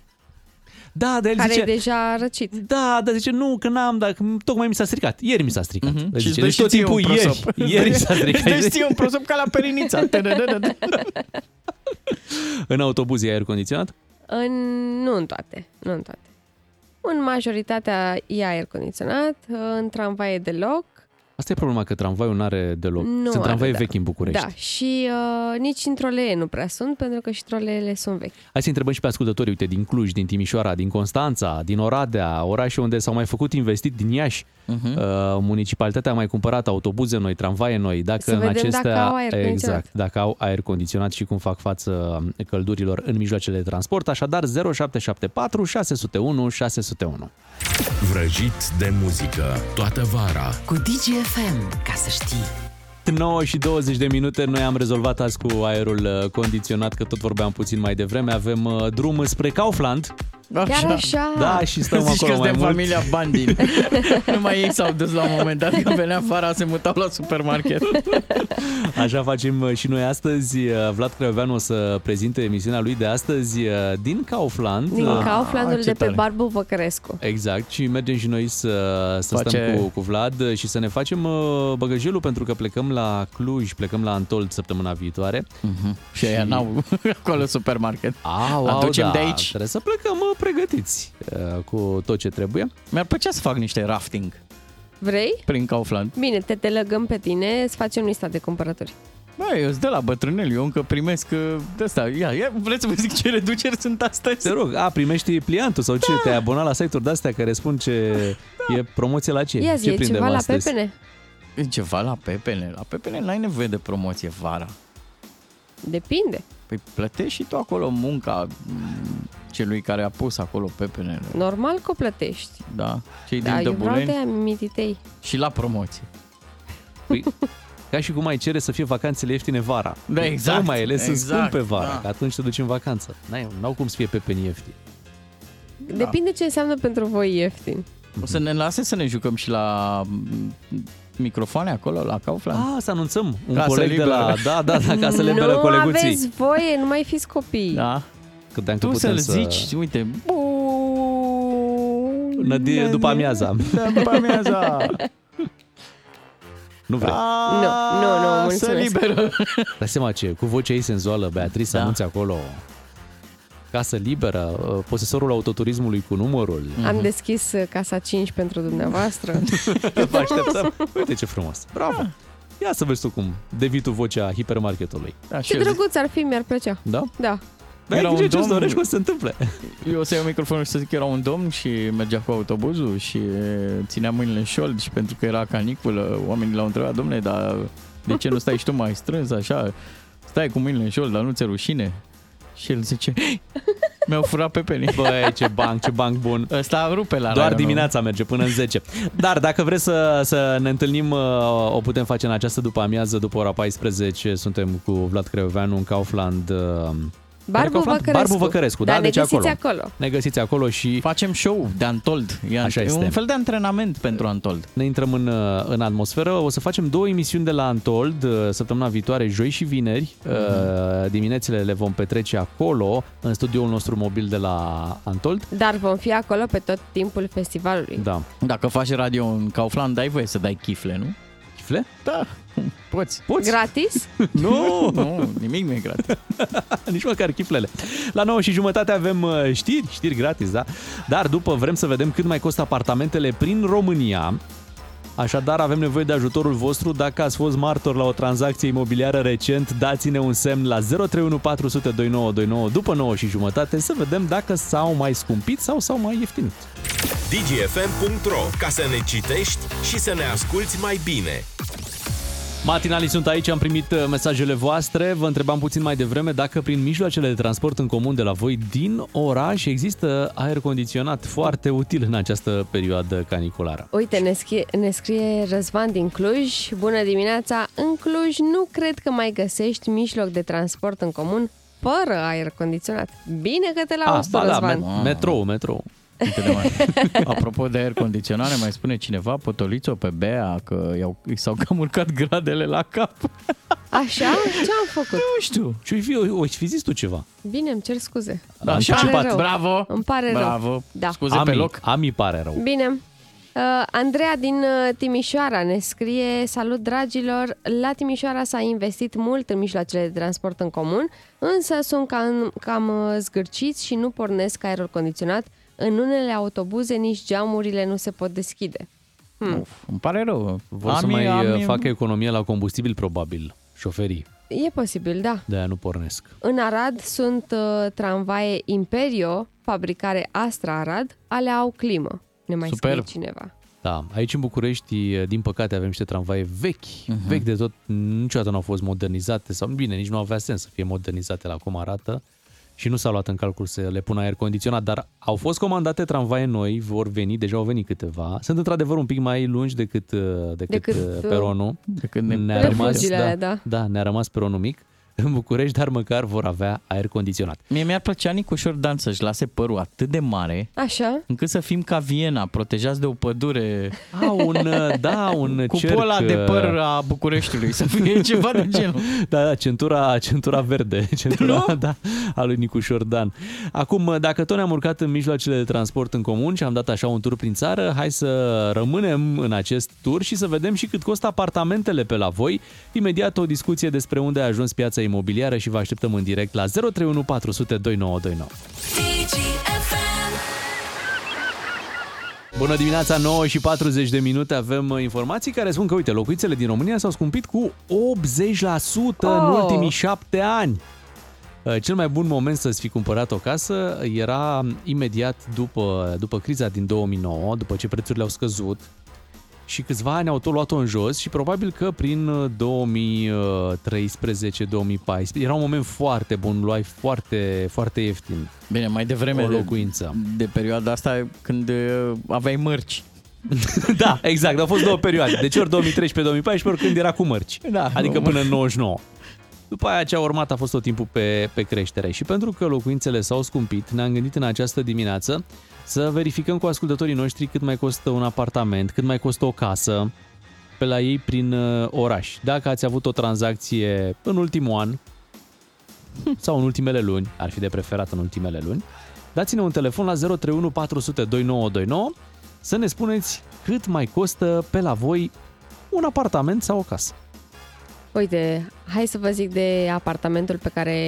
S2: Da, dar el
S3: Care
S2: zice,
S3: e deja răcit.
S2: Da, dar zice, nu, că n-am, dar tocmai mi s-a stricat. Ieri mi s-a stricat. Mm-hmm.
S4: Mhm. Și
S2: Zice,
S4: îți dai
S2: deci tot
S4: și ție
S2: timpul
S4: un
S2: ieri,
S4: prosop.
S2: ieri mi s-a
S4: Îți
S2: stricat.
S4: dai și ție un prosop ca la perinița.
S2: în autobuz e aer condiționat?
S3: În, nu în toate, nu în toate. În majoritatea e aer condiționat, în tramvaie deloc.
S2: Asta e problema, că tramvaiul nu are deloc.
S3: Nu
S2: Sunt
S3: are,
S2: tramvaie
S3: da.
S2: vechi în București.
S3: Da, și uh, nici în trolee nu prea sunt, pentru că și troleele sunt vechi.
S2: Hai să întrebăm și pe ascultători, uite, din Cluj, din Timișoara, din Constanța, din Oradea, orașe unde s-au mai făcut investit din Iași. Uh-huh. Uh, municipalitatea a mai cumpărat autobuze noi, tramvaie noi, dacă
S3: Să
S2: în
S3: vedem
S2: acestea
S3: dacă au aer condiționat.
S2: exact, dacă au aer condiționat și cum fac față um, căldurilor în mijloacele de transport. Așadar 0774 601 601.
S12: Vrăjit de muzică toată vara.
S1: Cu DGFM, ca să știi.
S2: 9 și 20 de minute, noi am rezolvat azi cu aerul uh, condiționat, că tot vorbeam puțin mai devreme. Avem uh, drum spre Kaufland.
S3: Chiar așa?
S2: Da, și stăm
S4: Zici
S2: acolo
S4: că
S2: mai
S4: de
S2: mult.
S4: familia Bandin. Numai ei s-au dus la un moment dat când venea afară, se mutau la supermarket.
S2: Așa facem uh, și noi astăzi. Uh, Vlad Craioveanu o să prezinte emisiunea lui de astăzi uh, din Kaufland.
S3: Din
S4: Ah,
S2: Uh,
S3: Kauflandul de pe Barbu Văcărescu.
S2: Exact, și mergem și noi să, să
S4: Face-
S2: stăm cu, cu Vlad și să ne facem uh, băgăjelul pentru că plecăm la Cluj, plecăm la Antold săptămâna viitoare.
S4: Mm-hmm. Și aia n-au acolo supermarket.
S2: Au, au,
S4: Aducem
S2: da,
S4: de aici.
S2: Trebuie să plecăm uh, pregătiți uh, cu tot ce trebuie.
S4: Mi-ar plăcea să fac niște rafting
S3: Vrei?
S4: prin Kaufland.
S3: Bine, te delegăm pe tine, îți facem lista de cumpărături.
S4: Bă, eu sunt de la bătrânel, eu încă primesc uh, de asta. Ia, ia, vreți să vă zic ce reduceri sunt astăzi? Da.
S2: Te rog, a, primești pliantul sau ce? Te-ai abonat la site-uri de-astea care spun ce e promoție la ce?
S3: Ia zi,
S2: ce
S3: e
S2: prindem
S3: ceva la
S2: astăzi?
S3: pepene?
S4: E ceva la pepene. La pepene n-ai nevoie de promoție vara.
S3: Depinde.
S4: Păi plătești și tu acolo munca m, celui care a pus acolo pepenele.
S3: Normal că o plătești.
S4: Da? Cei
S3: Da,
S4: din
S3: eu vreau
S4: Dăbuleni
S3: de mititei.
S4: și la promoție.
S2: Păi, ca și cum ai cere să fie vacanțele ieftine vara.
S4: Da, exact,
S2: Tocmai ele sunt
S4: exact,
S2: scumpe vara,
S4: da.
S2: că atunci te duci în vacanță. N-ai, n-au cum să fie pe peni ieftini. Da.
S3: Depinde ce înseamnă pentru voi ieftin.
S4: O să ne lase să ne jucăm și la m, microfoane acolo, la Kaufland.
S2: Ah, să anunțăm un
S4: Casă
S2: coleg de la...
S4: liberă.
S2: Da, da, da, ca să le
S3: nu
S2: coleguții.
S3: aveți voie, nu mai fiți copii.
S4: Da.
S2: Cât de
S4: Tu să-l zici, uite,
S2: Nădie după amiaza.
S4: Da, după amiaza.
S2: Nu
S4: Da.
S2: vrei.
S3: Nu, nu, nu,
S4: Ah,
S3: mulțumesc.
S2: Dai seama ce, cu vocea ei senzuală, Beatrice, da. anunți acolo casă liberă, uh, posesorul autoturismului cu numărul.
S3: Am deschis uh, casa 5 pentru dumneavoastră.
S2: Vă așteptăm. Ah. Uite ce frumos. Bravo. Ia să vezi tu cum devii tu vocea hipermarketului.
S4: Da,
S3: ce drăguț ar fi, mi-ar plăcea.
S2: Da?
S3: Da.
S2: Da,
S4: Era
S2: ai grijă
S4: un
S2: ce-ți
S4: domn-
S2: dorești, mă, se întâmple.
S4: Eu o să iau microfonul și să zic că era un domn și mergea cu autobuzul și ținea mâinile în șold și pentru că era caniculă, oamenii l-au întrebat, domnule, dar de ce nu stai și tu mai strâns așa? Stai cu mâinile în șold, dar nu ți rușine? Și el zice, Mi-au furat pe penii.
S2: Băi, ce banc, ce banc bun.
S4: Ăsta a rupe la
S2: Doar
S4: raionul.
S2: dimineața merge până în 10. Dar dacă vreți să, să ne întâlnim, uh, o putem face în această după amiază, după ora 14. Suntem cu Vlad Creoveanu în Kaufland. uh,
S3: Barbu
S2: Caufland?
S3: Văcărescu.
S2: Barbu Văcărescu, da?
S3: Dar ne
S2: deci
S3: găsiți
S2: acolo.
S3: acolo.
S2: Ne găsiți acolo și...
S4: Facem show de Antold. E,
S2: Așa
S4: e
S2: este.
S4: un fel de antrenament pentru Antold.
S2: Ne intrăm în, uh, în atmosferă. O să facem două emisiuni de la Antold uh, săptămâna viitoare, joi și vineri. Uh, Diminețile le vom petrece acolo, în studioul nostru mobil de la Antold.
S3: Dar vom fi acolo pe tot timpul festivalului.
S2: Da.
S4: Dacă faci radio în Kaufland, ai voie să dai chifle, nu?
S2: Chifle?
S4: Da. Poți.
S2: Poți?
S3: Gratis?
S4: Nu, nu, nimic nu e gratis.
S2: Nici măcar chiflele. La 9 și jumătate avem uh, știri, știri gratis, da? Dar după vrem să vedem cât mai costă apartamentele prin România. Așadar, avem nevoie de ajutorul vostru. Dacă ați fost martor la o tranzacție imobiliară recent, dați-ne un semn la 031 400 2929 după 9 și jumătate să vedem dacă s-au mai scumpit sau s-au mai ieftinit.
S12: dgfm.ro ca să ne citești și să ne asculti mai bine.
S2: Matinalii sunt aici, am primit uh, mesajele voastre. Vă întrebam puțin mai devreme dacă prin mijloacele de transport în comun de la voi din oraș există aer condiționat foarte util în această perioadă caniculară.
S3: Uite, ne scrie, ne scrie Răzvan din Cluj. Bună dimineața! În Cluj nu cred că mai găsești mijloc de transport în comun fără aer condiționat. Bine că te la
S2: Ah,
S3: auzit,
S2: ba da,
S3: Răzvan.
S2: me- metrou, metrou.
S4: Apropo de aer condiționare, mai spune cineva, potoliți-o pe Bea, că i-au, i s-au cam urcat gradele la cap.
S3: Așa? Ce am făcut?
S4: Nu știu.
S2: Și fi, o, o fi zis tu ceva.
S3: Bine, îmi cer scuze.
S2: Da,
S3: Îmi
S2: și
S3: pare
S2: anticipat.
S3: rău.
S2: Bravo!
S3: Îmi pare rău.
S4: Bravo.
S3: Da.
S4: Scuze
S2: Ami,
S4: pe loc.
S2: Ami pare rău.
S3: Bine. Uh, Andreea din uh, Timișoara ne scrie Salut dragilor, la Timișoara s-a investit mult în mijloacele de transport în comun, însă sunt cam, cam uh, zgârciți și nu pornesc aerul condiționat. În unele autobuze nici geamurile nu se pot deschide. Hmm.
S4: Îmi pare rău.
S2: Vor să
S4: Ami,
S2: mai
S4: Ami-
S2: uh, facă economie la combustibil, probabil, șoferii.
S3: E posibil, da.
S2: De-aia nu pornesc.
S3: În Arad sunt uh, tramvaie Imperio, fabricare Astra Arad, ale au climă. Ne mai
S2: Superb.
S3: scrie cineva.
S2: Da, aici în București, din păcate, avem niște tramvaie vechi, uh-huh. vechi de tot, niciodată nu au fost modernizate, sau bine, nici nu avea sens să fie modernizate la cum arată și nu s-a luat în calcul să le pună aer condiționat, dar au fost comandate tramvaie noi, vor veni, deja au venit câteva, sunt într-adevăr un pic mai lungi decât, uh, decât,
S3: Decât,
S2: decât
S3: uh,
S2: peronul,
S4: decât
S2: ne-a
S3: permite.
S2: rămas,
S3: Refugile
S2: da,
S3: alea, da.
S2: da, ne-a rămas peronul mic în București, dar măcar vor avea aer condiționat.
S4: Mie mi-ar plăcea Nicușor Dan să-și lase părul atât de mare
S3: Așa?
S4: încât să fim ca Viena, protejați de o pădure.
S2: A, un, uh, da, un cerc,
S4: Cupul ăla de
S2: uh,
S4: păr a Bucureștiului, să fie ceva de genul.
S2: Da, da, centura, centura verde, centura da, a lui Nicușor Dan. Acum, dacă tot ne-am urcat în mijloacele de transport în comun și am dat așa un tur prin țară, hai să rămânem în acest tur și să vedem și cât costă apartamentele pe la voi. Imediat o discuție despre unde a ajuns piața imobiliară și vă așteptăm în direct la 031 400 2929. Bună dimineața, 9 și 40 de minute avem uh, informații care spun că, uite, locuințele din România s-au scumpit cu 80% în
S15: Oh!
S2: ultimii șapte ani. Uh, Cel mai bun moment să-ți fi cumpărat o casă era um, imediat după, după criza din 2009, după ce prețurile au scăzut și câțiva ani au tot luat-o în jos și probabil că prin uh, 2013-2014 era un moment foarte bun, luai foarte, foarte ieftin.
S4: Bine, mai devreme
S2: O
S4: de-
S2: locuință.
S4: De perioada asta când uh, aveai mărci.
S2: Da, exact, au fost două perioade. Deci ori 2013-2014, ori când era cu mărci.
S4: Da,
S2: adică
S4: nu.
S2: până în 99. După aia ce a urmat a fost tot timpul pe, pe creștere. Și pentru că locuințele s-au scumpit, ne-am gândit în această dimineață să verificăm cu ascultătorii noștri cât mai costă un apartament, cât mai costă o casă pe la ei prin uh, oraș. Dacă ați avut o tranzacție în ultimul an, sau în ultimele luni, ar fi de preferat în ultimele luni, dați-ne un telefon la 031 400 2929 să ne spuneți cât mai costă pe la voi un apartament sau o casă.
S3: Uite, hai să vă zic de apartamentul pe care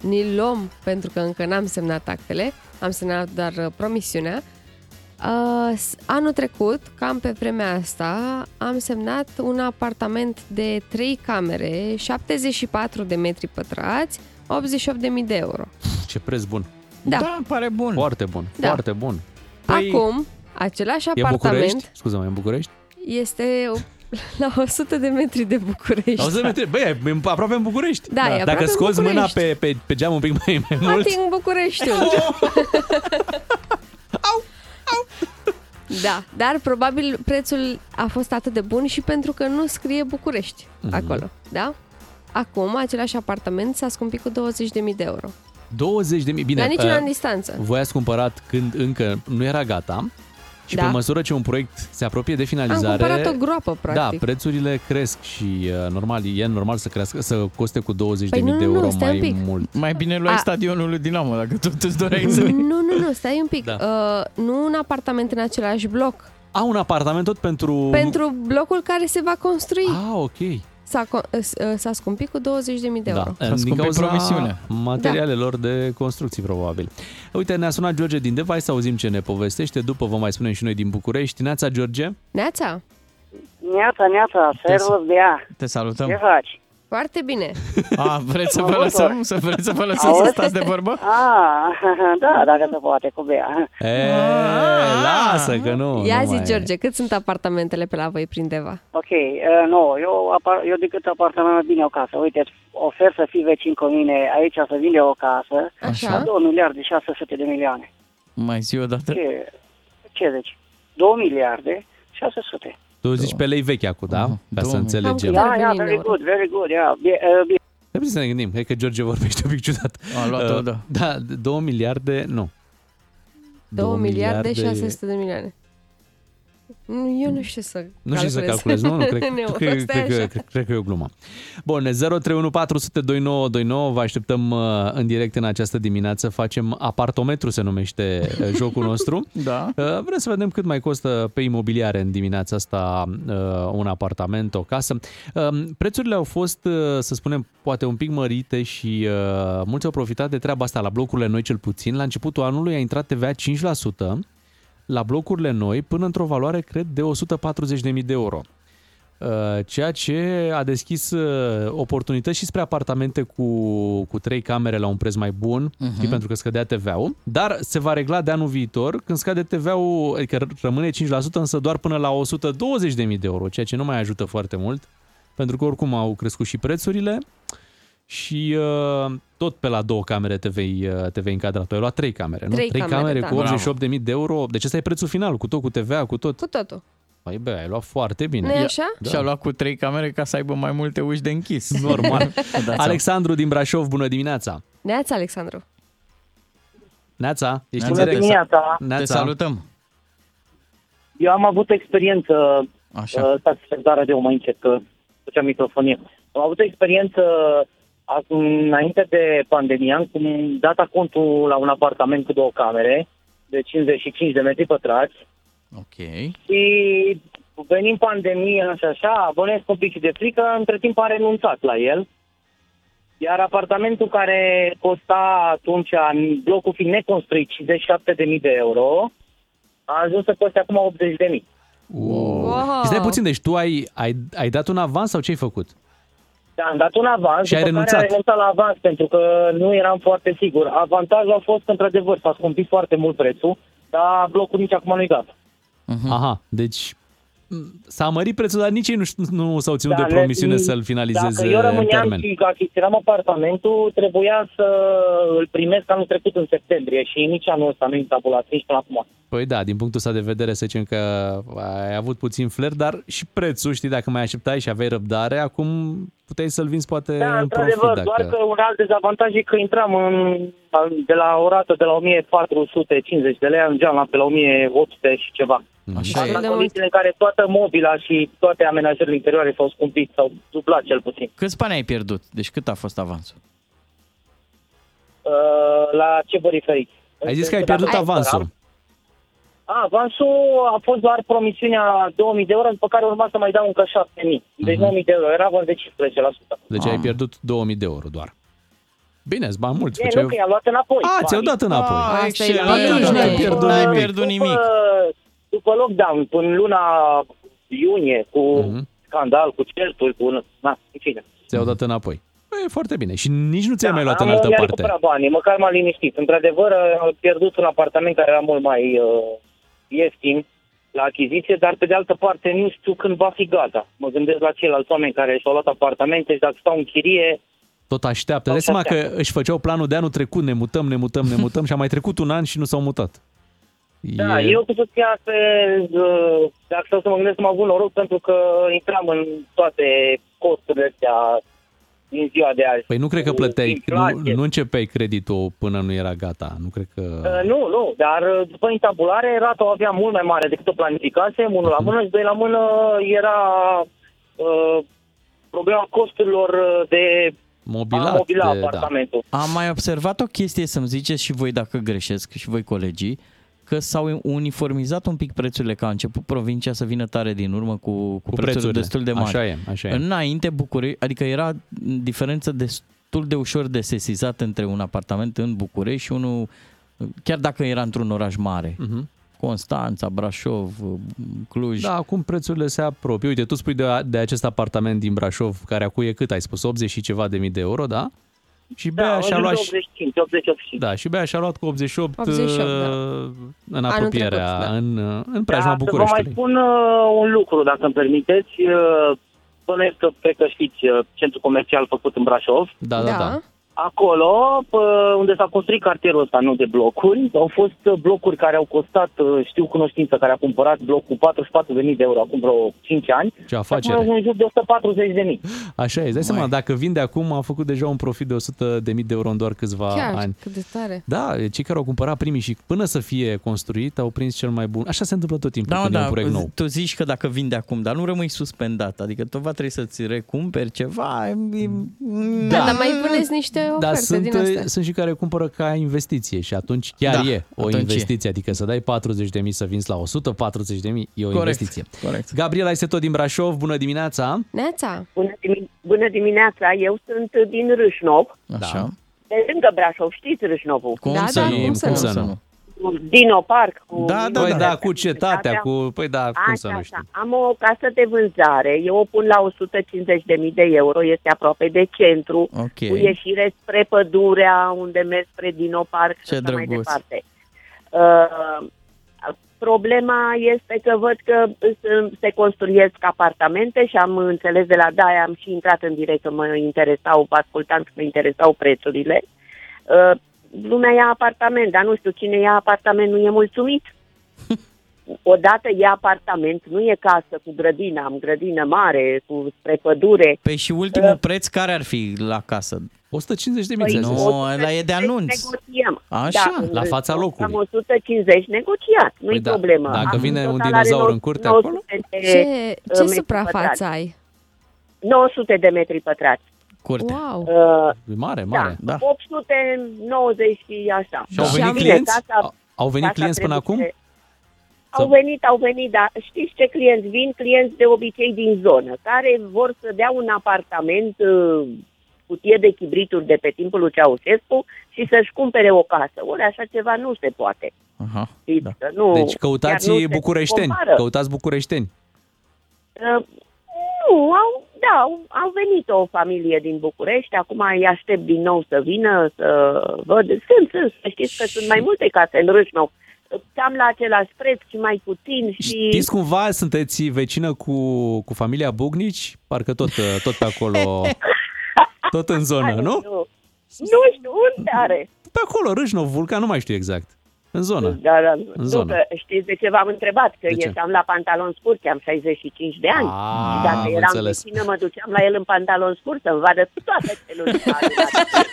S3: ni-l luăm, pentru că încă n-am semnat actele, am semnat doar uh, promisiunea. Uh, s- anul trecut, cam pe vremea asta, am semnat un apartament de 3 camere, 74 de metri pătrați, 88.000 de euro.
S2: Ce preț bun!
S3: Da. Da,
S4: pare bun!
S2: Foarte bun,
S3: Da.
S2: foarte bun! Păi,
S3: Acum, același
S2: e în București?
S3: apartament
S2: Scuze-mă, e în București?
S3: este la 100 de metri de București.
S2: Auzi, Demetri, băi, e aproape în București.
S3: Da, e aproape
S2: Dacă
S3: în
S2: scoți mâna
S3: București.
S2: pe, pe, pe geam un pic mai, mai mult...
S3: Ating Bucureștiul. au, au. Da, dar probabil prețul a fost atât de bun și pentru că nu scrie București
S2: Mhm.
S3: acolo, da? Acum, același apartament s-a scumpit cu 20.000 de euro.
S2: 20 de mii. Bine,
S3: La niciun
S2: uh,
S3: an distanță.
S2: Voi ați cumpărat când încă nu era gata și
S3: Da.
S2: pe măsură ce un proiect se apropie de finalizare...
S3: cumpărat o groapă, practic.
S2: Da, prețurile cresc și uh, normal, e normal să crească, să coste cu 20.000
S3: Păi
S2: de
S3: nu, nu, nu,
S2: euro
S3: stai un
S2: mai
S3: pic.
S2: mult.
S4: Mai bine luai
S3: A-
S4: stadionul lui Dinamo, dacă tot îți doreai să...
S3: Nu, nu, nu, stai un pic.
S4: Da.
S3: Da. Uh, nu un apartament în același bloc.
S2: A, un apartament tot pentru...
S3: Pentru blocul care se va construi.
S2: Ah, ok.
S3: S-a, con- s- uh, s-a scumpit cu 20.000 de euro.
S2: Da, din cauza materialelor de construcții, probabil. Uite, ne-a sunat George din Deva, hai să auzim ce ne povestește, după vă mai spunem și noi din București. Neața, George?
S3: Neața,
S15: Neața, neața, servus, bea.
S4: Te salutăm.
S15: Ce faci?
S3: foarte bine.
S4: A, vreți să
S15: Mă
S4: vă
S15: bucur.
S4: lăsăm? Să vreți să vă lăsăm să
S15: Auzi?
S4: stați de vorbă?
S15: A, da, dacă se poate, cu bea.
S2: E, lasă că nu.
S3: Ia
S2: Oh, nu
S3: zi,
S2: mai-
S3: George, cât sunt apartamentele pe la voi prin Deva?
S15: Ok, eh, nu, no, eu, apar- eu decât apartament bine o casă. Uite, ofer să fii vecin cu mine aici, să vinde o casă.
S4: Așa.
S15: La 2 miliarde 600 de milioane.
S4: Mai zi o dată.
S15: Ce, ce zici? 2 miliarde 600.
S2: Tu zici pe lei vechi acum, da? Ca să înțelegem.
S15: Da, da, very good, very good, yeah. Bie, eh, bie.
S2: Trebuie să ne gândim. Cred că George vorbește un pic ciudat.
S4: A luat-o, da.
S2: Da, 2 miliarde, nu.
S3: 2
S2: Două
S3: miliarde
S2: miliarde-
S3: 600 de milioane. Nu, Eu nu știu să
S2: Nu știu să
S3: calculez.
S2: calculez, nu, nu, cred,
S3: Nu,
S2: cred,
S3: stai
S2: cred, că,
S3: așa.
S2: cred, cred că e o glumă. Bun, 031402929, vă așteptăm uh, în direct în această dimineață, facem apartometru se numește uh, jocul nostru. Uh,
S4: Da.
S2: Vrem să vedem cât mai costă pe imobiliare în dimineața asta uh, un apartament, o casă. Uh, Prețurile au fost, uh, să spunem, poate un pic mărite și uh, mulți au profitat de treaba asta la blocurile noi cel puțin. La începutul anului a intrat TVA 5%, la blocurile noi până într-o valoare, cred, de 140.000 de euro. Uh, Ceea ce a deschis uh, oportunități și spre apartamente cu, cu trei camere la un preț mai bun,
S4: Mhm.
S2: uh-huh. pentru că scădea TVA-ul, dar se va regla de anul viitor când scade TVA-ul, adică r- rămâne 5%, însă doar până la 120.000 de euro, ceea ce nu mai ajută foarte mult, pentru că oricum au crescut și prețurile și uh, tot pe la două camere te vei, uh, te vei încadra. Tu ai luat trei camere, nu?
S3: Trei camere, da.
S2: cu 88 8.000 de euro. Deci ăsta e prețul final, cu tot, cu TVA, cu tot.
S3: Cu totul.
S2: Păi bă, ai luat foarte bine.
S3: Nu-i așa?
S2: Da.
S4: Și-a luat cu trei camere ca să aibă mai multe uși de închis.
S2: Normal.
S4: Da,
S2: Alexandru din Brașov, bună dimineața!
S3: Neața, Alexandru.
S2: Neața, ești
S15: Bună
S2: în direct?
S15: dimineața.
S2: Neața.
S15: Te salutăm.
S16: Eu am avut o experiență,
S4: Așa.
S16: Uh, stați pe zara de eu mai încet, că făceam microfonie. Am avut o experiență acum, înainte de pandemie, am cum data contul la un apartament cu două camere, de 55 de metri pătrați,
S4: Ok.
S16: și venim pandemia și așa, abonez un pic și de frică, între timp am renunțat la el. Iar apartamentul care costa atunci, în blocul fiind neconstruit, 57.000 de euro, a ajuns să coste acum 80.000.
S2: Wow. Deci stai puțin, deci tu ai, ai, ai dat un avans sau ce ai făcut?
S16: Da, am dat un avans,
S2: Și ai
S16: după
S2: renunțat.
S16: care am renunțat la avans pentru că nu eram foarte sigur. Avantajul a fost, într-adevăr, s-a scumpit foarte mult prețul, dar blocul nici acum nu-i gata.
S2: Aha, deci m, s-a mărit prețul, dar nici ei nu, știu- nu s-au ținut
S16: Da,
S2: de
S16: le-
S2: promisiune să-l finalizeze
S16: Dacă eu
S2: în
S16: rămâneam
S2: termen.
S16: și achiziționam apartamentul, trebuia să îl primesc anul trecut în septembrie și nici anul ăsta nu i s-a bulat nici până acum.
S2: Păi da, din punctul ăsta de vedere să zicem că ai avut puțin flair, dar și prețul, știi, dacă mai așteptai și aveai răbdare, acum puteai să-l vinzi poate
S16: Da,
S2: în profit.
S16: într-adevăr,
S2: dacă...
S16: doar că un alt dezavantaj e că intram în, de la o rată de la 1450 de lei, ajungeam la pe la 1800 și ceva.
S4: Așa
S16: Asta
S4: e.
S16: în condițiile în care toată mobila și toate amenajările interioare s-au scumpit, s-au dublat cel puțin.
S4: Câți bani ai pierdut? Deci cât a fost avansul?
S16: Uh, la ce vă referiți?
S2: Ai zis că ai pierdut
S16: Dacă-
S2: avansul.
S16: A, avansul a fost doar promisiunea 2000 de euro, după care urma să mai dau încă 7000. Deci
S2: Mhm.
S16: 9000 de euro, era vorba de 15%.
S2: Deci ai pierdut 2000 de euro doar. Bine, îți bani mulți.
S16: Bine,
S2: făceai-
S16: nu, că i-am luat înapoi.
S2: A, Ah, ți-au
S16: banii.
S2: dat înapoi.
S16: A, asta e
S2: Excelent.
S16: bine.
S2: Atunci n-ai pierdut
S16: După-
S2: nimic. pierdut nimic.
S16: După, după lockdown, până luna iunie, cu
S2: Mhm.
S16: scandal, cu certuri, cu... Na, în fine.
S2: Ți-au dat înapoi. Păi, foarte bine. Și nici nu ți-ai mai luat în
S16: Da, Am-
S2: altă
S16: mi-a
S2: parte.
S16: recuperat banii, măcar m-a liniștit. Într-adevăr, am pierdut un apartament care era mult mai uh, ieftin la achiziție, dar pe de altă parte nu știu când va fi gata. Mă gândesc la ceilalți oameni care și-au luat apartamente și dacă stau în chirie,
S2: Tot așteaptă. Dai seama că își făceau planul de anul trecut, ne mutăm, ne mutăm, ne mutăm și a mai trecut un an și nu s-au mutat.
S16: Da,
S2: E-
S16: eu cu soția se, uh, dacă stau să mă gândesc, am avut noroc pentru că intram în toate costurile astea din ziua de azi.
S2: Păi nu cred că plăteai, nu,
S16: inflație.
S2: nu începeai creditul până nu era gata. Nu cred că...
S16: Uh, Nu, nu, dar uh, după intabulare rata o avea mult mai mare decât o planificasem, unul la
S2: Mhm.
S16: mână și doi la mână era uh, problema costurilor uh, de
S4: Mobilat,
S16: a mobila
S4: de- da.
S16: apartamentul.
S4: Am mai observat o chestie, să-mi ziceți și voi dacă greșesc, și voi colegii, că s-au uniformizat un pic prețurile, că a început provincia să vină tare din urmă cu, cu, cu prețuri
S2: prețurile.
S4: destul de mari.
S2: Așa e, așa e.
S4: Înainte, București, adică era diferență destul de ușor de sesizat între un apartament în București și unul, chiar dacă era într-un oraș mare.
S2: Mhm.
S4: Constanța, Brașov, Cluj.
S2: Da, acum prețurile se apropie. Uite, tu spui de, de acest apartament din Brașov, care acum e cât ai spus, 80 și ceva de mii de euro, da? Și Bea
S16: Da,
S2: și-a
S16: în
S2: luat...
S16: 85, 88.
S2: Da, și Bea și-a luat cu 88,
S16: 88, da.
S2: uh, în
S16: Anul
S2: apropierea,
S16: trecut, da.
S2: în, uh, în preajma
S16: Dar să vă mai
S2: Bucureștiului.
S16: spun uh, un lucru, dacă îmi permiteți. Uh, Bănuiesc că, cred că știți, uh, centrul comercial făcut în Brașov.
S2: Da, da, Da. da.
S16: Acolo, pă, unde s-a construit cartierul ăsta, nu de blocuri, au fost uh, blocuri care au costat, uh, știu cunoștință, care a cumpărat bloc cu 44.000 de euro acum vreo 5 ani.
S2: Ce
S16: Și acum
S2: afacere.
S16: au în jur de 140.000.
S2: Așa e, îți dai seama, dacă vinde acum, a făcut deja un profit de 100 de mii de euro în doar câțiva
S3: Chiar,
S2: ani.
S3: cât de tare.
S2: Da, cei care au cumpărat primii și până să fie construit au prins cel mai bun. Așa se întâmplă tot timpul da,
S4: Da,
S2: când da, e un
S4: da,
S2: proiect nou.
S4: tu zici că dacă vinde acum, dar nu rămâi suspendat, adică tot va trebui să-ți recumperi ceva. e-
S3: Da, dar mai puneți niște oferte
S2: Dar sunt, uh,
S3: din astea.
S2: sunt și care cumpără ca investiție și atunci chiar
S4: Da,
S2: e o
S4: atunci e.
S2: investiție. Adică să dai 40.000 să vinzi la 140.000 e o
S4: Corect,
S2: investiție. Corect. Gabriela este tot din Brașov, bună dimineața!
S3: Neața.
S17: Bună, dimi- bună dimineața, eu sunt din Râșnov,
S2: Așa.
S17: de lângă Brașov, știți Râșnovul?
S2: Cum Da, să da, nu, cum cum să nu, să nu?
S17: Cu Dinoparc, cu...
S2: Da, da, păi da, cu cetatea,
S17: Cetatea.
S2: cu... Păi da, cum
S17: Așa,
S2: să nu știi.
S17: așa. Am o casă de vânzare, eu o pun la 150.000 de euro, este aproape de centru,
S4: Ok.
S7: Oh,
S17: cu ieșire spre pădurea, unde merg spre Dinoparc și
S4: Ce
S17: așa mai
S4: drăguț.
S17: departe. Uh, problema este că văd că sunt- se construiesc apartamente și am înțeles de la Daia, am și intrat în direct, că mă interesau, vă ascultam și mă interesau prețurile. Uh, Lumea ia apartament, dar nu știu cine ia apartament, nu e mulțumit. Odată e apartament, nu e casă cu grădină, am grădină mare, cu spre pădure.
S4: Păi și ultimul preț care ar fi la casă?
S2: 150 de
S17: Păi, ți-a zis.
S4: Nu, ăla e de
S17: Păi,
S4: anunț.
S17: da, Negociem. Da.
S4: Așa, la fața
S17: Am
S4: locului.
S17: 150 negociat, nu-i
S4: Păi da,
S17: problemă.
S4: dacă
S17: Am
S4: vine
S17: tot
S4: un
S17: la
S4: dinozaur
S17: 900
S4: în curte acolo?
S17: de,
S3: Ce,
S17: uh,
S3: ce
S17: metri
S3: suprafață
S17: pătrați.
S3: ai?
S17: 900 de metri pătrați.
S4: Curte.
S3: Wow.
S17: Uh,
S2: E mare, mare. Da.
S17: 890 și așa.
S2: Și au venit
S17: Bine,
S2: clienți?
S17: casa-
S2: Au- Au venit
S17: casa
S2: clienți până
S17: trebuie
S2: acum?
S17: Au venit, au venit, dar știți ce clienți vin? Clienți de obicei din zonă, care vor să dea un apartament, uh, cutie de chibrituri de pe timpul lui Ceaușescu și să-și cumpere o casă. Ori așa ceva nu se poate.
S4: Aha,
S17: Știți da. că nu,
S2: Deci căutați
S17: chiar nu se
S2: bucureșteni,
S17: compară.
S2: căutați bucureșteni.
S17: Uh, Nu, au, da, au, au venit o familie din București, acum îi aștept din nou să vină, să văd. Sunt, sunt, să știți că sunt mai multe case în Râșnov, cam la același preț și mai puțin și...
S2: Știți cumva, sunteți vecină cu, cu familia Bugnici? Parcă tot, tot pe acolo, tot în zonă, nu?
S17: Nu, nu știu unde are.
S2: Pe acolo, Râșnov, Vulcan, nu mai știu exact. În zonă.
S17: Da, da,
S2: În
S17: nu,
S2: zonă.
S17: că știți de ce v-am întrebat, că
S2: De ce?
S17: eu am la pantalon scurt, am 65 de ani.
S2: Ah,
S17: și dacă
S2: am
S17: eram
S2: înțeles.
S17: vecină, mă duceam la el în pantalon scurt să-mi vadă toate celulele.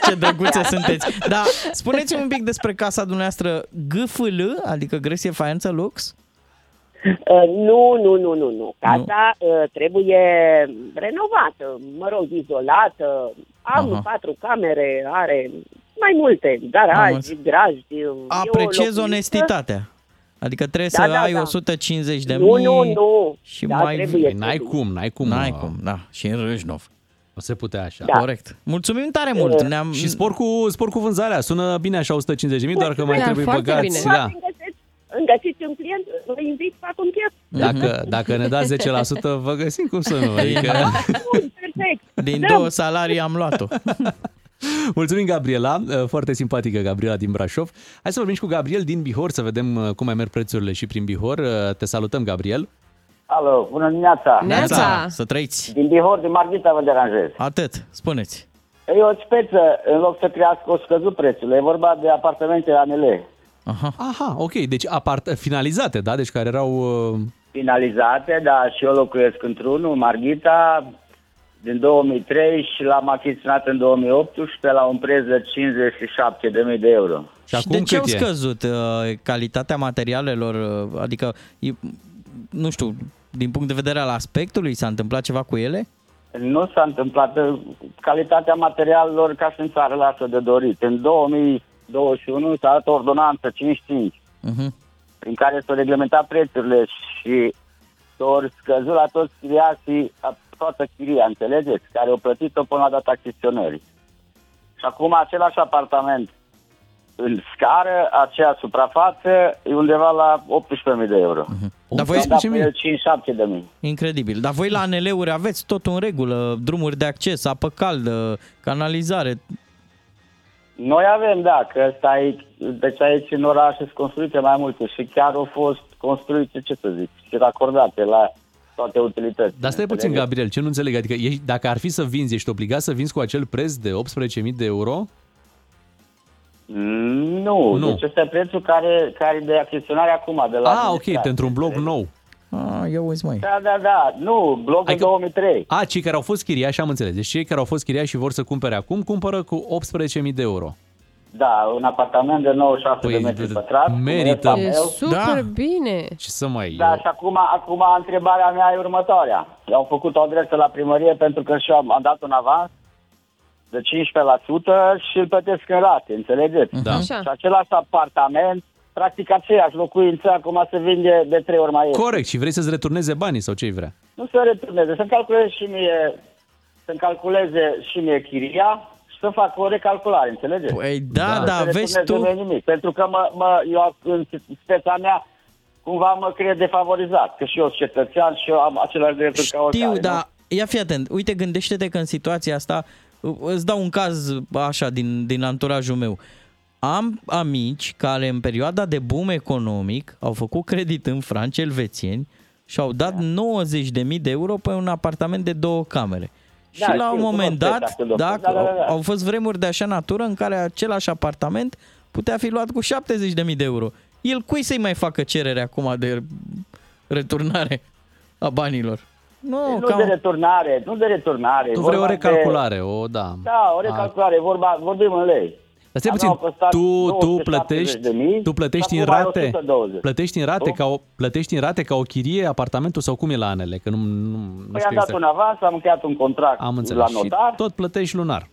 S4: Ce drăguțe sunteți. Da, spuneți-mi un pic despre casa dumneavoastră GFL, adică Gresie Faență Lux.
S17: Uh, Nu, nu, nu, nu, nu. Casa uh, trebuie renovată, mă rog, izolată. Am
S4: Aha.
S17: patru camere, are mai multe, garaj,
S4: înțeles.
S17: graj. e o
S4: Apreciez
S17: locuință.
S4: onestitatea. Adică trebuie
S17: Da,
S4: să
S17: da,
S4: ai
S17: da.
S4: 150 de
S17: Nu,
S4: mii
S17: nu, nu.
S4: și
S17: Da,
S4: mai...
S17: trebuie, Păi
S2: n-ai trebuie. cum, n-ai cum.
S4: N-ai cum, da. Și în Râșnov.
S2: O se putea așa.
S4: Da. Corect. Mulțumim tare mult. Ne-am...
S2: Și spor cu, spor cu vânzarea. Sună bine așa 150.000, doar că mai
S17: Da,
S2: trebuie
S17: foarte
S2: băgați.
S17: bine.
S2: Da.
S17: Îmi găsiți- Îmi găsiți un client, vă invit, fac un chef.
S2: Dacă, dacă ne dați 10%, vă
S4: Păi, da.
S2: găsim cum să nu. Adică...
S17: Perfect.
S4: Din
S17: Da.
S4: două salarii am luat-o.
S2: Mulțumim, Gabriela. Uh, Foarte simpatică Gabriela din Brașov. Hai să vorbim și cu Gabriel din Bihor, să vedem uh, cum mai merg prețurile și prin Bihor. Uh, Te salutăm, Gabriel.
S18: Alo, bună dimineața!
S4: Să trăiți!
S18: Din Bihor, din Marghita vă deranjez.
S4: Atât, spuneți.
S18: E o speță, în loc să crească, o scăzut prețul. E vorba de apartamente ANL.
S2: Aha. Aha, ok. Deci apart, finalizate, da? Deci care erau... uh,
S18: Finalizate, dar și eu locuiesc într-unul, Marghita, din 2003 și l-am achiziționat în 2018 la un preț de 57.000 de euro.
S4: Și, și de ce au scăzut uh, calitatea materialelor? uh, Adică, e- nu știu, din punct de vedere al aspectului, s-a întâmplat ceva cu ele?
S18: Nu s-a întâmplat. Calitatea materialelor ca și în țară lasă de dorit. În 2021 s-a dat o ordonanță 55
S4: Uh-huh.
S18: prin care s-au reglementat prețurile și s-au scăzut la toți chiriații, la toată chiria, înțelegeți? Care au plătit-o până la data achiziționării. Și acum același apartament în scară, aceea suprafață, e undeva la 18.000 de euro.
S4: Mhm. Dar voi-
S18: Am dat pe el 57.000.
S4: Incredibil. Dar voi la ANL-uri aveți totul în regulă, drumuri de acces, apă caldă, canalizare.
S18: Noi avem, da, că stai, deci aici în oraș sunt construite mai multe și chiar au fost construite, ce să zic, și acordate la toate utilitățile.
S2: Dar stai puțin,
S18: Înțelegeți?
S2: Gabriel, ce nu înțeleg? Adică ești, dacă ar fi să vinzi, ești obligat să vinzi cu acel preț de 18.000 de euro?
S18: Nu,
S2: Nu.
S18: nu. deci ăsta e prețul care, care e de achiziționare acum. De la
S2: Ah, ok,
S18: administrație.
S2: pentru un blog nou.
S4: Ah, eu uzi, mai.
S18: Da, da, da, nu, blogul
S2: Adică-
S18: 2003.
S2: A, cei care au fost chiriași, am înțeles. Deci cei care au fost chiriași și vor să cumpere acum, cumpără cu 18.000 de euro. Păi,
S18: Da, un apartament de 97 de metri pătrați.
S2: merită. Da.
S18: cum
S3: E
S18: ăsta meu.
S3: super Da. bine.
S2: Ce să mai...
S18: Da, și acum, acum întrebarea mea e următoarea. Eu am făcut o adresă la primărie pentru că și eu am, am dat un avans de 15% și îl plătesc în rate, înțelegeți?
S2: Da.
S18: Și același apartament, practic aceeași locuință, acum se vinde de trei ori mai ieftin.
S2: Corect, și vrei să-ți returneze banii sau ce vrea?
S18: Nu se returneze, să calculeze și mie, să calculeze și mie chiria și să fac o recalculare, înțelegeți?
S4: Păi da,
S18: Nu
S4: da,
S18: se
S4: vezi
S18: returneze Nimic, pentru că mă, mă, eu în speța mea cumva mă cred defavorizat, că și eu sunt cetățean și eu am același drepturi ca oricare.
S19: da,
S4: Știu,
S18: nu?
S4: dar ia fi atent. Uite, gândește-te că în situația asta, îți dau un caz așa din, din anturajul meu. Am amici care în perioada de boom economic au făcut credit în franci elvețieni și au
S19: Da.
S4: dat 90.000 de euro pe un apartament de două camere.
S19: Da,
S4: și la
S19: știu,
S4: un moment
S19: cunosc
S4: dat,
S19: exact, domnul.
S4: dacă
S19: Da, da, da, da.
S4: au fost vremuri de așa natură în care același apartament putea fi luat cu 70.000 de euro. El cui să-i mai facă cerere acum de returnare a banilor? Nu,
S18: nu
S4: cam-
S18: de returnare, nu de returnare.
S2: Tu vrei o
S18: vorba de-
S2: recalculare, o,
S4: oh,
S2: da.
S18: Da, o recalculare, vorba, vorbim în lei.
S2: Dar stai
S18: Acum
S2: puțin,
S18: Da, au costat
S2: tu, tu
S18: 270
S2: plătești,
S18: de mii,
S2: tu plătești
S18: și
S2: în
S18: acum ai
S2: rate,
S18: 120.
S2: plătești în rate,
S18: Nu?
S2: ca o, plătești în rate ca o chirie apartamentul sau cum e la ANL? Că nu, nu, nu
S18: Păi
S2: știu
S18: am dat un
S2: exact.
S18: avans, am încheiat un contract
S2: Am
S18: la
S2: înțeles. Și
S18: notar
S2: tot plătești lunar.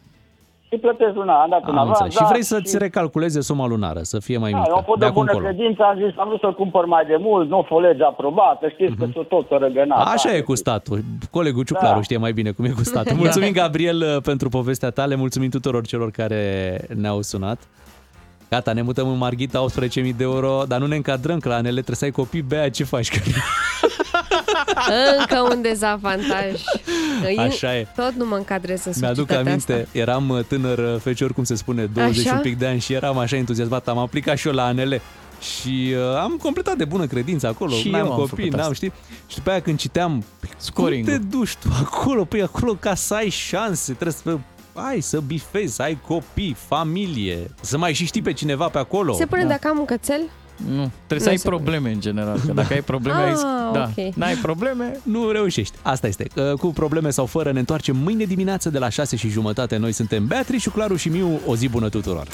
S18: și, plătesc luna, am dat un
S2: Am
S18: avans.
S2: înțeles.
S18: da,
S2: Și vrei să-ți recalculeze suma lunară, să fie mai
S18: Da, eu am
S2: mică,
S18: fost
S2: de
S18: de
S2: acum
S18: bună
S2: încolo.
S18: credință, am zis, am vrut să-l cumpăr mai de mult, nu o lege aprobată, știți că sunt tot
S4: Da,
S18: răgănat.
S2: Mhm. Așa e cu statul. Colegul Ciuclaru
S18: Da.
S2: știe mai bine cum e cu statul.
S4: Da.
S2: Mulțumim, Gabriel, pentru povestea ta. Le mulțumim tuturor celor care ne-au sunat. Gata, ne mutăm în Marghita, 18.000 de euro, dar nu ne încadrăm, că la ANL trebuie să ai copii, bea, ce faci? Că
S3: Încă un dezavantaj. Eu
S2: Așa e.
S3: Tot nu mă încadrez în
S2: Mi-aduc
S3: societatea
S2: aminte,
S3: asta.
S2: eram fecior, fecior, cum se spune, 20 și
S3: Așa?
S2: un pic de ani și eram așa entuziasmat. Am aplicat și eu la ANL și uh, am completat de bună credință acolo.
S4: Și
S2: n-am
S4: eu am
S2: copii,
S4: făcut
S2: n-am,
S4: asta.
S2: știi? Și după aia când citeam, cum
S4: Scoring-ul.
S2: te duci tu acolo? Păi acolo ca să ai șanse, trebuie să ai să bifezi, să ai copii, familie, să mai și știi pe cineva pe acolo.
S3: Se pune dacă am un cățel?
S4: Da. Nu,
S3: Nu
S4: trebuie să ai
S3: se
S4: probleme în general, că dacă ai probleme,
S3: Ah,
S4: ai... Da.
S3: ok.
S4: N-ai probleme?
S2: Nu reușești. Asta este. Uh, Cu probleme sau fără, ne întoarcem mâine dimineață de la 6 și jumătate. Noi suntem Beatrice, Claru și Miu. O zi bună tuturor!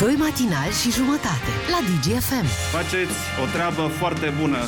S1: Doi matinali și jumătate la DGFM.
S20: Faceți o treabă foarte bună.